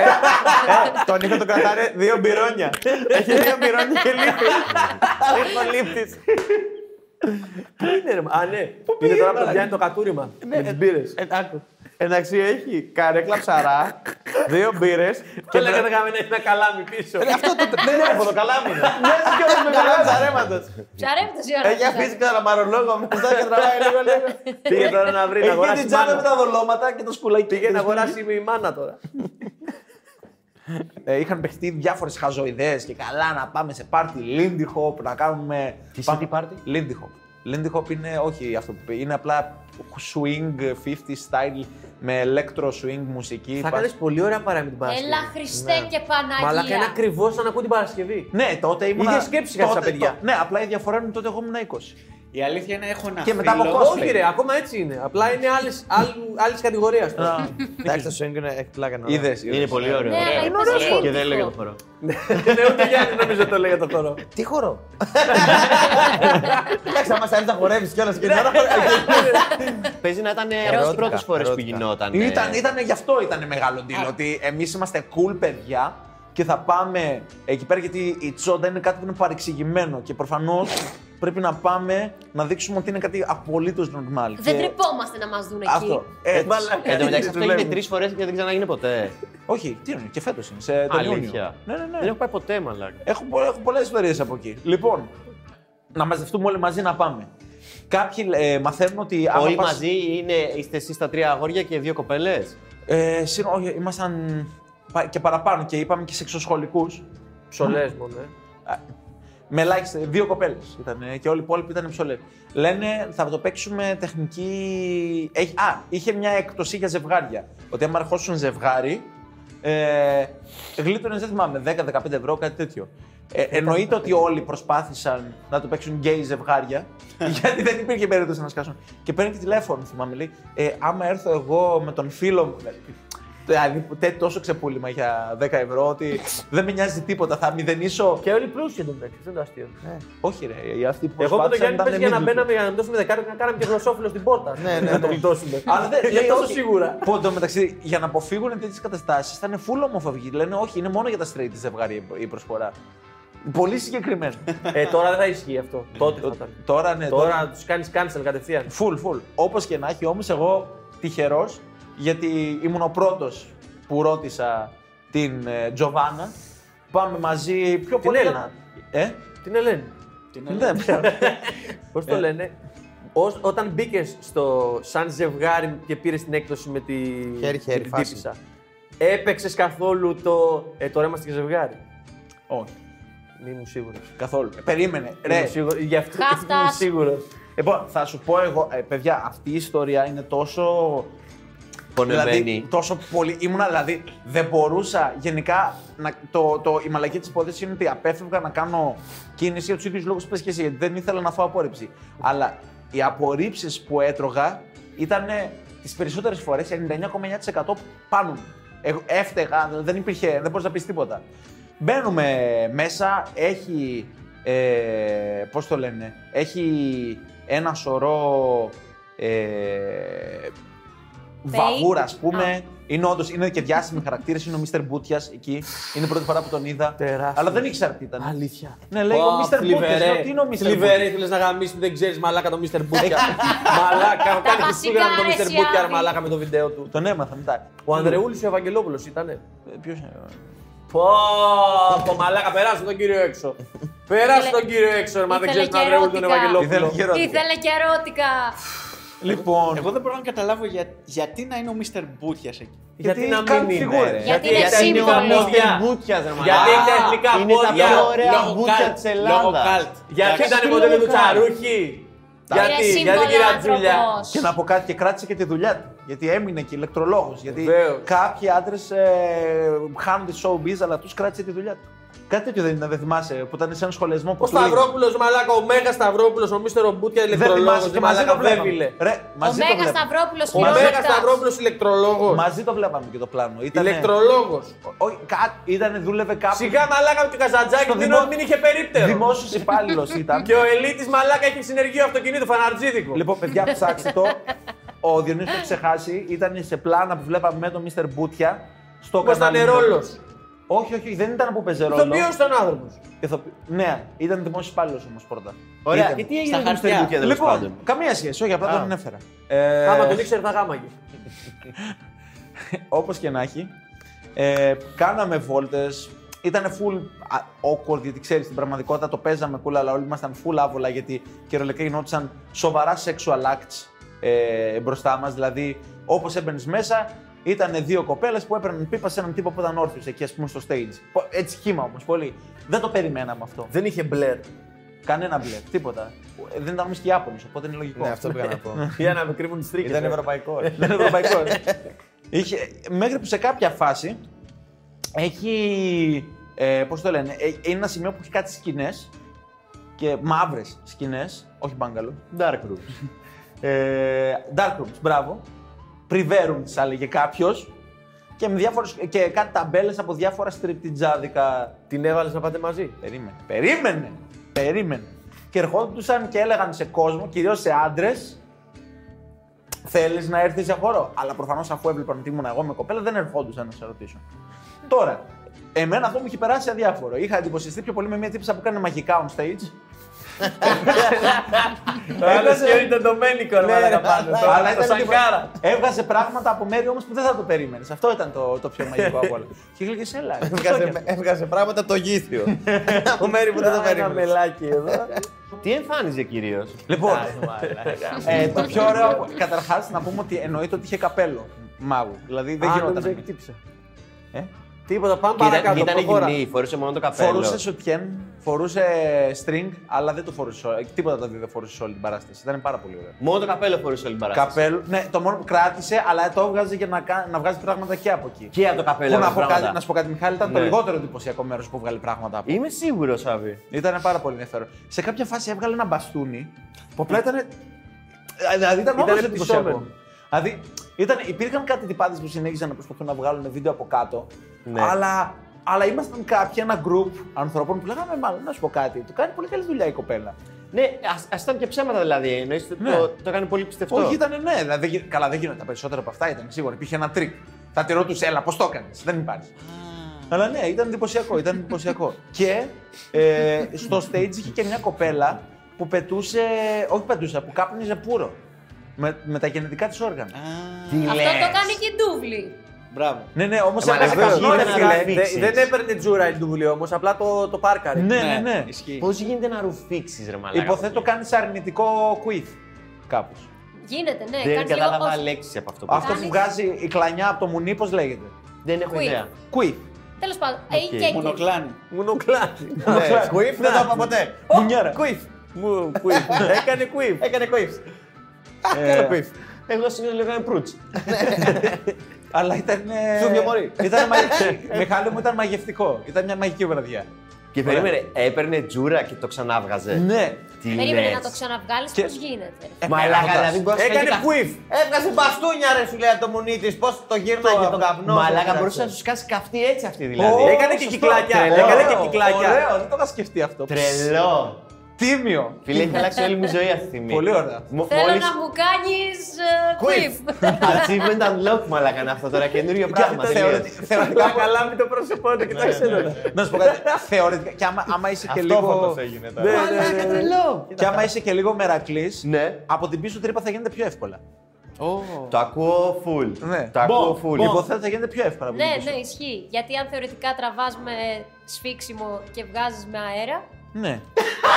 [SPEAKER 8] τον ήχο τον κρατάνε δύο μπυρόνια. Έχει δύο μπυρόνια και λείπει. Ήχο λήπτης.
[SPEAKER 4] Πού είναι, ρε, μα- Α, ναι. Είναι τώρα που πιάνει το κατούριμα. Με τις μπύρες.
[SPEAKER 8] Ε, άκου. Εντάξει, έχει καρέκλα ψαρά, δύο μπύρες.
[SPEAKER 4] Και λέγανε να κάνουμε ένα καλάμι πίσω.
[SPEAKER 8] Αυτό το. Δεν έχω το καλάμι. Ναι, και
[SPEAKER 4] <laughs>
[SPEAKER 8] όχι με καλά ψαρέματο.
[SPEAKER 10] Ψαρεύεται η
[SPEAKER 3] Ε,
[SPEAKER 2] Ε,
[SPEAKER 10] ώρα.
[SPEAKER 8] Έχει αφήσει καλαμαρολόγο μέσα και τραβάει λίγο λίγο.
[SPEAKER 4] Πήγε τώρα να βρει να
[SPEAKER 3] Έχει
[SPEAKER 4] αγοράσει
[SPEAKER 3] την τσάντα με
[SPEAKER 4] μάνα.
[SPEAKER 3] τα δολώματα και το σκουλάκι.
[SPEAKER 4] Πήγε να αγοράσει η μάνα τώρα.
[SPEAKER 3] Ε, είχαν παιχτεί διάφορες χαζοειδές και καλά να πάμε σε πάρτι Lindy Hop, να κάνουμε. Τι
[SPEAKER 5] είναι τι πάρτι?
[SPEAKER 3] Lindy Hop. Lindy Hop είναι όχι αυτό που πει, είναι απλά swing 50 style με electro swing μουσική.
[SPEAKER 4] Θα
[SPEAKER 3] Πα-
[SPEAKER 4] κάνεις πολύ ωραία παρέα με την Παρασκευή. Ναι.
[SPEAKER 10] Έλα Χριστέ και Παναγία.
[SPEAKER 4] Μαλάκα είναι ακριβώς σαν να ακούω την Παρασκευή.
[SPEAKER 3] Ναι, τότε ήμουν.
[SPEAKER 4] Είχε σκέψη για
[SPEAKER 3] τότε-
[SPEAKER 4] τα παιδιά.
[SPEAKER 3] το- Ναι, απλά η διαφορά είναι τότε εγώ ήμουν 20.
[SPEAKER 6] Η αλήθεια είναι έχω ένα
[SPEAKER 3] Και μετά από
[SPEAKER 6] φίλο-
[SPEAKER 3] cosplay.
[SPEAKER 4] Όχι, ρε, ακόμα έτσι είναι. Απλά είναι άλλης κατηγορίας τώρα.
[SPEAKER 7] Εντάξει, το swing είναι έχει πλάκα να
[SPEAKER 3] Είδε.
[SPEAKER 5] Είναι πολύ ωραίο.
[SPEAKER 10] Ναι, αλλά
[SPEAKER 5] ωραίο.
[SPEAKER 10] είναι ωραίο.
[SPEAKER 5] Και δεν έλεγε το χορό.
[SPEAKER 4] Ναι, ούτε Γιάννη νομίζω το λέει για το χώρο.
[SPEAKER 7] Τι χορό. Εντάξει, άμα σ' αρέσει να χορεύεις κιόλας και την ώρα
[SPEAKER 3] <laughs>
[SPEAKER 5] Παίζει να ήταν από
[SPEAKER 7] Ερώτηκα.
[SPEAKER 5] τι πρώτε φορές που
[SPEAKER 7] Ερώτηκα.
[SPEAKER 5] γινόταν. ε,
[SPEAKER 3] Ήταν, ήτανε γι' αυτό ήταν μεγάλο deal. Ότι εμείς είμαστε cool παιδιά και θα πάμε εκεί πέρα γιατί η τσόντα είναι κάτι που είναι παρεξηγημένο και προφανώς πρέπει να πάμε να δείξουμε ότι είναι κάτι απολύτως normal.
[SPEAKER 10] Δεν
[SPEAKER 3] και...
[SPEAKER 10] τρεπόμαστε να μας δουν εκεί.
[SPEAKER 3] Αυτό. Ε, μαλάκα.
[SPEAKER 5] Εν τω μεταξύ
[SPEAKER 3] Τι
[SPEAKER 5] αυτό έγινε
[SPEAKER 3] δουλεύουμε.
[SPEAKER 5] τρεις φορές και δεν ξαναγίνει ποτέ.
[SPEAKER 3] Όχι, τι είναι, και φέτος είναι. Σε τον Ε, Ιούνιο.
[SPEAKER 5] Αλήθεια.
[SPEAKER 3] Ναι, ναι, ναι.
[SPEAKER 5] Δεν έχω πάει ποτέ, μαλάκα.
[SPEAKER 3] Έχω, πο- έχω πολλές ιστορίες από εκεί. Λοιπόν, να μαζευτούμε όλοι μαζί να πάμε. Κάποιοι ε, μαθαίνουν ότι. άμα
[SPEAKER 5] Όλοι
[SPEAKER 3] πας-
[SPEAKER 5] μαζί είναι, είστε εσείς τα τρία αγόρια και δύο κοπέλες.
[SPEAKER 3] Ε, συν- όχι, ήμασταν πα- και παραπάνω και είπαμε και σεξοσχολικού.
[SPEAKER 4] Ψολέ μόνο. ε.
[SPEAKER 3] Με ελάχιστες, δύο κοπέλες ήταν ε, και όλοι οι υπόλοιποι ήταν ψολέ. Λένε θα το παίξουμε τεχνική. Έχει, α, είχε μια έκπτωση για ζευγάρια. Ότι άμα αρχόσουν ζευγάρι, ε, γλίτωνες, δεν θυμάμαι, 10-15 ευρώ, κάτι τέτοιο. Ε, εννοείται ότι όλοι προσπάθησαν να το παίξουν γκέι ζευγάρια, γιατί δεν υπήρχε περίπτωση να σκάσουν. Και παίρνει και τηλέφωνο, θυμάμαι, λέει, ε, άμα έρθω εγώ με τον φίλο μου. Δηλαδή, τέ- τόσο ξεπούλημα για 10 ευρώ ότι δεν με νοιάζει τίποτα. Θα μηδενίσω
[SPEAKER 4] Και όλοι πλούσιοι εντωμεταξύ, δεν είναι το αστείο.
[SPEAKER 3] όχι ρε, οι αυτοί που
[SPEAKER 4] Εγώ με τον
[SPEAKER 3] προσπάθησαν
[SPEAKER 4] Γιάννη
[SPEAKER 3] ήταν
[SPEAKER 4] πες για να
[SPEAKER 3] μη
[SPEAKER 4] μπαίναμε για να δώσουμε δεκάρι να κάναμε και γλωσσόφυλλο στην πόρτα.
[SPEAKER 7] Ναι, ναι,
[SPEAKER 4] Να
[SPEAKER 7] ναι.
[SPEAKER 4] το γλιτώσουμε.
[SPEAKER 3] Αλλά
[SPEAKER 1] Ε,
[SPEAKER 3] δεν
[SPEAKER 4] Για
[SPEAKER 3] λέει,
[SPEAKER 4] τόσο
[SPEAKER 3] Ε, όχι.
[SPEAKER 4] σίγουρα.
[SPEAKER 3] Πόντο μεταξύ, για να αποφύγουν τέτοιες καταστάσεις, ήταν full ομοφοβική. Λένε όχι, είναι μόνο για τα straight ζευγάρια η προσφορά. Πολύ συγκεκριμένο.
[SPEAKER 4] Ε, τώρα δεν θα ισχύει αυτό. Τότε θα ήταν.
[SPEAKER 3] τώρα ναι, τώρα.
[SPEAKER 4] Τώρα τους κάνεις cancel κατευθείαν.
[SPEAKER 3] Full, full. Όπως και να έχει, όμως εγώ τυχερός, γιατί ήμουν ο πρώτος που ρώτησα την ε, Τζοβάνα. Πάμε μαζί πιο πολύ. για
[SPEAKER 1] Έλληνα.
[SPEAKER 3] να- Ε,
[SPEAKER 1] Την Ελένη.
[SPEAKER 6] Την
[SPEAKER 3] ναι, <laughs>
[SPEAKER 6] Ελένη.
[SPEAKER 4] <laughs>
[SPEAKER 1] Πώς το λένε. Ως, όταν μπήκες στο σαν ζευγάρι και πήρες την έκδοση με τη.
[SPEAKER 7] Χέρι-χέρι
[SPEAKER 1] με την
[SPEAKER 7] φάση.
[SPEAKER 1] τύπισσα, έπαιξες καθόλου το. Ε, τώρα είμαστε και ζευγάρι.
[SPEAKER 3] Όχι,
[SPEAKER 1] Μη μου σίγουρος.
[SPEAKER 3] καθόλου. Ε, Περίμενε. Ρε,
[SPEAKER 1] Γι' αυτό
[SPEAKER 2] Χάστας.
[SPEAKER 1] δεν <laughs> είμαι σίγουρος.
[SPEAKER 3] Λοιπόν, θα σου πω εγώ, ε, παιδιά, αυτή η ιστορία είναι τόσο. Δηλαδή, τόσο πολύ. Ήμουνα, δηλαδή, δεν μπορούσα γενικά. Να, το, το, η μαλακή της υπόθεσης είναι ότι απέφευγα να κάνω κίνηση για τους ίδιους λόγους που πες και εσύ, γιατί δεν ήθελα να φάω απόρριψη. Αλλά οι απορρίψεις που έτρωγα ήταν τις περισσότερες φορές 99,9% πάνω μου. Εγώ έφταιγα, δεν υπήρχε, δεν μπορείς να πεις τίποτα. Μπαίνουμε μέσα, έχει. Ε, πώς το λένε, έχει ένα σωρό ε, βαγούρα, ας πούμε. Είναι όντως είναι και διάσημοι χαρακτήρες. Είναι ο Μίστερ Μπούτιας εκεί. Είναι η πρώτη φορά που τον είδα.
[SPEAKER 1] Τεράστιο.
[SPEAKER 3] Αλλά δεν ήξερα τι ήταν.
[SPEAKER 1] Αλήθεια.
[SPEAKER 3] Ναι, λέει ο Μίστερ Μπούτιας. Λέω, Τι είναι ο Μίστερ Μπούτιας.
[SPEAKER 1] θέλεις να γαμίσεις, δεν ξέρεις μαλάκα το Mr. Μπούτια. <laughs> μαλάκα, κάνει Χριστούγεννα με το
[SPEAKER 2] βασικά,
[SPEAKER 1] Mr.
[SPEAKER 2] ρε,
[SPEAKER 1] Μπούτια, ρε,
[SPEAKER 2] Σιάδη.
[SPEAKER 1] μαλάκα με το βίντεο του.
[SPEAKER 3] Τον έμαθα μετά.
[SPEAKER 1] Ο Ανδρεούλης ο Ευαγγελόπουλος ήτανε.
[SPEAKER 3] Ποιος είναι. ε,
[SPEAKER 1] Πω, πω, μαλάκα, περάσε τον κύριο έξω. Περάσε
[SPEAKER 2] Ήθελε-
[SPEAKER 1] τον κύριο έξω, ρε, μα δεν ξέρει
[SPEAKER 2] ήθελε
[SPEAKER 1] τον
[SPEAKER 2] και
[SPEAKER 1] Ανδρεούλη τον
[SPEAKER 2] ερωτικά.
[SPEAKER 1] Ευαγγελόπουλο.
[SPEAKER 3] Ήθελε και
[SPEAKER 2] Ήθελε και ερώτηκα.
[SPEAKER 3] Λοιπόν,
[SPEAKER 6] Εγώ δεν μπορώ να καταλάβω για, γιατί να είναι ο Μr. Μπούτιας εκεί.
[SPEAKER 1] Γιατί
[SPEAKER 3] γιατί
[SPEAKER 1] να
[SPEAKER 3] κάνει
[SPEAKER 1] μην είναι.
[SPEAKER 3] φιγούρες.
[SPEAKER 1] ρε.
[SPEAKER 2] Γιατί είναι σύμβολο.
[SPEAKER 5] Μπούτιας, ρε μαλάκα.
[SPEAKER 1] Γιατί έχει τα εθνικά
[SPEAKER 5] Είναι τα
[SPEAKER 1] πόδια.
[SPEAKER 5] πιο ωραία
[SPEAKER 1] λόγω
[SPEAKER 5] μπούτια
[SPEAKER 1] καλτ.
[SPEAKER 5] της Ελλάδας.
[SPEAKER 1] Γιατί
[SPEAKER 5] Εντάξει,
[SPEAKER 1] ήταν
[SPEAKER 5] τι
[SPEAKER 1] μοντέλο
[SPEAKER 5] λόγω
[SPEAKER 1] του
[SPEAKER 5] κάνει.
[SPEAKER 1] Τσαρούχη. Γιατί, γιατί κυρία Τζούλια.
[SPEAKER 3] Και να πω κάτι και κράτησε και τη δουλειά του. Γιατί έμεινε και ηλεκτρολόγος. Γιατί
[SPEAKER 1] Βεβαίως. κάποιοι
[SPEAKER 3] κάποιοι άντρε χάνουν τη showbiz, αλλά τους κράτησε τη δουλειά του. Κάτι τέτοιο δεν ήταν, δεν θυμάσαι, που ήταν σε ένα σχολιασμό που
[SPEAKER 1] Ο
[SPEAKER 3] του λέει-
[SPEAKER 1] Σταυρόπουλο, μαλάκα, ο Μέγας Σταυρόπουλος, ο Μίστερ Μπούτια,
[SPEAKER 3] Δεν
[SPEAKER 1] ηλεκτρολόγος.
[SPEAKER 3] θυμάσαι και μαζί
[SPEAKER 1] Μαλάκα,
[SPEAKER 3] το βλέπαμε.
[SPEAKER 1] βέβηλε.
[SPEAKER 3] Ρε,
[SPEAKER 2] Ο
[SPEAKER 3] μαζί το
[SPEAKER 2] Μέγας
[SPEAKER 3] βλέπαμε.
[SPEAKER 2] Σταυρόπουλος
[SPEAKER 1] Ο Μέγα Σταυρόπουλο, ηλεκτρολόγος.
[SPEAKER 3] Μαζί το βλέπαμε και το πλάνο. Ήτανε...
[SPEAKER 1] Ηλεκτρολόγος.
[SPEAKER 3] Όχι, κα... ήτανε, δούλευε κάπου.
[SPEAKER 1] Σιγά μαλάκα με την Καζαντζάκη,
[SPEAKER 3] Στο
[SPEAKER 1] δεν
[SPEAKER 3] δημο-
[SPEAKER 1] μην είχε περίπτερο.
[SPEAKER 3] Δημόσιος
[SPEAKER 1] <laughs>
[SPEAKER 3] υπάλληλος ήταν.
[SPEAKER 1] Και ο Ελίτης μαλάκα έχει συνεργείο αυτοκινήτου, φαναρτζίδικο.
[SPEAKER 3] λοιπόν, παιδιά, ψάξτε το. Ο Διονύσης το ξεχάσει. Ήταν σε πλάνα που βλέπαμε με τον Μίστερ Μπούτια. Στο
[SPEAKER 1] Πώς ήταν
[SPEAKER 3] κανάλι.
[SPEAKER 1] ρόλος.
[SPEAKER 3] Όχι, όχι, δεν ήταν που παίζε ρόλο.
[SPEAKER 1] Το ποιο ήταν άνθρωπο.
[SPEAKER 3] Ηθοποι- Ναι, ήταν δημόσιος υπάλληλος όμως πρώτα.
[SPEAKER 5] Ωραία,
[SPEAKER 3] Ήταν.
[SPEAKER 5] και τι έγινε
[SPEAKER 6] Στα
[SPEAKER 5] με το Mr.
[SPEAKER 6] χαρτιά.
[SPEAKER 5] Μπούτια τέλος πάντων.
[SPEAKER 3] Λοιπόν, καμία σχέση, όχι, απλά τον ανέφερα. Ε.
[SPEAKER 1] Άμα τον ήξερε, θα γάμαγε.
[SPEAKER 3] Όπως και να έχει, ε, κάναμε βόλτες. Ήταν full α- awkward γιατί ξέρεις την πραγματικότητα το παίζαμε cool, αλλά όλοι ήμασταν full άβολα γιατί κυριολεκτικά γινόντουσαν σοβαρά sexual acts ε, μπροστά μας. Δηλαδή, όπως έμπαινες μέσα, ήταν δύο κοπέλες που έπαιρναν πίπα σε έναν τύπο που ήταν όρθιος εκεί, ας πούμε, στο stage. Πο- Έτσι χύμα όμως, πολύ. Δεν το περιμέναμε αυτό.
[SPEAKER 1] Δεν είχε μπλερ.
[SPEAKER 3] Κανένα μπλε, τίποτα. Ε, Δεν ήταν όμως και Ιάπωνε, οπότε είναι λογικό.
[SPEAKER 8] Ναι, αυτό πήγα να πω.
[SPEAKER 1] Για να με κρύβουν τις τρίκες.
[SPEAKER 8] Ήταν ευρωπαϊκός. ρε.
[SPEAKER 3] Δεν είναι ευρωπαϊκό. ε. Είχε, μέχρι που σε κάποια φάση έχει. Ε, Πώς το λένε, ε, είναι ένα σημείο που έχει κάτι σκηνές και μαύρες σκηνές, όχι μπάγκαλο.
[SPEAKER 5] Dark Room.
[SPEAKER 3] Ε, dark rooms, μπράβο. Privé rooms, θα έλεγε κάποιος. Και, με διάφορες, και κάτι ταμπέλες από διάφορα στριπτιτζάδικα
[SPEAKER 1] Την έβαλες να πάτε μαζί.
[SPEAKER 3] Περίμενε. Περίμενε. Περίμενε. Και ερχόντουσαν και έλεγαν σε κόσμο, κυρίως σε άντρες, θέλεις να έρθεις σε χώρο. Αλλά προφανώς αφού έβλεπαν ότι ήμουν εγώ με κοπέλα, δεν ερχόντουσαν να σε ρωτήσουν. Τώρα, εμένα αυτό μου είχε περάσει αδιάφορο. Είχα εντυπωσιαστεί πιο πολύ με μια τύψα που έκανε μαγικά on stage.
[SPEAKER 1] Ένα και ήταν το Μένικο,
[SPEAKER 3] Ναι,
[SPEAKER 1] μαλάκα
[SPEAKER 3] ρε,
[SPEAKER 1] πάνω.
[SPEAKER 3] αλλά
[SPEAKER 1] Αλλά
[SPEAKER 3] ήταν
[SPEAKER 1] το
[SPEAKER 3] λίγο-
[SPEAKER 1] σανκάρα.
[SPEAKER 3] Έβγαζε πράγματα από μέρη όμως που δεν θα το περίμενες. Αυτό ήταν το, το πιο μαγικό από όλα. Και έλεγε, έλα. ρε,
[SPEAKER 8] Έβγαζε-
[SPEAKER 3] σόκια».
[SPEAKER 8] Έβγαζε πράγματα από το γήθιο. Από μέρη που δεν το
[SPEAKER 1] Ένα
[SPEAKER 8] περίμενες.
[SPEAKER 1] μελάκι εδώ.
[SPEAKER 5] Τι εμφάνιζε κυρίως.
[SPEAKER 3] Λοιπόν, ε, το πιο ωραίο, καταρχάς να πούμε ότι εννοείται ότι είχε καπέλο μάγου. Δηλαδή δεν
[SPEAKER 1] Α,
[SPEAKER 3] γινόταν.
[SPEAKER 1] νόμιζα
[SPEAKER 3] να
[SPEAKER 1] έχει
[SPEAKER 3] μην-
[SPEAKER 1] τύψα.
[SPEAKER 3] Ε?
[SPEAKER 1] Τίποτα, πάμε παρακάτω.
[SPEAKER 5] Ήταν
[SPEAKER 1] προχώρα.
[SPEAKER 5] γυμνή, φορούσε μόνο το καπέλο.
[SPEAKER 3] Φορούσε σουτιέν, φορούσε string, αλλά δεν το φορούσε. όλο- Τίποτα τα δύο δεν φορούσε σε όλη την παράσταση. Ήταν πάρα πολύ ωραίο.
[SPEAKER 5] Μόνο το καπέλο φορούσε όλη την παράσταση.
[SPEAKER 3] Καπέλο, ναι, το μόνο που κράτησε, αλλά το έβγαζε για να, κα- να βγάζει πράγματα και από εκεί.
[SPEAKER 5] Και από το
[SPEAKER 3] Που
[SPEAKER 5] καπέλο.
[SPEAKER 3] να,
[SPEAKER 5] έβγαζε
[SPEAKER 3] πω κάτι,
[SPEAKER 5] πράγματα.
[SPEAKER 3] να σου πω κάτι, Μιχάλη, ήταν το
[SPEAKER 5] Ναι.
[SPEAKER 3] λιγότερο εντυπωσιακό μέρος που βγάλε πράγματα από.
[SPEAKER 5] Είμαι σίγουρος, Άβη.
[SPEAKER 3] Ήταν πάρα πολύ ενδιαφέρον. Σε κάποια φάση έβγαλε ένα μπαστούνι που
[SPEAKER 5] Ναι.
[SPEAKER 3] απλά ήταν. Δηλαδή ήταν όντω
[SPEAKER 1] Ήτανε
[SPEAKER 3] εντυπωσιακό.
[SPEAKER 1] πτυσσόμενο.
[SPEAKER 3] Δηλαδή ήταν, υπήρχαν κάτι τυπάδες που συνέχιζαν να προσπαθούν να βγάλουν βίντεο από κάτω.
[SPEAKER 5] Ναι.
[SPEAKER 3] Αλλά, αλλά ήμασταν κάποιοι, ένα group ανθρώπων που λέγαμε μάλλον να σου πω κάτι. Του κάνει πολύ καλή δουλειά η κοπέλα.
[SPEAKER 5] Ναι, ας ήταν και ψέματα δηλαδή. Εννοείς ότι
[SPEAKER 3] Ναι.
[SPEAKER 5] το, το έκανε πολύ πιστευτό.
[SPEAKER 3] Όχι, ήταν ναι, δηλαδή, δεν γι- καλά δεν γίνονται τα περισσότερα από αυτά, ήταν σίγουρα. Υπήρχε ένα τρίκ. Θα τη ρωτούσε, έλα, πώς το έκανες. Δεν υπάρχει. Αλλά ναι, ήταν εντυπωσιακό. Ήταν <laughs> εντυπωσιακό. και ε, στο stage είχε και μια κοπέλα που πετούσε, όχι πετούσε, που κάπνιζε πουρο. Με, με τα γενετικά της όργανα.
[SPEAKER 2] Αυτό το κάνει και η ντούβλη.
[SPEAKER 6] Μπράβο.
[SPEAKER 3] Ναι, ναι, όμως
[SPEAKER 5] μα,
[SPEAKER 3] έπαιζε
[SPEAKER 5] βεβαίως,
[SPEAKER 3] καθόλου.
[SPEAKER 5] ήταν
[SPEAKER 3] ρε
[SPEAKER 5] να
[SPEAKER 3] φίλε.
[SPEAKER 5] ραβήξει.
[SPEAKER 1] Δε-
[SPEAKER 5] Φίξεις.
[SPEAKER 1] Δεν έπαιρνε τζούρα η Ντουβουλή όμως, απλά το, το πάρκαρε.
[SPEAKER 3] Ναι, ναι, ναι.
[SPEAKER 6] Ισχύει.
[SPEAKER 5] Πώς γίνεται να ρουφήξεις, ρε Μαλάκα.
[SPEAKER 3] Υποθέτω κάνεις αρνητικό quiz κάπως.
[SPEAKER 10] Γίνεται, ναι,
[SPEAKER 5] Δεν
[SPEAKER 10] κάνεις λίγο
[SPEAKER 5] κατάλαβα
[SPEAKER 10] ως-
[SPEAKER 5] λέξεις από αυτό που
[SPEAKER 3] Αυτό
[SPEAKER 5] είπες.
[SPEAKER 3] που βγάζει η κλανιά από το μουνί, πώς λέγεται.
[SPEAKER 5] Δεν έχω
[SPEAKER 10] Quiz.
[SPEAKER 5] ιδέα.
[SPEAKER 3] Quiz.
[SPEAKER 10] Τέλος πάντων, ε,
[SPEAKER 5] Οκ.
[SPEAKER 10] και εκεί.
[SPEAKER 6] Μονοκλάνη.
[SPEAKER 1] Μουνοκλάκι.
[SPEAKER 3] Ναι.
[SPEAKER 7] Κουίφ δεν το είπα ποτέ.
[SPEAKER 3] Μουνιάρα.
[SPEAKER 7] Κουίφ.
[SPEAKER 1] Μου,
[SPEAKER 3] <laughs>
[SPEAKER 1] κουίφ. Έκανε κουίφ.
[SPEAKER 7] Έκανε κουίφ.
[SPEAKER 5] Ε.
[SPEAKER 7] Έκανε κουίφ.
[SPEAKER 5] Εγώ συνήθω λέγαμε προύτ.
[SPEAKER 3] Αλλά ήταν. ε,
[SPEAKER 7] Σούβιο μωρί.
[SPEAKER 3] Ήταν μαγικό. <laughs> Μιχάλη μου ήταν μαγευτικό. Ήταν μια μαγική βραδιά.
[SPEAKER 5] Και περίμενε, έπαιρνε τζούρα και το ξανάβγαζε.
[SPEAKER 3] Ναι.
[SPEAKER 5] Τι
[SPEAKER 10] Περίμενε
[SPEAKER 5] λες.
[SPEAKER 10] να το ξαναβγάλεις,
[SPEAKER 3] Και-
[SPEAKER 10] πώς γίνεται.
[SPEAKER 5] Μαλάκα, δηλαδή μπορούσε να
[SPEAKER 1] Έκανε
[SPEAKER 5] κάνει
[SPEAKER 1] κουίφ.
[SPEAKER 7] Έβγαζε μπαστούνια ρε σου λέει από το μουνί της. Πώς το γύρναγε τον καπνό.
[SPEAKER 5] Μαλάκα, μπορούσε να σου κάσει καυτή έτσι αυτή δηλαδή.
[SPEAKER 3] Ω,
[SPEAKER 1] Έκανε και
[SPEAKER 3] σωστό.
[SPEAKER 1] κυκλάκια.
[SPEAKER 5] Τρελό.
[SPEAKER 1] Έκανε και κυκλάκια.
[SPEAKER 3] Ωραίο, δεν το είχα σκεφτεί αυτό.
[SPEAKER 5] Τρελό.
[SPEAKER 3] Τίμιο.
[SPEAKER 5] Φίλε, έχει αλλάξει όλη μου η ζωή αυτή τη στιγμή.
[SPEAKER 3] Πολύ ωραία.
[SPEAKER 5] Μο-
[SPEAKER 10] Θέλω
[SPEAKER 5] μόλις-
[SPEAKER 10] να μου κάνεις ε,
[SPEAKER 5] Quiz.
[SPEAKER 10] quiz.
[SPEAKER 5] Achievement unlock, μαλάκα, είναι αυτό τώρα καινούριο πράγμα.
[SPEAKER 3] Θεωρω-
[SPEAKER 5] τελείως.
[SPEAKER 3] Θεωρητικά.
[SPEAKER 1] Καλά με το πρόσωπό του, κοιτάξτε
[SPEAKER 3] Ναι,
[SPEAKER 1] εδώ.
[SPEAKER 3] Να σου πω κάτι. Θεωρητικά. Και άμα, άμα είσαι και λίγο.
[SPEAKER 5] έγινε
[SPEAKER 1] Ναι,
[SPEAKER 5] τώρα.
[SPEAKER 1] ναι, ναι.
[SPEAKER 3] Και άμα είσαι και λίγο μερακλής,
[SPEAKER 5] Ναι.
[SPEAKER 3] από την πίσω τρύπα θα γίνεται πιο εύκολα.
[SPEAKER 5] Το ακούω full.
[SPEAKER 3] Ναι.
[SPEAKER 5] Το ακούω full. Λοιπόν,
[SPEAKER 3] Υποθέτω θα γίνεται πιο εύκολα. από την
[SPEAKER 10] Ναι,
[SPEAKER 3] πίσω.
[SPEAKER 10] ναι, ισχύει. Γιατί αν θεωρητικά τραβάς με σφίξιμο και βγάζεις με αέρα,
[SPEAKER 3] Ναι.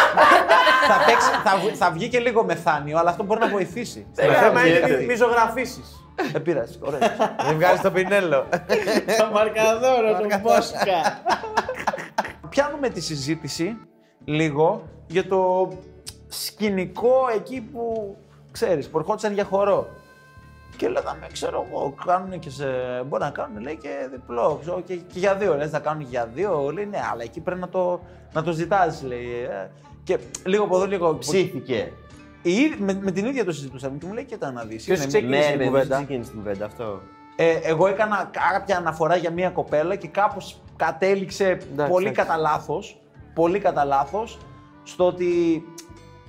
[SPEAKER 3] <laughs> θα, παίξει, θα, βγει- θα βγει και λίγο μεθάνιο, αλλά αυτό μπορεί να βοηθήσει.
[SPEAKER 1] Το θέμα είναι
[SPEAKER 5] Βγαίνετε.
[SPEAKER 1] ότι μη ζωγραφίσει.
[SPEAKER 3] Δεν πειράζει. Ωραία.
[SPEAKER 7] Δεν βγάζεις το πινέλο.
[SPEAKER 6] Το μαρκαδόρο, τον Πόσκα.
[SPEAKER 3] Πιάνουμε τη συζήτηση λίγο για το σκηνικό εκεί που ξέρεις, που ερχόντουσαν για χορό. Και λέγαμε, ξέρω εγώ, κάνουν και σε. Μπορεί να κάνουν, λέει και διπλό. Ξέρω, και, και για δύο. Λες, θα κάνουν και για δύο. Λέει, ναι, αλλά εκεί πρέπει να το, να το ζητάς, λέει. ε. Και λίγο από εδώ, λίγο. από εκεί.
[SPEAKER 5] ψήθηκε.
[SPEAKER 3] Η ίδια- με, με την ίδια το συζητούσαμε και μου λέει: Κοίτα να δεις.
[SPEAKER 5] Ναι, ρε, δεν ξεκίνησε την κουβέντα αυτό.
[SPEAKER 3] Ε, εγώ έκανα κάποια αναφορά για μια κοπέλα και κάπως κατέληξε πολύ κατά λάθος. Πολύ κατά λάθος στο ότι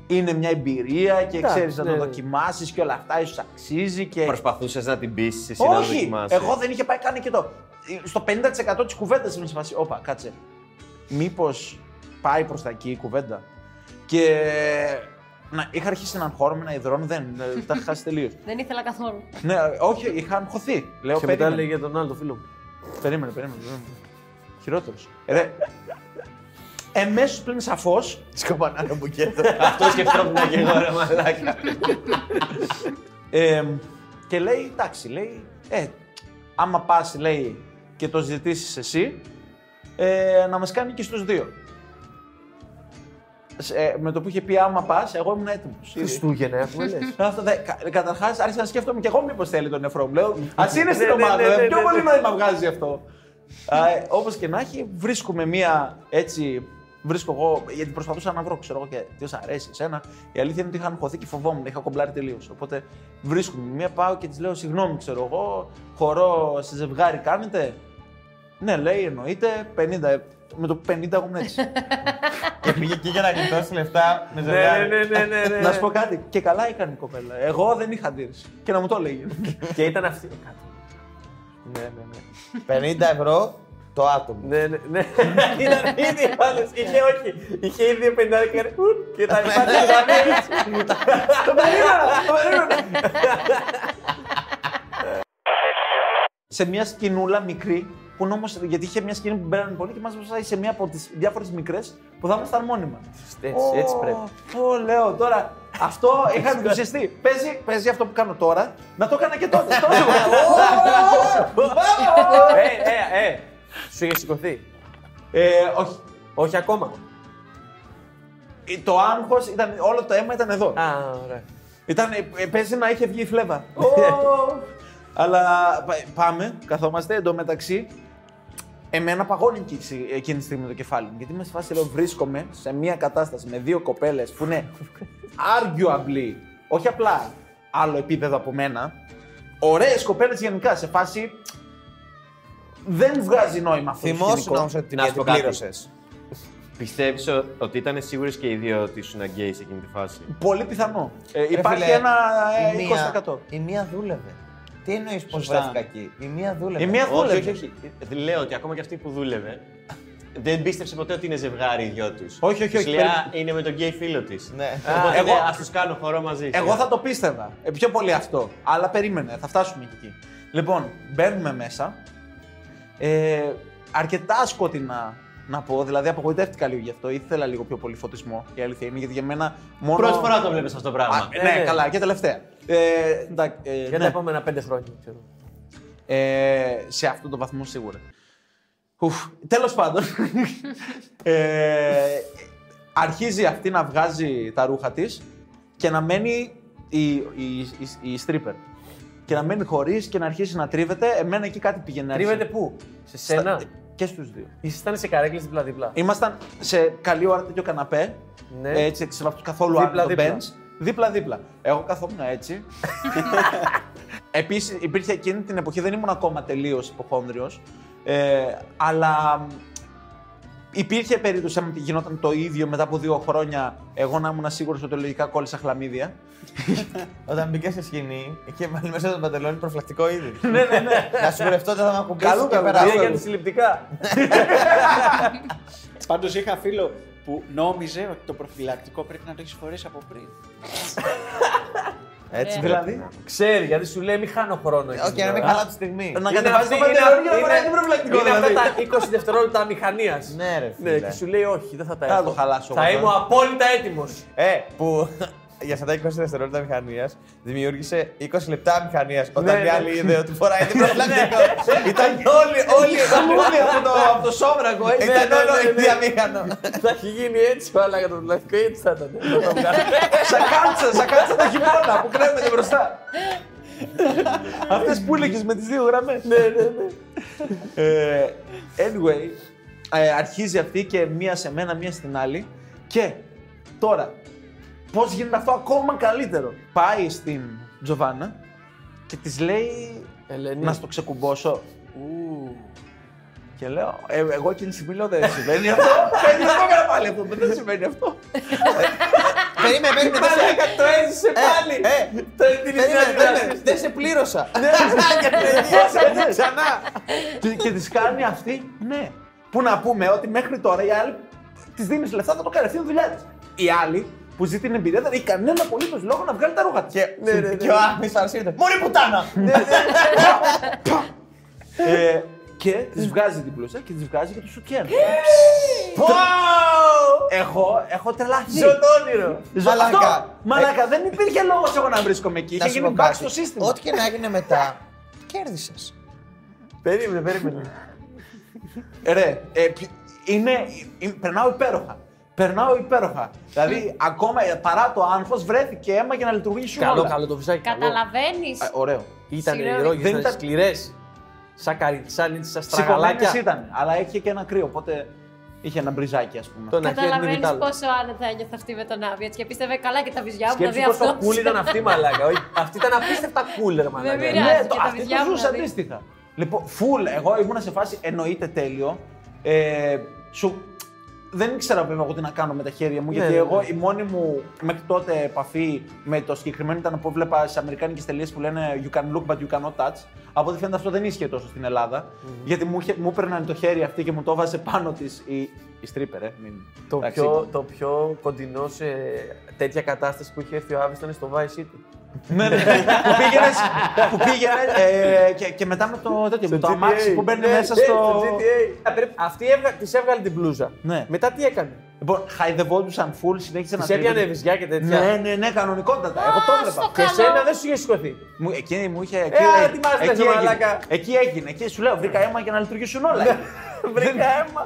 [SPEAKER 3] είναι μια εμπειρία και ξέρεις
[SPEAKER 1] ναι.
[SPEAKER 3] να το δοκιμάσεις και όλα αυτά, ίσως αξίζει και...
[SPEAKER 5] Προσπαθούσες Ε, να την πείσει εσύ να
[SPEAKER 3] Όχι!
[SPEAKER 5] δοκιμάσεις.
[SPEAKER 3] Εγώ δεν είχε πάει καν εκεί το... Στο 50% της κουβέντας ήμουν σε φάση, όπα, κάτσε. Μήπως πάει προς τα εκεί η κουβέντα. Και να, είχα αρχίσει να χώρο, να υδρώνω, δεν, ε, τα είχα χάσει τελείως.
[SPEAKER 10] δεν ήθελα καθόλου.
[SPEAKER 3] ναι, όχι, είχα αγχωθεί. Λέω,
[SPEAKER 1] Και μετά
[SPEAKER 3] περίμενε.
[SPEAKER 1] λέει για τον άλλο το φίλο μου.
[SPEAKER 3] Περίμενε, περίμενε. περίμενε. Χειρότερος. Ρε. Εμέσως πλέον σαφώ.
[SPEAKER 7] Σκοπανά ένα μπουκέτο.
[SPEAKER 5] <laughs> Αυτό σκεφτόμουν και εγώ, ρε μαλάκα.
[SPEAKER 3] Ε, και λέει, εντάξει, λέει, ε, άμα πας, λέει, και το ζητήσεις εσύ, ε, να μας κάνει και στους δύο. Σε- Ε, με το που είχε πει άμα πας, εγώ ήμουν έτοιμος.
[SPEAKER 7] Χριστούγεννα έχουμε λες.
[SPEAKER 3] Αυτό δε, κα, καταρχάς άρχισα να σκέφτομαι και εγώ μήπως θέλει τον νεφρό μου. Λέω, ας είναι στην
[SPEAKER 1] Ναι, ναι,
[SPEAKER 3] ομάδα,
[SPEAKER 1] ναι,
[SPEAKER 3] δε,
[SPEAKER 1] ναι,
[SPEAKER 3] πιο
[SPEAKER 1] ναι,
[SPEAKER 3] πολύ
[SPEAKER 1] ναι.
[SPEAKER 3] με με βγάζει αυτό. Ε, όπως και να έχει, βρίσκουμε μία έτσι, βρίσκω εγώ, γιατί προσπαθούσα να βρω, ξέρω εγώ και τι ως αρέσει εσένα. Η αλήθεια είναι ότι είχα αγχωθεί και φοβόμουν, είχα κομπλάρει τελείως. Οπότε βρίσκουμε μία, πάω και της λέω, συγγνώμη, ξέρω εγώ, χορό σε ζευγάρι κάνετε. Ναι, λέει, εννοείται, 50, με το 50 εγώ ήμουν έτσι.
[SPEAKER 7] Και πήγε εκεί για να γλιτώσει λεφτά με
[SPEAKER 1] Ναι,
[SPEAKER 7] ζευγάρι.
[SPEAKER 1] ναι, ναι, ναι, ναι.
[SPEAKER 3] να σου πω κάτι, και καλά έκανε η κοπέλα. Εγώ δεν είχα αντίρρηση. Και να μου το λέγε.
[SPEAKER 1] Και ήταν αυτή. Ε,
[SPEAKER 7] 50 ευρώ το άτομο.
[SPEAKER 1] Ναι, ναι, ναι. Ήταν ήδη άλλο. Είχε όχι. Είχε ήδη 50 και έκανε ου, και τα υπάρξει.
[SPEAKER 5] <laughs>
[SPEAKER 3] σε μια σκηνούλα μικρή, που όμω. Γιατί είχε μια σκηνή που μπαίνανε πολύ και μας βάζανε σε μια από τις διάφορες μικρές που θα ήμασταν μόνοι μας.
[SPEAKER 1] Έτσι, έτσι πρέπει.
[SPEAKER 3] Ω, λέω τώρα. Αυτό είχα ενθουσιαστεί. Παίζει, παίζει αυτό που κάνω τώρα, να το έκανα και
[SPEAKER 1] <laughs>
[SPEAKER 3] τότε. Τόσο
[SPEAKER 1] Ε, ε, ε. Σου είχε σηκωθεί.
[SPEAKER 3] ε, όχι.
[SPEAKER 1] Όχι ακόμα.
[SPEAKER 3] Ε, Το άγχος, ήταν, όλο το αίμα ήταν εδώ.
[SPEAKER 1] Α, ωραία.
[SPEAKER 3] Ήταν, ε, ε, παίζει να είχε βγει η φλέβα. <laughs> Αλλά πα- πάμε, καθόμαστε εντωμεταξύ. Εμένα παγώνει εκεί ξε- εκείνη τη στιγμή το κεφάλι μου. Γιατί με στη φάση λέω βρίσκομαι σε μια κατάσταση με δύο κοπέλες που είναι arguably, όχι απλά άλλο επίπεδο από μένα. Ωραίες κοπέλες γενικά σε φάση. Δεν βγάζει νόημα αυτό. το
[SPEAKER 7] Θυμόσου
[SPEAKER 3] σκηνικό.
[SPEAKER 7] όμως ότι την
[SPEAKER 5] Να σου πω κάτι.
[SPEAKER 7] πλήρωσες.
[SPEAKER 5] Πιστεύεις ότι ήταν σίγουρε και οι δύο ότι ήσουν αγκαίοι σε εκείνη τη φάση.
[SPEAKER 3] Πολύ πιθανό. Ε, υπάρχει
[SPEAKER 7] φίλε,
[SPEAKER 3] ένα ε, 20%.
[SPEAKER 7] Η μία δούλευε. Τι εννοείς πως
[SPEAKER 6] Σωστά.
[SPEAKER 7] βρέθηκα εκεί. Η μία δούλευε.
[SPEAKER 3] Η μία
[SPEAKER 5] Όχι,
[SPEAKER 3] δούλευε.
[SPEAKER 5] όχι, όχι. Ε, Λέω ότι ακόμα και αυτή που δούλευε δεν πίστεψε ποτέ ότι είναι ζευγάρι οι δυο τους.
[SPEAKER 3] Όχι, όχι, όχι,
[SPEAKER 5] είναι με τον γκέι φίλο της.
[SPEAKER 7] Ναι.
[SPEAKER 5] Οπότε
[SPEAKER 3] εγώ-
[SPEAKER 5] εγώ... ας τους κάνω χορό μαζί.
[SPEAKER 3] Εγώ θα το πίστευα. Ε, πιο πολύ αυτό. Αλλά περίμενε, θα φτάσουμε και εκεί. Λοιπόν, μπαίνουμε μέσα. Ε, αρκετά σκοτεινά να πω, δηλαδή απογοητεύτηκα λίγο γι' αυτό. Ήθελα λίγο πιο πολύ φωτισμό, η αλήθεια είναι, γιατί για μένα μόνο.
[SPEAKER 5] Πρώτη φορά το βλέπεις αυτό το πράγμα.
[SPEAKER 3] Α, ναι, καλά, και τελευταία. Ε, εντά- ε,
[SPEAKER 1] Για τα
[SPEAKER 3] ναι.
[SPEAKER 1] επόμενα πέντε χρόνια, ξέρω.
[SPEAKER 3] Ε, σε αυτόν τον βαθμό σίγουρα. Ουφ, τέλος
[SPEAKER 1] <laughs>
[SPEAKER 3] πάντων. ε, αρχίζει αυτή να βγάζει τα ρούχα της και να μένει η, η, η, η stripper. Και να μένει χωρίς και να αρχίσει να τρίβεται. Εμένα εκεί κάτι πήγαινε. να
[SPEAKER 1] Κρύβεται
[SPEAKER 3] άρχισε.
[SPEAKER 1] πού, σε σένα.
[SPEAKER 3] Στα- Και στους δύο.
[SPEAKER 1] Ήσασταν σε καρέκλες διπλά-διπλά.
[SPEAKER 3] Ήμασταν σε καλή ώρα τέτοιο καναπέ.
[SPEAKER 1] Ναι.
[SPEAKER 3] Έτσι, σε βαθμού καθόλου
[SPEAKER 1] Δίπλα,
[SPEAKER 3] άλλο το
[SPEAKER 1] δίπλα.
[SPEAKER 3] bench. Δίπλα-δίπλα. Εγώ καθόμουν
[SPEAKER 1] <laughs>
[SPEAKER 3] έτσι. Επίσης, υπήρχε εκείνη την εποχή, δεν ήμουν ακόμα τελείως υποχόνδριος. Ε, αλλά υπήρχε περίπτωση, αν γινόταν το ίδιο μετά από δύο χρόνια, εγώ να ήμουν σίγουρος ότι λογικά κόλλησα χλαμίδια.
[SPEAKER 7] Όταν μπήκα σε σκηνή, είχε βάλει μέσα στο παντελόνι προφυλακτικό ήδη. <laughs>
[SPEAKER 3] ναι, ναι, ναι.
[SPEAKER 7] Να σου βρευτώ, δεν θα με ακουμπήσει.
[SPEAKER 3] Καλό,
[SPEAKER 7] και
[SPEAKER 3] καλό.
[SPEAKER 7] πέρα.
[SPEAKER 3] Ναι, για
[SPEAKER 1] Ήταν συλληπτικά.
[SPEAKER 6] Πάντως είχα φίλο που νόμιζε ότι το προφυλακτικό πρέπει να το έχεις φορέσει από πριν.
[SPEAKER 7] Έτσι.
[SPEAKER 3] δηλαδή,
[SPEAKER 1] Ξέρει, γιατί σου λέει μη χάνω χρόνο. εκεί
[SPEAKER 7] Οκ, να
[SPEAKER 1] πέρα.
[SPEAKER 7] μην καλά τη στιγμή.
[SPEAKER 3] να
[SPEAKER 1] Είναι
[SPEAKER 3] κατεβάσεις
[SPEAKER 1] αυτή-
[SPEAKER 3] το
[SPEAKER 1] είναι-
[SPEAKER 3] παντελόνι και να
[SPEAKER 1] είναι-
[SPEAKER 3] φοράει την προφυλακτικό.
[SPEAKER 1] Είναι αυτά
[SPEAKER 3] δηλαδή.
[SPEAKER 1] τα 20 δευτερόλεπτα μηχανία.
[SPEAKER 7] Ναι, ρε
[SPEAKER 1] Ναι,
[SPEAKER 7] φίλε.
[SPEAKER 1] και σου λέει όχι, δεν θα τα
[SPEAKER 3] Θα
[SPEAKER 1] έχω.
[SPEAKER 3] το χαλάσω
[SPEAKER 1] Θα
[SPEAKER 3] εγώ
[SPEAKER 1] είμαι
[SPEAKER 3] τώρα.
[SPEAKER 1] απόλυτα έτοιμος.
[SPEAKER 7] Ε, που <laughs> για αυτά τα 20 δευτερόλεπτα μηχανίας δημιούργησε 20 λεπτά μηχανίας.
[SPEAKER 1] Ναι,
[SPEAKER 7] Όταν η
[SPEAKER 1] ναι.
[SPEAKER 7] άλλη είδε ότι
[SPEAKER 3] <laughs>
[SPEAKER 7] φοράει την προφυλακτικό.
[SPEAKER 3] Ναι.
[SPEAKER 7] Ήταν όλοι, όλοι χαμούλοι από το- από το σόβρακο. ε. Ήταν
[SPEAKER 1] ναι, ναι,
[SPEAKER 7] όλοι
[SPEAKER 1] ναι.
[SPEAKER 7] διαμήχανο.
[SPEAKER 1] Θα έχει γίνει έτσι όλα για το πλαστικό έτσι θα
[SPEAKER 3] Ναι,
[SPEAKER 1] ήταν.
[SPEAKER 3] Ε, Σαν κάλτσα, σαν κάλτσα τα χειμώνα που κρέμεται
[SPEAKER 7] <laughs>
[SPEAKER 3] μπροστά. Αυτές που έλεγες με τις δύο γραμμές. ναι, ναι, ναι. Ε, anyway, ε, αρχίζει αυτή και μία σε μένα, μία στην άλλη. Και τώρα, πώς γίνεται αυτό ακόμα καλύτερο. Πάει στην Τζοβάνα και της λέει
[SPEAKER 1] Ελένη.
[SPEAKER 3] να στο ξεκουμπώσω. Ου. Και λέω, ε, εγώ εκείνη τη στιγμή λέω
[SPEAKER 1] Ναι,
[SPEAKER 3] δεν συμβαίνει αυτό. Δεν το έκανα πάλι αυτό, δεν συμβαίνει αυτό.
[SPEAKER 7] Περίμενε, περίμενε. δεν σε-
[SPEAKER 3] Μαλάκα, το έζησε πάλι.
[SPEAKER 7] Ε,
[SPEAKER 3] Το- την ίδια
[SPEAKER 7] περίμενε,
[SPEAKER 3] δράση.
[SPEAKER 7] περίμενε. Δεν σε
[SPEAKER 3] <laughs>
[SPEAKER 7] πλήρωσα.
[SPEAKER 3] Ναι, Και, και της κάνει αυτή, ναι. Που να πούμε ότι μέχρι τώρα η άλλη της δίνεις λεφτά, θα το κάνει αυτή είναι η δουλειά της. Η άλλη που ζει την εμπειρία δεν έχει κανένα απολύτως λόγο να βγάλει τα ρούχα της.
[SPEAKER 7] Και- Ναι,
[SPEAKER 1] ναι,
[SPEAKER 7] Και ο Άμις αρσίδε. Μωρή πουτάνα!
[SPEAKER 3] Ναι, ε, και της βγάζει την πλούσια και της βγάζει και το σουκέν. εγώ έχω τρελαθεί.
[SPEAKER 7] Ζω το όνειρο.
[SPEAKER 3] Ζω-
[SPEAKER 7] Μαλάκα.
[SPEAKER 3] Αυτό, Μαλάκα, δεν υπήρχε λόγος εγώ να βρίσκομαι εκεί.
[SPEAKER 7] Να
[SPEAKER 3] Είχε
[SPEAKER 7] σου πω
[SPEAKER 3] γίνει back
[SPEAKER 7] κάτι.
[SPEAKER 3] στο σύστημα.
[SPEAKER 7] Ό,τι και να έγινε μετά, κέρδισες.
[SPEAKER 1] Περίμενε, περίμενε.
[SPEAKER 3] Ρε, ε, πι- είναι, ε, περνάω υπέροχα. Περνάω υπέροχα. Δηλαδή, ακόμα ε, παρά το άγχος, βρέθηκε αίμα για να λειτουργήσουν
[SPEAKER 1] Καλό,
[SPEAKER 3] όλα.
[SPEAKER 1] καλό το βυζάκι. Ε, καλό.
[SPEAKER 10] Καταλαβαίνεις.
[SPEAKER 3] Ε, ωραίο.
[SPEAKER 1] Ήταν
[SPEAKER 10] Συγγνώμη.
[SPEAKER 1] οι ρόγες,
[SPEAKER 3] Δεν
[SPEAKER 1] ήταν
[SPEAKER 3] ήταν-
[SPEAKER 1] σκληρές. Σαν καριτσάν, έτσι, σαν
[SPEAKER 3] Σηκωμένες
[SPEAKER 1] στραγαλάκια.
[SPEAKER 3] ήταν, αλλά είχε και ένα κρύο, οπότε είχε ένα μπριζάκι, ας πούμε.
[SPEAKER 1] Τον αρχαίο
[SPEAKER 10] Καταλαβαίνει
[SPEAKER 1] Νιβιτάλο.
[SPEAKER 10] πόσο άνετα ένιωθα αυτή με τον Άβη. Έτσι και πίστευε καλά και τα βυζιά μου να
[SPEAKER 1] Σκέψου
[SPEAKER 10] δει
[SPEAKER 1] πόσο
[SPEAKER 10] αυτό.
[SPEAKER 1] cool ήταν αυτή η μαλάκα. Όχι, Αυτή ήταν απίστευτα cool, ρε μαλάκα.
[SPEAKER 10] πειράζει.
[SPEAKER 3] Ναι,
[SPEAKER 10] και
[SPEAKER 3] το,
[SPEAKER 10] τα
[SPEAKER 3] αυτή
[SPEAKER 10] παιδιά
[SPEAKER 3] το
[SPEAKER 10] μου
[SPEAKER 3] ζούσε
[SPEAKER 10] να
[SPEAKER 1] δηλαδή.
[SPEAKER 10] δεις.
[SPEAKER 3] αντίστοιχα. Λοιπόν, full, εγώ ήμουνα σε φάση εννοείται τέλειο. Ε, σου, δεν ήξερα βέβαια εγώ τι να κάνω με τα χέρια μου,
[SPEAKER 1] Ναι,
[SPEAKER 3] γιατί
[SPEAKER 1] ναι,
[SPEAKER 3] εγώ
[SPEAKER 1] ναι.
[SPEAKER 3] η μόνη μου μέχρι τότε επαφή με το συγκεκριμένο ήταν που βλέπα σε αμερικάνικες ταινίες που λένε You can look but you cannot touch. Από ό,τι φαίνεται αυτό δεν ίσχυε τόσο στην ελλαδα γιατί μου, είχε- μου έπαιρναν το χέρι αυτή και μου το έβαζε πάνω της η, η stripper, ε. Μην...
[SPEAKER 1] Το
[SPEAKER 3] εντάξει.
[SPEAKER 1] πιο, το πιο κοντινό σε τέτοια κατάσταση που είχε έρθει ο Άβης ήταν στο Vice City.
[SPEAKER 3] Ναι, ναι. που πήγαινες, που πήγαινες, ε, και, και μετά με το τέτοιο, με το
[SPEAKER 1] GTA.
[SPEAKER 3] αμάξι που μπαίνει
[SPEAKER 1] Ναι,
[SPEAKER 3] μέσα
[SPEAKER 1] ναι,
[SPEAKER 3] στο...
[SPEAKER 1] GTA. Περίπου- Αυτή έβγα- της έβγαλε την μπλούζα.
[SPEAKER 3] Ναι.
[SPEAKER 1] Μετά τι έκανε.
[SPEAKER 3] Λοιπόν, χαϊδευόντουσαν full, συνέχισε να
[SPEAKER 1] Της έπιανε
[SPEAKER 3] τρίβεται.
[SPEAKER 1] βυζιά και τέτοια.
[SPEAKER 3] Ναι, ναι, ναι, κανονικότατα. Εγώ το
[SPEAKER 10] στο
[SPEAKER 3] έβλεπα.
[SPEAKER 10] κα-
[SPEAKER 1] Και σένα
[SPEAKER 10] Καλό.
[SPEAKER 1] δεν σου είχε σηκωθεί.
[SPEAKER 3] Μου, εκείνη μου είχε.
[SPEAKER 6] Ε,
[SPEAKER 3] Εκεί,
[SPEAKER 1] τι
[SPEAKER 3] έγινε,
[SPEAKER 1] μας λες,
[SPEAKER 3] εκεί, έγινε,
[SPEAKER 1] μαλάκα.
[SPEAKER 3] εκεί έγινε. Εκεί σου λέω, βρήκα αίμα για να λειτουργήσουν
[SPEAKER 6] Ναι,
[SPEAKER 3] όλα. βρήκα αίμα.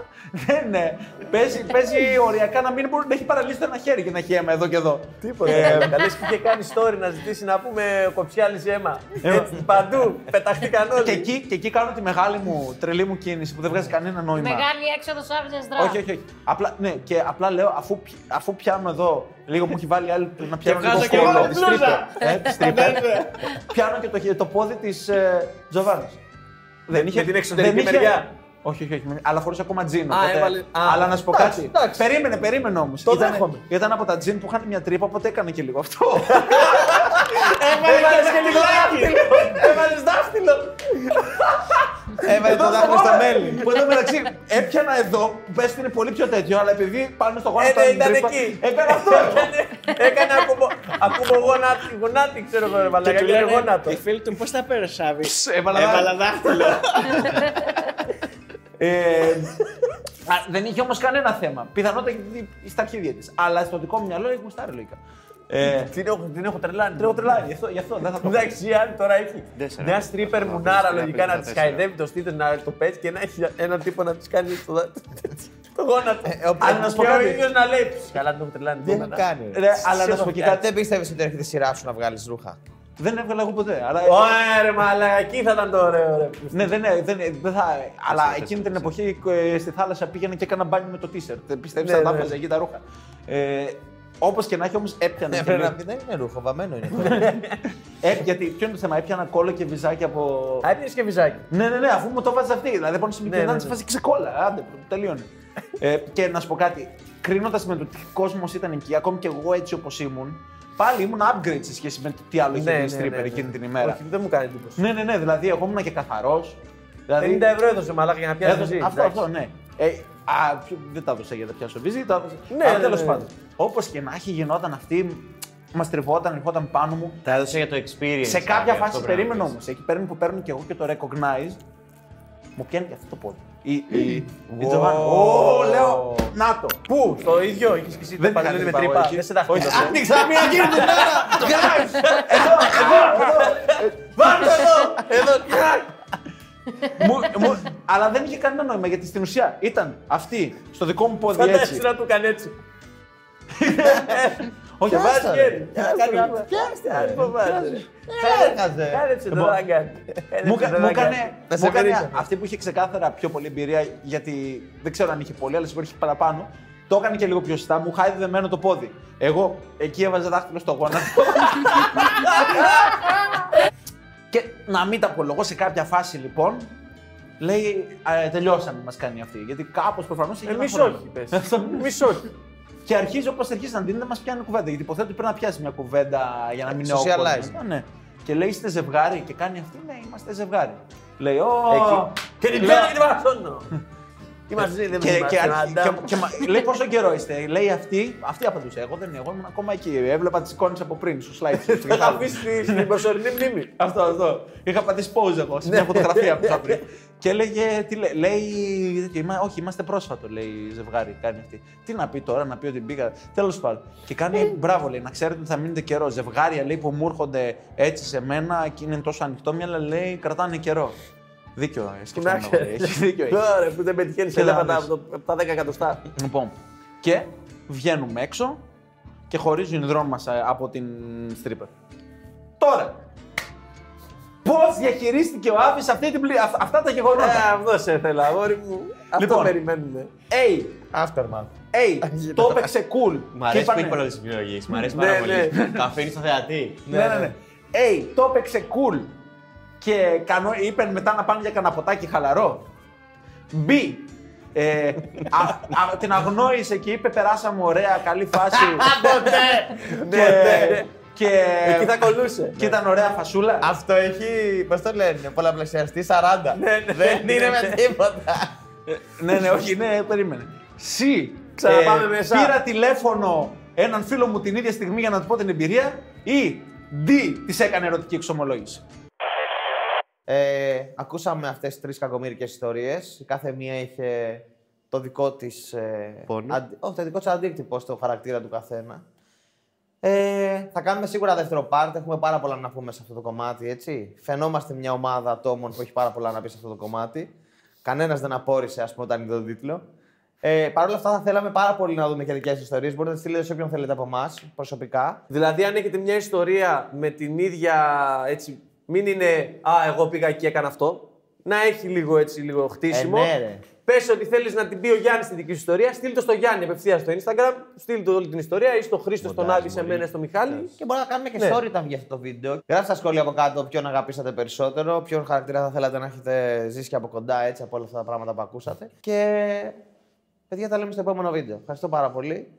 [SPEAKER 3] Ναι, ναι. Παίζει,
[SPEAKER 6] <laughs>
[SPEAKER 3] παίζει οριακά να μην μπορεί να έχει παραλύσει το ένα χέρι και να έχει αίμα εδώ και εδώ.
[SPEAKER 1] Τίποτα. Καλέ Ε, που είχε κάνει story να ζητήσει να πούμε κοψιάλη αίμα. Έτσι παντού. Πεταχτήκαν
[SPEAKER 3] Ε, και,
[SPEAKER 1] όλοι.
[SPEAKER 3] εκεί, και εκεί κάνω τη μεγάλη μου, τρελή μου κίνηση που δεν βγάζει κανένα νόημα.
[SPEAKER 10] Μεγάλη έξοδο Άβη Δρά.
[SPEAKER 3] Όχι, όχι, όχι. Απλά, ναι, και απλά λέω, αφού, πι- αφού πιάνω εδώ, λίγο μου έχει βάλει άλλη να πιάνω λίγο
[SPEAKER 5] βγάζω και εγώ
[SPEAKER 3] σκόλο.
[SPEAKER 5] την
[SPEAKER 3] της
[SPEAKER 5] μπλούζα.
[SPEAKER 3] stripper,
[SPEAKER 1] Ναι,
[SPEAKER 3] ε, της stripper. Πιάνω και το, χε- το πόδι της ε, Τζοβάνας. Δεν είχε.
[SPEAKER 1] την εξωτερική
[SPEAKER 3] δεν είχε-
[SPEAKER 1] μεριά.
[SPEAKER 3] Όχι, όχι, όχι. Αλλά χωρί ακόμα τζιν.
[SPEAKER 1] Α,
[SPEAKER 3] οπότε-
[SPEAKER 1] έβαλε- α.
[SPEAKER 3] αλλά να σου πω
[SPEAKER 1] Εντάξει,
[SPEAKER 3] κάτι.
[SPEAKER 1] εντάξει.
[SPEAKER 3] Περίμενε, περίμενε όμως.
[SPEAKER 1] Το δέχομαι.
[SPEAKER 3] Ήταν από τα τζιν που είχαν μια τρύπα, οπότε έκανε και λίγο αυτό.
[SPEAKER 1] <laughs> Έβαλε και λίγο δάχτυλο. Έβαλες δάχτυλο. Έβαλε το δάχτυλο στο μέλι.
[SPEAKER 3] Που εδώ μεταξύ έπιανα εδώ, που πες ότι είναι πολύ πιο τέτοιο, αλλά επειδή πάνω στο γόνατο.
[SPEAKER 1] Ε, ναι, ήταν
[SPEAKER 3] τρύπα,
[SPEAKER 1] εκεί. Ναι,
[SPEAKER 3] Έκανα
[SPEAKER 1] <laughs>
[SPEAKER 3] αυτό.
[SPEAKER 1] Έκανε ακούμπο γονάτι, γονάτι ξέρω εγώ ρε
[SPEAKER 6] Και
[SPEAKER 1] μαλάκα,
[SPEAKER 6] του
[SPEAKER 1] έκανε
[SPEAKER 6] λένε
[SPEAKER 1] γονάτο.
[SPEAKER 6] οι φίλοι του πώς τα πέρασε, Άβη.
[SPEAKER 3] έβαλα
[SPEAKER 6] Έβαλα δάχτυλο.
[SPEAKER 3] Ε, α, δεν είχε όμως κανένα θέμα. Πιθανότατα γιατί στα αρχίδια της. Αλλά στο δικό μου μυαλό έχει γουστάρει λογικά. Ε,
[SPEAKER 1] Την έχω, την έχω τρελάνει.
[SPEAKER 3] την έχω τρελάνει, γι' αυτό, γι' αυτό δεν θα το πω.
[SPEAKER 1] Εντάξει, αν τώρα έχει
[SPEAKER 5] Τέσσερα.
[SPEAKER 1] μια στρίπερ μουνάρα
[SPEAKER 5] πέντε,
[SPEAKER 1] λογικά να
[SPEAKER 5] πέντε,
[SPEAKER 1] τη
[SPEAKER 5] τέσσερα.
[SPEAKER 1] χαϊδεύει το στήθο να το πέσει και να έχει έναν τύπο να της κάνει στο δάχτυλο. Το γόνατο.
[SPEAKER 3] αλλά να σου πω
[SPEAKER 1] Και ο
[SPEAKER 3] κάτι.
[SPEAKER 1] ίδιος να λέει. «Ψ, Καλά, την έχω τρελάνει.
[SPEAKER 7] Δεν
[SPEAKER 1] γόνατα».
[SPEAKER 7] κάνει.
[SPEAKER 3] Ρε, αλλά να σου πω και κάτι.
[SPEAKER 7] Δεν πίστευε ότι έρχεται η σειρά σου να βγάλεις ρούχα.
[SPEAKER 3] Δεν έβγαλα εγώ ποτέ. Αλλά...
[SPEAKER 1] Ωε ρε μαλάκα, εκεί θα ήταν το ωραίο ρε.
[SPEAKER 3] Ναι, δεν, δεν, δεν θα. Αλλά εκείνη την εποχή ε, στη θάλασσα πήγαινα και έκανα μπάνι με το t-shirt. Πιστεύεις
[SPEAKER 1] Ναι,
[SPEAKER 3] θα τα
[SPEAKER 1] ναι.
[SPEAKER 3] έβγαζα εκεί τα ρούχα. Ε, Όπως και να έχει, όμως έπιανε.
[SPEAKER 7] Ναι, πρέπει να πει, δεν είναι ρούχο, βαμμένο είναι.
[SPEAKER 3] Ε, γιατί ποιο είναι το θέμα, έπιανα κόλλο και βυζάκι από.
[SPEAKER 1] Α, έπιες και βυζάκι.
[SPEAKER 3] Ναι, ναι, ναι, αφού μου το βάζεις αυτή. Δηλαδή, πάνω σε μικρή
[SPEAKER 1] Ναι,
[SPEAKER 3] ναι,
[SPEAKER 1] ναι,
[SPEAKER 3] σε
[SPEAKER 1] ναι.
[SPEAKER 3] φάση ξεκόλα. Άντε, τελειώνει. ε, και να σου πω κάτι. Κρίνοντας με το τι κόσμος ήταν εκεί, ακόμη και εγώ έτσι όπως ήμουν, πάλι ήμουν upgrade σε σχέση με τι άλλο είχε
[SPEAKER 1] Ναι,
[SPEAKER 3] γίνει
[SPEAKER 1] ναι, ναι,
[SPEAKER 3] stripper
[SPEAKER 1] ναι.
[SPEAKER 3] εκείνη την ημέρα.
[SPEAKER 1] Όχι, δεν μου κάνει τίποτα.
[SPEAKER 3] Ναι, ναι, ναι, δηλαδή εγώ ήμουν και καθαρός.
[SPEAKER 1] 50
[SPEAKER 3] Δηλαδή,
[SPEAKER 1] ευρώ έδωσε μαλάκα για να πιάσει
[SPEAKER 3] έδωσε-
[SPEAKER 1] βυζί,
[SPEAKER 3] αυτό,
[SPEAKER 1] εντάξει.
[SPEAKER 3] αυτό, ναι. Ε, α, ποιο- δεν τα έδωσα για να πιάσω βίζι, τα έδωσα.
[SPEAKER 1] Ναι,
[SPEAKER 3] Αλλά
[SPEAKER 1] ναι,
[SPEAKER 3] τέλος
[SPEAKER 1] ναι.
[SPEAKER 3] πάντων. Όπως και να έχει, γινόταν αυτή, μας τριβόταν, ερχόταν πάνω μου.
[SPEAKER 5] Τα έδωσε για το experience.
[SPEAKER 3] Σε κάποια
[SPEAKER 5] Άβη, αυτό
[SPEAKER 3] φάση
[SPEAKER 5] πρέπει να
[SPEAKER 3] περίμενα
[SPEAKER 5] πεις.
[SPEAKER 3] όμως. Εκεί παίρνει που παίρνω και εγώ και το recognize. Μου πιάνει και αυτό το πόδι. Η, η, η Τζοβάνι. Ω, λέω. Να το.
[SPEAKER 1] Πού, στο ίδιο, είχε και εσύ
[SPEAKER 3] Δεν
[SPEAKER 1] το παντελόνι
[SPEAKER 3] είχα
[SPEAKER 1] με
[SPEAKER 3] την
[SPEAKER 1] τρύπα.
[SPEAKER 3] παραγωγή.
[SPEAKER 1] Δεν σε δάχτυλο.
[SPEAKER 7] Άνοιξα
[SPEAKER 1] <laughs>
[SPEAKER 7] μια κίνδυνα!
[SPEAKER 3] μου, μου, αλλά δεν είχε κανένα νόημα γιατί στην ουσία ήταν αυτή στο δικό μου πόδι
[SPEAKER 1] Φαντάζεσαι
[SPEAKER 3] έτσι.
[SPEAKER 1] να του κάνει έτσι.
[SPEAKER 3] Όχι,
[SPEAKER 7] Πιάστα,
[SPEAKER 3] βάζεις
[SPEAKER 7] ρε.
[SPEAKER 3] χέρι.
[SPEAKER 7] Πιάστα,
[SPEAKER 3] Να κάνει
[SPEAKER 7] ρε.
[SPEAKER 3] άλλο.
[SPEAKER 7] Πιάστα,
[SPEAKER 3] Κάνει
[SPEAKER 7] ρε.
[SPEAKER 3] φοβάται, ρε.
[SPEAKER 7] Έχασε.
[SPEAKER 1] Κάλεψε το
[SPEAKER 3] Λοιπόν,
[SPEAKER 1] να κάνει.
[SPEAKER 3] Μου κα- μου έκανε
[SPEAKER 7] Να σε
[SPEAKER 3] μου έκανε
[SPEAKER 7] βρίσω.
[SPEAKER 3] αυτή που είχε ξεκάθαρα πιο πολλή εμπειρία, γιατί δεν ξέρω αν είχε πολύ, αλλά σίγουρα είχε παραπάνω. Το έκανε και λίγο πιο σωστά, μου χάει δεμένο το πόδι. Εγώ εκεί έβαζα δάχτυλο στο γόνατο. και να μην τα απολογώ σε κάποια φάση λοιπόν, λέει «Ε, τελειώσαμε μας κάνει αυτή. Γιατί κάπως προφανώς είχε ένα
[SPEAKER 1] Εμεί
[SPEAKER 3] πρόβλημα.
[SPEAKER 1] όχι, πε. Εμεί όχι.
[SPEAKER 3] Και αρχίζει όπως αρχίζει να δίνει, δεν μας πιάνει κουβέντα. Γιατί υποθέτω ότι πρέπει να πιάσει μια κουβέντα για να μην είναι
[SPEAKER 7] Ε, Socialize.
[SPEAKER 3] awkward. Ναι, ναι. Και λέει είστε ζευγάρι και κάνει αυτή, ναι, είμαστε ζευγάρι. Λέει, Ω.
[SPEAKER 1] Εκεί. Και την
[SPEAKER 3] Λέω-
[SPEAKER 1] παίρνει και την παρασώνω. Είμαστε δεν
[SPEAKER 3] και, και,
[SPEAKER 1] είμαστε,
[SPEAKER 3] αρχι-
[SPEAKER 1] άντα.
[SPEAKER 3] και- και μα- λέει πόσο καιρό είστε. Λέει αυτή, αυτή απαντούσε. Εγώ δεν εγώ ήμουν ακόμα εκεί. Έβλεπα τις εικόνες από πριν στο slide. σου, στο
[SPEAKER 1] <laughs> Θα τα
[SPEAKER 3] κεφάλι.
[SPEAKER 1] αφήσει στη- στην προσωρινή μνήμη.
[SPEAKER 3] αυτό, αυτό. Είχα πατήσει pause εγώ
[SPEAKER 1] Ναι.
[SPEAKER 3] σε μια φωτογραφία που θα βρει. Και έλεγε, τι λέει, λέει τέτοιο, «Είμα- όχι, είμαστε πρόσφατο, λέει ζευγάρι, κάνει αυτή. Τι να πει τώρα, να πει ότι μπήκα. Τέλος πάντων. Και κάνει, μπράβο, λέει, να ξέρετε ότι θα μείνετε καιρό. Ζευγάρια, λέει, που μου έρχονται έτσι σε μένα και είναι τόσο ανοιχτό μυαλό, λέει, κρατάνε καιρό. Δίκιο, ε, σκεφτόμουν εγώ. λέει, Έχει δίκιο. έχεις.
[SPEAKER 1] Τώρα που δεν πετυχαίνεις
[SPEAKER 3] Και
[SPEAKER 1] ελέφαντα
[SPEAKER 3] λάβεις.
[SPEAKER 1] από το- από τα 10 εκατοστά.
[SPEAKER 3] Λοιπόν, και βγαίνουμε έξω και χωρίζουν οι δρόμοι μας ε, από την stripper. Τώρα, πώς διαχειρίστηκε ο Άβης αυτή την πλη- αυ- αυτά τα
[SPEAKER 1] Ε,
[SPEAKER 3] γεγονότα.
[SPEAKER 1] Αυτό σε θέλω, αγόρι μου. Αυτό
[SPEAKER 3] Λοιπόν.
[SPEAKER 1] περιμένουμε.
[SPEAKER 3] Hey,
[SPEAKER 7] Aftermath.
[SPEAKER 3] hey, το έπαιξε cool.
[SPEAKER 5] Μ'
[SPEAKER 3] Και
[SPEAKER 5] αρέσει που
[SPEAKER 3] είπανε-
[SPEAKER 5] έχει πολλέ επιλογέ. Μ' αρέσει
[SPEAKER 1] Ναι,
[SPEAKER 5] πάρα
[SPEAKER 1] ναι.
[SPEAKER 5] πολύ. Τα αφήνεις στο θεατή.
[SPEAKER 3] Ναι, ναι, ναι. Hey, το έπαιξε cool. Και κανο... είπε μετά να πάνε για κανένα ποτάκι χαλαρό. B. Ε, <laughs> α- α- την αγνώρισε και είπε περάσαμε ωραία, καλή
[SPEAKER 1] <laughs>
[SPEAKER 3] φάση.
[SPEAKER 1] Ναι,
[SPEAKER 3] και, και,
[SPEAKER 1] Εκεί θα κολούσε.
[SPEAKER 3] και ήταν ωραία φασούλα.
[SPEAKER 7] Αυτό έχει, πώς το λένε, πολλαπλασιαστεί 40.
[SPEAKER 1] Ναι,
[SPEAKER 7] Δεν είναι με τίποτα.
[SPEAKER 3] ναι, ναι, όχι, ναι, περίμενε. Συ.
[SPEAKER 1] Ξαναπάμε μέσα.
[SPEAKER 3] Πήρα τηλέφωνο έναν φίλο μου την ίδια στιγμή για να του πω την εμπειρία. Ή D. Της έκανε ερωτική εξομολόγηση.
[SPEAKER 7] Ε, ακούσαμε αυτές τις τρεις κακομήρικες ιστορίες. Η κάθε μία είχε το δικό της... Ε,
[SPEAKER 5] Πόνο.
[SPEAKER 7] αντι- όχι, το δικό της αντίκτυπο στο χαρακτήρα του καθένα. Ε, θα κάνουμε σίγουρα δεύτερο part. Έχουμε πάρα πολλά να πούμε σε αυτό το κομμάτι, έτσι. Φαινόμαστε μια ομάδα ατόμων που έχει πάρα πολλά να πει σε αυτό το κομμάτι. Κανένας δεν απόρρισε, ας πούμε, όταν είδε τον τίτλο. Ε, Παρ' όλα αυτά, θα θέλαμε πάρα πολύ να δούμε και δικές ιστορίες. Μπορείτε να τις στείλετε σε όποιον θέλετε από εμάς προσωπικά.
[SPEAKER 1] Δηλαδή, αν έχετε μια ιστορία με την ίδια. Έτσι, μην είναι Α, εγώ πήγα και έκανα αυτό. Να έχει λίγο έτσι, λίγο χτίσιμο.
[SPEAKER 7] Ε, ναι, ρε.
[SPEAKER 1] Πες ότι θέλεις να την πει ο Γιάννης την δική σου ιστορία, στείλ το στο Γιάννη απευθείας στο Instagram, στείλ του όλη την ιστορία ή στο Χρήστο, στον Άβη, σε μένα, στο Μιχάλη.
[SPEAKER 7] Και μπορούμε να κάνουμε και
[SPEAKER 1] Ναι.
[SPEAKER 7] story όταν βγει αυτό το βίντεο. Γράψτε στα σχόλια από κάτω ποιον αγαπήσατε περισσότερο, ποιον χαρακτήρα θα θέλατε να έχετε ζήσει και από κοντά έτσι από όλα αυτά τα πράγματα που ακούσατε. Και παιδιά, τα λέμε στο επόμενο βίντεο. Ευχαριστώ πάρα πολύ.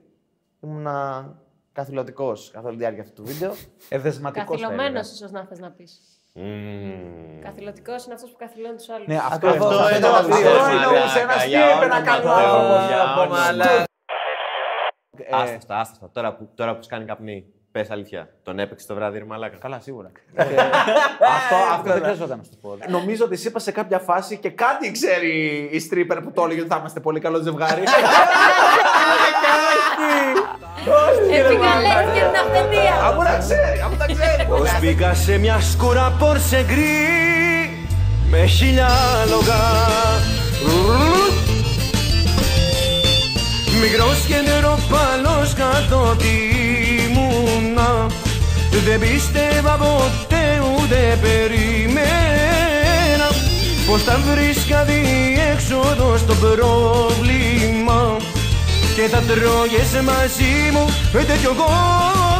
[SPEAKER 7] Ήμουνα καθηλωτικός καθ' όλη τη διάρκεια αυτού του βίντεο. Ε,
[SPEAKER 3] Εδεσματικό.
[SPEAKER 2] Καθυλωμένος, ίσως να θες να πεις. Καθηλωτικός είναι αυτός που καθυλώνει Ε, τους άλλους.
[SPEAKER 3] Ε. Ναι, αυτό
[SPEAKER 7] Ακριβώς,
[SPEAKER 3] εδώ,
[SPEAKER 7] αυτό
[SPEAKER 3] εδώ,
[SPEAKER 7] είναι
[SPEAKER 3] αυτό
[SPEAKER 7] το βασικό.
[SPEAKER 3] εννοούσε. Ένα τι
[SPEAKER 1] Μαλάκα, για
[SPEAKER 3] έπρεπε να
[SPEAKER 1] όνομα
[SPEAKER 3] κάνω.
[SPEAKER 1] του Θεού, για
[SPEAKER 3] Α,
[SPEAKER 1] όνομα
[SPEAKER 3] μαλάκα. Ε,
[SPEAKER 1] Άστα αυτά, άστα αυτά. Τώρα που, τώρα που σου κάνει καπνί, πες αλήθεια. Τον έπαιξε το βράδυ, ρε Μαλάκα.
[SPEAKER 3] Καλά, σίγουρα. Ε, Αυτό, αυτό δεν χρειαζόταν να σου το πω. Ε, Νομίζω ότι είπα σε κάποια φάση και κάτι ξέρει η stripper που το έλεγε ότι θα είμαστε πολύ καλό
[SPEAKER 7] <laughs>
[SPEAKER 3] ζευγάρι. <laughs>
[SPEAKER 2] Επικαλέστηκε την αυθεντία.
[SPEAKER 3] Αφού να ξέρει, αφού τα ξέρει.
[SPEAKER 5] Πως μπήκα σε μια σκούρα πόρσε γκρι με χίλια λόγα Μικρός και νεροπαλός καθότι ήμουνα Δεν πίστευα ποτέ ούτε περιμένα Πως θα βρίσκα διέξοδο στο πρόβλημα Και θα τρώγες μαζί μου τέτοιο γόλ